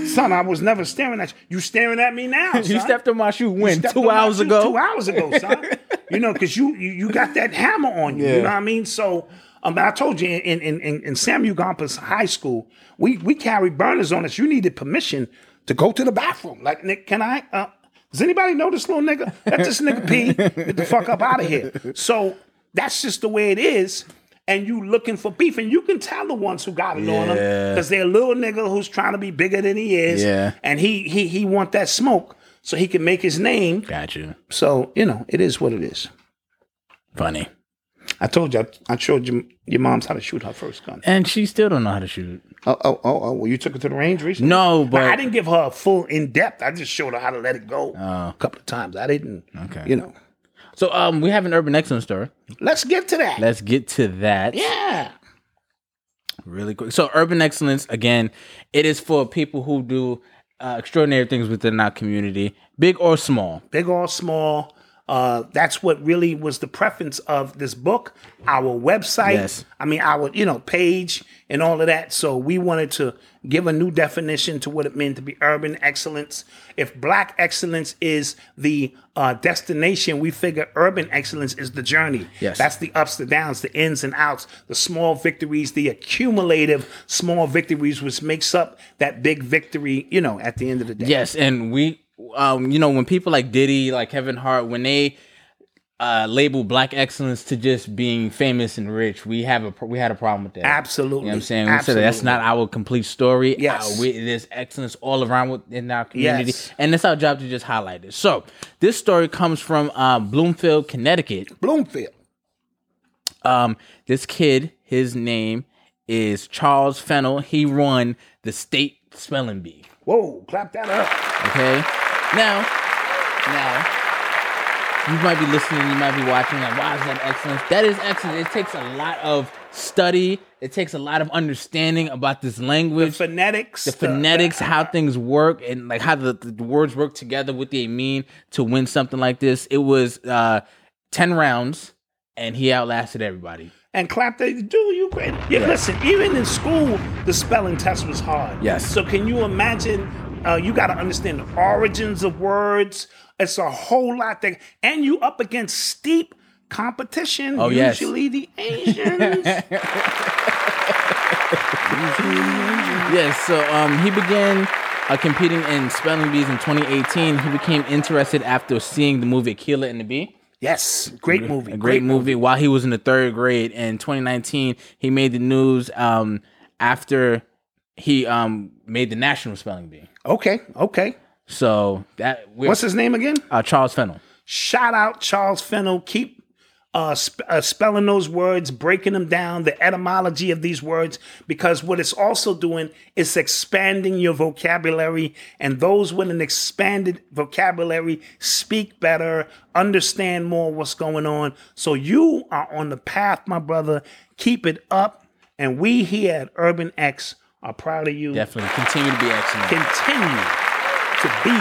Son, I was never staring at you. You staring at me now.
You
son.
stepped on my shoe when
Stepped
two
on my
hours
shoe
ago.
Two hours ago, son. you know, because you, you you got that hammer on you. You
Yeah.
know what I mean? So, um, I told you in in in, in Samuel Gompers High School, we we carried burners on us. You needed permission to go to the bathroom. Like, Nick, can I? Uh, does anybody know this little nigga? Let this nigga pee. Get the fuck up out of here. So that's just the way it is. And you looking for beef, and you can tell the ones who got it on them because they're a little nigga who's trying to be bigger than he is,
Yeah.
and he he he want that smoke so he can make his name.
Gotcha.
So you know, it is what it is.
Funny.
I told you, I, I showed you your mom's how to shoot her first gun.
And she still don't know how to shoot.
Oh, oh, oh, oh well, you took her to the range recently.
No, but
I didn't give her a full in depth. I just showed her how to let it go
Oh.
a couple of times. I didn't, okay. you know.
So um, we have an urban excellence story.
Let's get to that.
Let's get to that.
yeah,
really quick. So urban excellence again, it is for people who do uh, extraordinary things within our community, big or small.
big or small. Uh, that's what really was the preference of this book, our website.
Yes.
I mean, our you know page and all of that. So we wanted to give a new definition to what it meant to be urban excellence. If black excellence is the uh, destination, we figure urban excellence is the journey.
Yes.
that's the ups, the downs, the ins and outs, the small victories, the accumulative small victories, which makes up that big victory. You know, at the end of the day.
Yes, and we, um, you know, when people like Diddy, like Kevin Hart, when they uh, label black excellence to just being famous and rich. We have a pro- we had a problem with that.
Absolutely.
You know what I'm saying? We said that that's not our complete story.
Yes.
Uh, we, there's excellence all around within our community.
Yes.
And it's our job to just highlight it. So this story comes from um, Bloomfield, Connecticut.
Bloomfield.
Um, this kid, his name is Charles Fennel. He won the state spelling bee.
Whoa, clap that up.
Okay. Now, now, you might be listening, you might be watching, like, why is that excellence? That is excellence. It takes a lot of study, it takes a lot of understanding about this
The
language, the,
phonetics.
phonetics, how things work, and like how the, the words work together, what they mean to win something like this. It was uh, 10 rounds, and he outlasted everybody.
and clap that do you great. Yeah, listen, even in school, the spelling test was hard.
Yes.
So can you imagine? Uh, you got to understand the origins of words. It's a whole lot that, and you up against steep competition.
Oh, yes.
usually the Asians.
Yes, so um, he began uh, competing in spelling bees in 2018. He became interested after seeing the movie Aquila and the Bee,
yes, great movie.
a great movie, while he was in the third grade. In 2019, he made the news um, after he um, made the national spelling bee.
Okay, okay.
So that we're,
What's his name again?
uh, Charles Fennel.
Shout out Charles Fennel. Keep uh, sp- uh, spelling those words, breaking them down, the etymology of these words, because what it's also doing is expanding your vocabulary. And those with an expanded vocabulary speak better, understand more what's going on. So you are on the path, my brother. Keep it up. And we here at Urban X are proud of you.
Definitely continue to be excellent.
Continue to be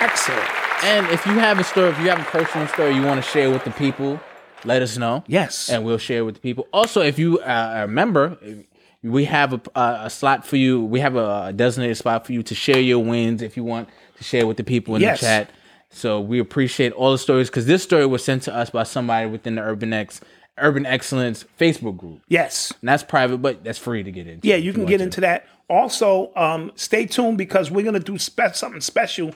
excellent.
And if you have a story, if you have a personal story you want to share with the people, let us know.
Yes.
And we'll share with the people. Also, if you uh, are a member, if- we have a, a a slot for you. We have a designated spot for you to share your wins if you want to share with the people in
Yes.
the chat. So we appreciate all the stories because this story was sent to us by somebody within the Urban X Urban Excellence Facebook group.
Yes.
And that's private, but that's free to get into.
Yeah,
if
you can
want
get
to.
into that. Also, um, stay tuned because we're gonna do spe- something special.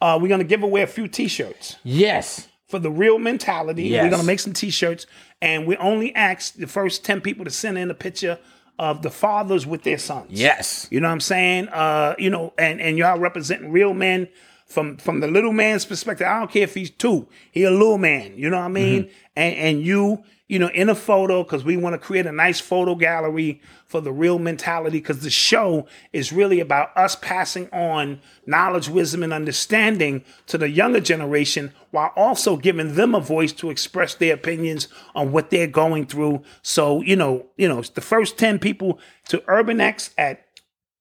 Uh, we're gonna give away a few T-shirts
Yes.
for the real mentality. We're
Yes.
gonna make some T-shirts, and we only ask the first ten people to send in a picture of the fathers with their sons.
Yes.
You know what I'm saying? Uh, you know, and and y'all representing real men from from the little man's perspective. I don't care if he's two, he a little man. You know what I mean? And and you, you know, in a photo because we want to create a nice photo gallery for the real mentality because the show is really about us passing on knowledge, wisdom, and understanding to the younger generation while also giving them a voice to express their opinions on what they're going through. So you know, you know, it's the first ten people to UrbanX at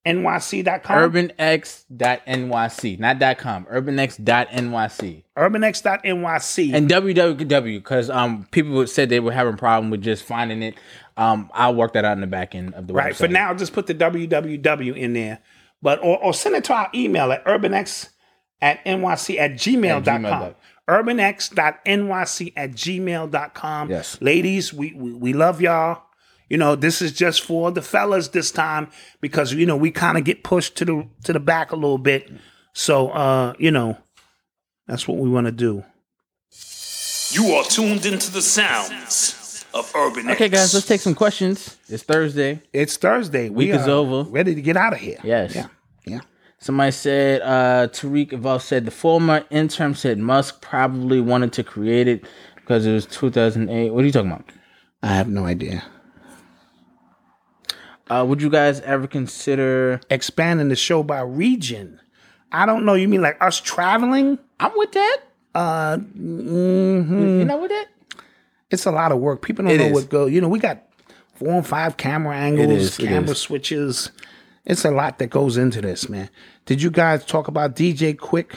nyc.com
UrbanX.nyc, not .com. UrbanX.nyc.
urbanx.nyc
and www because um people would- said they were having problem with just finding it um i'll work that out in the back end of the
right
website.
for now just put the www in there but or, or send it to our email at urbanx at nyc at
At
gmail.com
gmail.
urbanx.nyc at gmail.com
Yes.
ladies we, we we love y'all you know this is just for the fellas this time because you know we kind of get pushed to the to the back a little bit so uh you know that's what we want to do
You are tuned into the sounds of Urban X.
okay guys let's take some questions it's thursday
it's thursday we
Week is
are
over.
ready to get out of here
yes
yeah yeah
somebody said uh tariq evolve said the former interim said musk probably wanted to create it because it was 2008 what are you talking about
i have no idea
uh would you guys ever consider
expanding the show by region. I don't know. You mean like us traveling?
i'm with that
Uh, mhm.
mm-hmm. you know with that
it's a lot of work. People don't
It
know
is.
what go. You know, we got four and five camera angles,
is, it
camera
is.
switches. It's a lot that goes into this, man. Did you guys talk about DJ Quick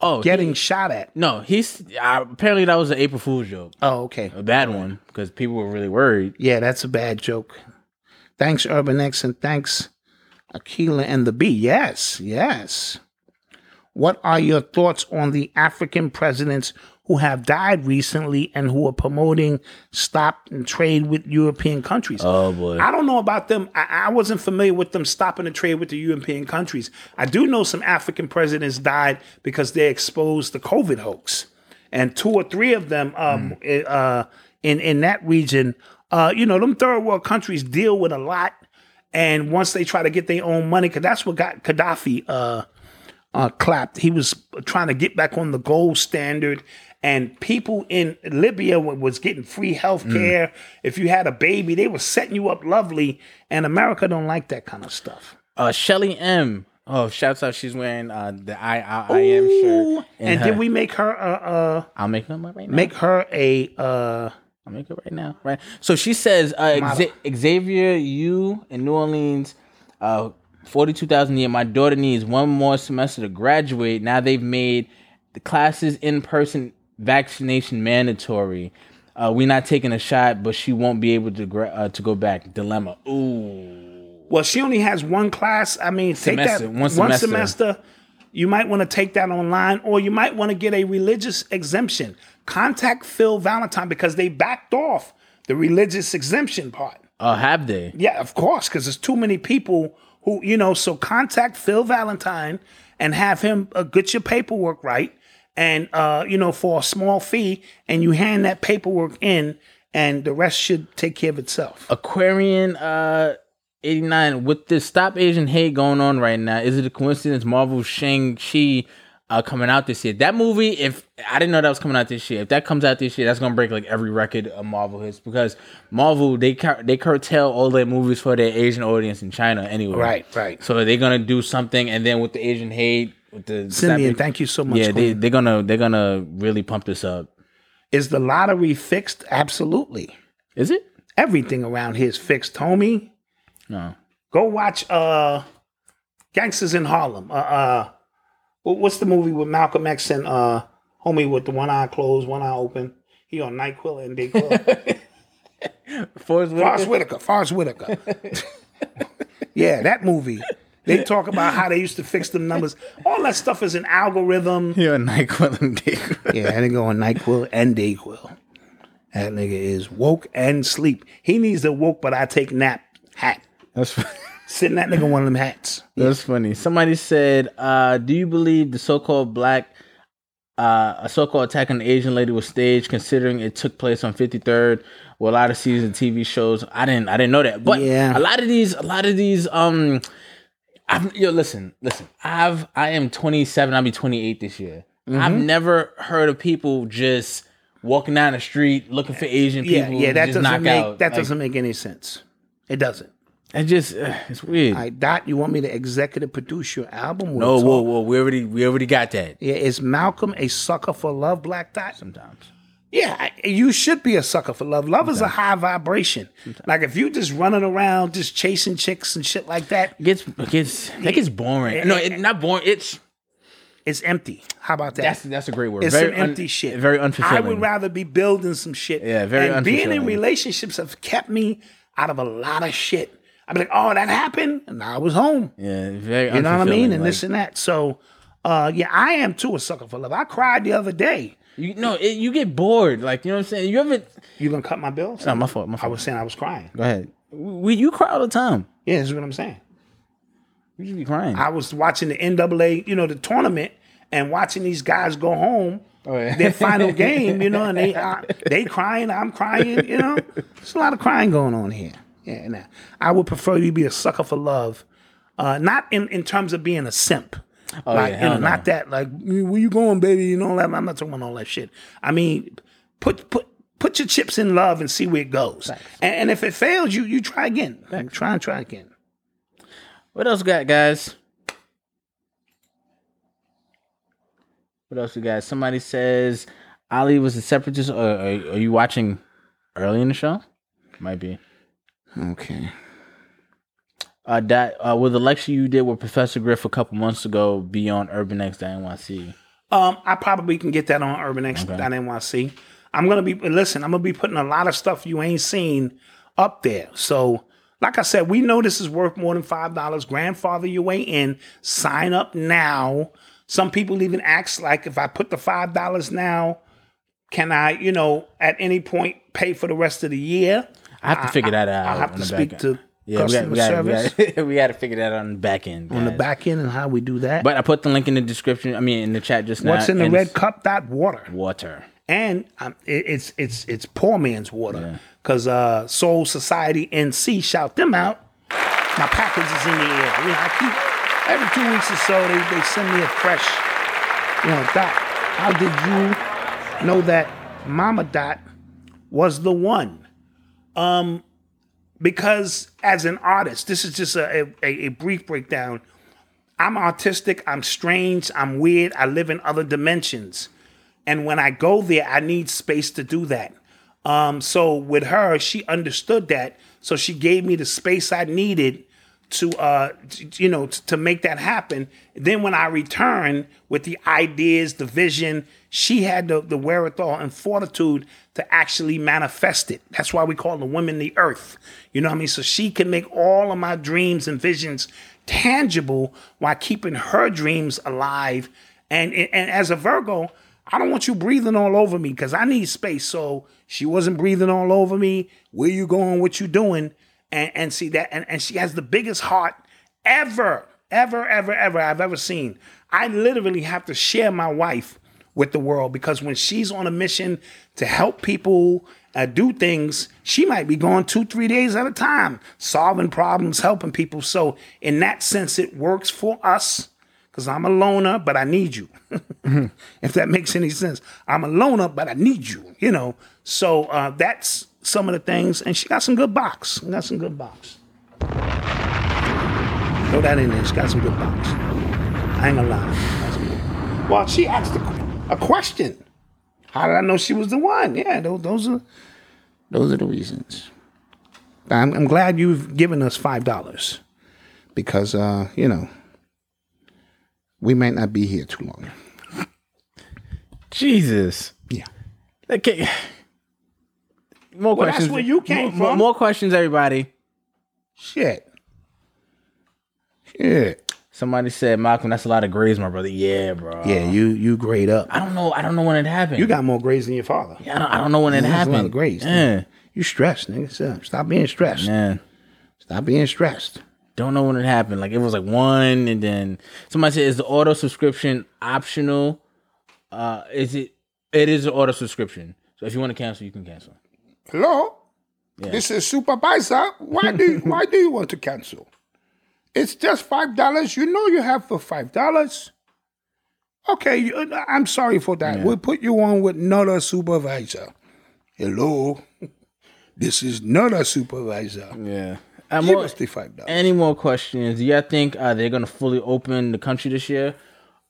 oh
getting shot at?
no he's uh, apparently that was an april fool's joke
Oh, okay.
a bad one because people were really worried
Yeah, that's a bad joke. Thanks, Urban X, and thanks, Aquila and the Bee. Yes, yes. What are your thoughts on the African presidents who have died recently and who are promoting stop and trade with European countries?
oh boy
I don't know about them. I, I wasn't familiar with them stopping the trade with the European countries. I do know some African presidents died because they exposed the COVID hoax. and two or three of them
Hmm.
um, i- uh, in in that region, uh, you know, them third world countries deal with a lot. And once they try to get their own money, because that's what got Gaddafi uh, uh, clapped. He was trying to get back on the gold standard, and people in Libya wa- was getting free
Mm.
health care. If you had a baby, they were setting you up lovely. And America don't like that kind of stuff.
Uh, Shelly M. Oh, shouts out. She's wearing uh, the I, I, I am shirt. in
And
her-
did we make her uh, uh
I'll make them up right now.
make her a uh
I'll make it right now. Right. So she says, uh, Xa- Xavier, you in New Orleans, uh, forty-two thousand a year. My daughter needs one more semester to graduate. Now they've made the classes in-person vaccination mandatory. Uh, we're not taking a shot, but she won't be able to gra- uh, to go back. Dilemma.
well she only has one class. I mean take
Semester,
that
one semester.
semester. You might want to take that online or you might want to get a religious exemption. Contact Phil Valentine because they backed off the religious exemption part.
Uh, have they?
Yeah, of course, because there's too many people who, you know, so contact Phil Valentine and have him uh, get your paperwork right. And, uh, you know, for a small fee, and you hand that paperwork in, and the rest should take care of itself.
Aquarian uh 89 with this stop Asian hate going on right now. Is it a coincidence Marvel Shang-Chi uh coming out this year? That movie if I didn't know that was coming out this year. If that comes out this year, that's going to break like every record of Marvel hits because Marvel they cur- they curtail all their movies for their Asian audience in China anyway.
Right, right.
So they're going to do something and then with the Asian hate with the
Cindy,
stop-
thank you so much.
Yeah, they,
Queen.
they're going to they're going to really pump this up.
Is the lottery fixed? Absolutely.
Is it?
Everything around here is fixed, homie.
No.
Go watch uh, Gangsters in Harlem. Uh, uh, wh- what's the movie with Malcolm X and uh, homie with the one eye closed, one eye open? He on NyQuil and Dayquil.
Forrest
Forrest Whitaker. Forrest Whitaker. yeah, that movie. They talk about how they used to fix them numbers. All that stuff is an algorithm.
You're a NyQuil and Dayquil.
Yeah, that nigga on NyQuil and DayQuil. That nigga is woke and sleep. He needs the woke, but I take nap hat.
That's funny.
Sitting that nigga one of them hats.
That's funny. Somebody said, uh, "Do you believe the so-called black, uh, a so-called attack on the Asian lady was staged, considering it took place on 53rd, with a lot of season TV shows?" I didn't, I didn't know that, but
Yeah.
a lot of these, a lot of these, um, I've, yo, listen, listen, I've, I am 27, I'll be 28 this year. I've
Mm-hmm.
never heard of people just walking down the street looking for Asian
Yeah,
people.
yeah, that
just
doesn't
knock
make
out.
that
Like,
doesn't make any sense. It doesn't.
It just, uh, it's weird.
All right, Dot, you want me to executive produce your album? We'll
no,
talk.
whoa, whoa, we already, we already got that.
Yeah, is Malcolm a sucker for love, Black Dot?
Sometimes.
Yeah, I- you should be a sucker for love. Love is a high vibration. Like if you just running around just chasing chicks and shit like that,
It gets it gets that gets boring. No, it, not boring. It's
it's empty. How about that?
that's that's a great word.
it's
very
some
un-
empty shit.
Very unfulfilling.
I would rather be building some shit.
Yeah, very
And being in
unfulfilling.
relationships have kept me out of a lot of shit. I'd be like, oh, that happened, and I was home.
yeah, very.
You know what I mean?
unfulfilling,
And this
like-
and that. So, uh, yeah, I am too a sucker for love. I cried the other day.
you, no, it, you get bored. Like you know what I'm saying. You ever?
You gonna cut my bills?
No, my fault. My
I
fault.
was saying I was crying.
Go ahead. We you cry all the time.
Yeah, this is what I'm saying.
You just be crying.
I was watching the NAA, you know, the tournament, and watching these guys go home
Oh, yeah.
their final game, you know, and they uh, they crying, I'm crying, you know. There's a lot of crying going on here. Yeah, nah. I would prefer you be a sucker for love, uh, not in, in terms of being a simp. like,
Oh, yeah,
you know,
hell no.
not that like "You- where you going, baby, you know, like, I'm not talking about all that shit. I mean, put put put your chips in love and see where it goes. And, and if it fails, you you try again. Try and try again.
what else we got, guys? What else we got? Somebody says Ali was a separatist. Or, are, are you watching early in the show? Might be.
Okay.
Uh, that uh, with the lecture you did with Professor Griff a couple months ago, be on Urban X to NYC.
Um, I probably can get that on Urban X dot NYC. I'm gonna be listen. I'm gonna be putting a lot of stuff you ain't seen up there. So, like I said, we know this is worth more than five dollars. Grandfather your way in. Sign up now. Some people even ask like, if I put the five dollars now, can I, you know, at any point pay for the rest of the year?
I have to figure that out.
I have
on
to
the
speak
back end.
to
Yeah, we got, we, got,
Customer
we, got, we got to figure that out on the back end.
on the
guys.
back end and how we do that.
But I put the link in the description. I mean, in the chat just now.
what's in the
and
red
it's
cup? That water.
Water.
and um, it, it's it's it's poor man's water because uh, Soul Society NC shout them out. My package is in the air. You know, I keep every two weeks or so they, they send me a fresh. You know, Dot. How did you know that Mama Dot was the one? Um, because as an artist, this is just a, a, a brief breakdown. I'm autistic. I'm strange. I'm weird. I live in other dimensions. And when I go there, I need space to do that. Um, so with her, she understood that. So she gave me the space I needed to, uh, t- you know, t- to make that happen. Then when I returned with the ideas, the vision, she had the, the wherewithal and fortitude to actually manifest it. That's why we call the women the earth. You know what I mean? So she can make all of my dreams and visions tangible while keeping her dreams alive. And, and as a Virgo, I don't want you breathing all over me because I need space. So she wasn't breathing all over me. Where you going? What you doing? And and see that and, and she has the biggest heart ever, ever, ever, ever I've ever seen. I literally have to share my wife with the world because when she's on a mission to help people uh, do things, she might be going two, three days at a time, solving problems, helping people. So in that sense, it works for us because I'm a loner, but I need you. if that makes any sense. I'm a loner, but I need you, you know. So uh, that's some of the things. And she got some good box. She got some good box. Throw that in there. She got some good box. I ain't gonna lie. She got some good- Well, she asked a, qu- a question. How did I know she was the one? Yeah, those, those are those are the reasons. I'm, I'm glad you've given us five dollars because uh, you know we might not be here too long.
Jesus.
Yeah.
Okay. More
Well, that's
questions.
where you came
more,
from.
More questions, everybody.
Shit. Shit.
Somebody said, Malcolm, that's a lot of grades, my brother. Yeah, bro.
Yeah, you you grade up.
I don't know. I don't know when it happened.
You got more grades than your father.
I don't, I don't know when it
That's
happened.
A lot of grades.
Yeah.
nigga. You stressed, nigga. Stop- Stop being stressed.
Man.
Stop being stressed.
Don't know when it happened. Like it was like one, and then somebody said, "Is the auto subscription optional?" Uh, is it? It is an auto subscription. So if you want to cancel, you can cancel.
Hello. This is supervisor. Why do you, why do you want to cancel? It's just five dollars. You know you have for five dollars. Okay, you, I'm sorry for that. We'll put you on with another supervisor. Hello. This is not a supervisor.
Yeah.
Give us the five dollars.
Uh, any more questions? Do you think uh, they're gonna fully open the country this year?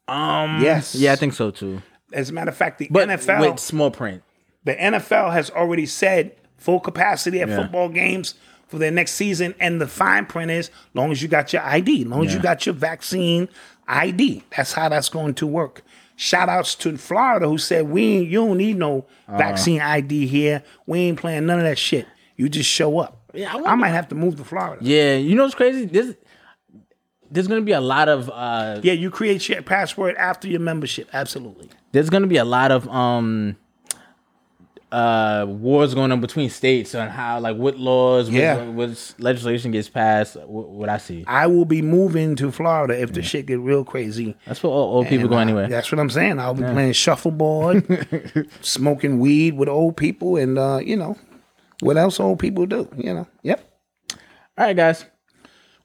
Um.
Yes.
Yeah, I think so too.
As a matter of fact, the
But
NFL
with small print.
The NFL has already said full capacity at
Yeah.
football games for their next season, and the fine print is long as you got your ID, long as you got your vaccine ID. That's how that's going to work. Shout outs to Florida who said we ain't, you don't need no vaccine ID here. We ain't playing none of that shit. You just show up.
Yeah, I
I,
wonder-
might have to move to Florida. Yeah,
Yeah. You know what's crazy? This. There's gonna be a lot of uh,
you create your password after your membership. Absolutely.
there's gonna be a lot of um uh wars going on between states on how like what laws what-
Yeah.
what, what legislation gets passed what, what i see
I will be moving to Florida if the shit get real crazy.
that's where all old people go
And, uh,
anyway
That's what I'm saying. I'll be playing shuffleboard, smoking weed with old people, and uh, you know what else old people do. You know. Yep.
all right guys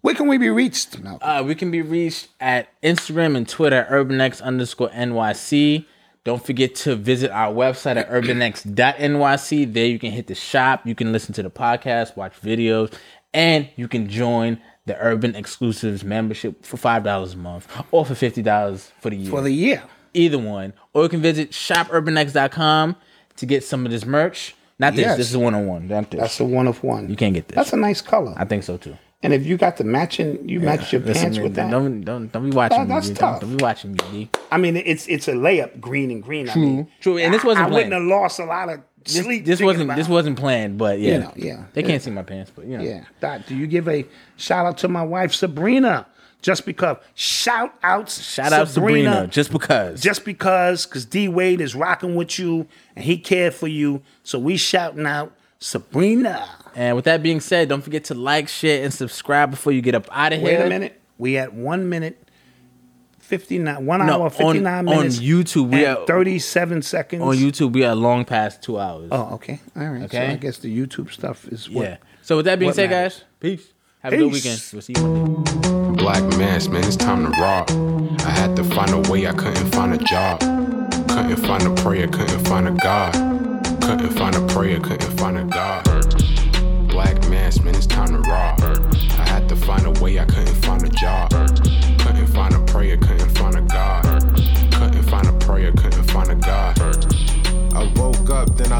Where can we be reached? Malcolm?
uh we can be reached at instagram and twitter urbanx underscore nyc don't forget to visit our website at urbanx.nyc there you can hit the shop you can listen to the podcast watch videos and you can join the urban exclusives membership for $5 a month or for $50 for the year
For the year.
either one, or you can visit shopurbanx.com to get some of this merch. Not this.
Yes.
This is one on one. Not this.
That's a one of one.
you can't get this.
That's a nice color.
I think so too.
and if you got the matching, you match your
Listen,
pants
man,
with that.
Don't don't don't be watching
That-
me.
that's
dude.
tough.
Don't, don't be watching me. D.
I mean, it's it's a layup, green and green. True. I mean,
True, and this
I-
wasn't
I, wouldn't have
planned.
lost a lot of
This,
sleep.
this
thinking
wasn't
about
this
it.
wasn't planned, but yeah,
know, yeah.
They can't see my pants, but you know.
Yeah. Doc, do you give a shout out to my wife Sabrina? Just because. Shout outs.
Shout out Sabrina, just because.
just because because D Wade is rocking with you and he cared for you. So we shouting out Sabrina.
And with that being said, don't forget to like, share, and subscribe before you get up out of here.
Wait a minute. We at one minute, 59, one
No,
hour,
on-
59 minutes.
on YouTube, we
and
are-
37 seconds.
On YouTube, we are long past two hours.
Oh, okay. All right.
Okay.
So I guess the YouTube stuff is what.
yeah. So with that being
what
said,
matters?
guys, peace. Have a good
Peace.
weekend. We'll see you.
Black mass, man, it's time to rock. I had to find a way, I couldn't find a job. Couldn't find a prayer, couldn't find a God. Couldn't find a prayer, couldn't find a God. Black mass, man, it's time to rock. I had to find a way, I couldn't find a job. Couldn't find a prayer, couldn't find a God. Couldn't find a prayer, couldn't find a God.
I woke up, then I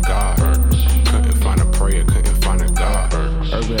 God. Couldn't find a prayer, couldn't find a God.
Urban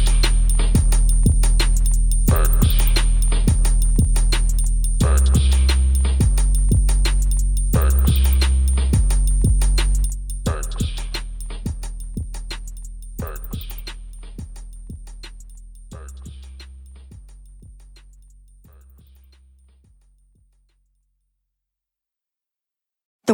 The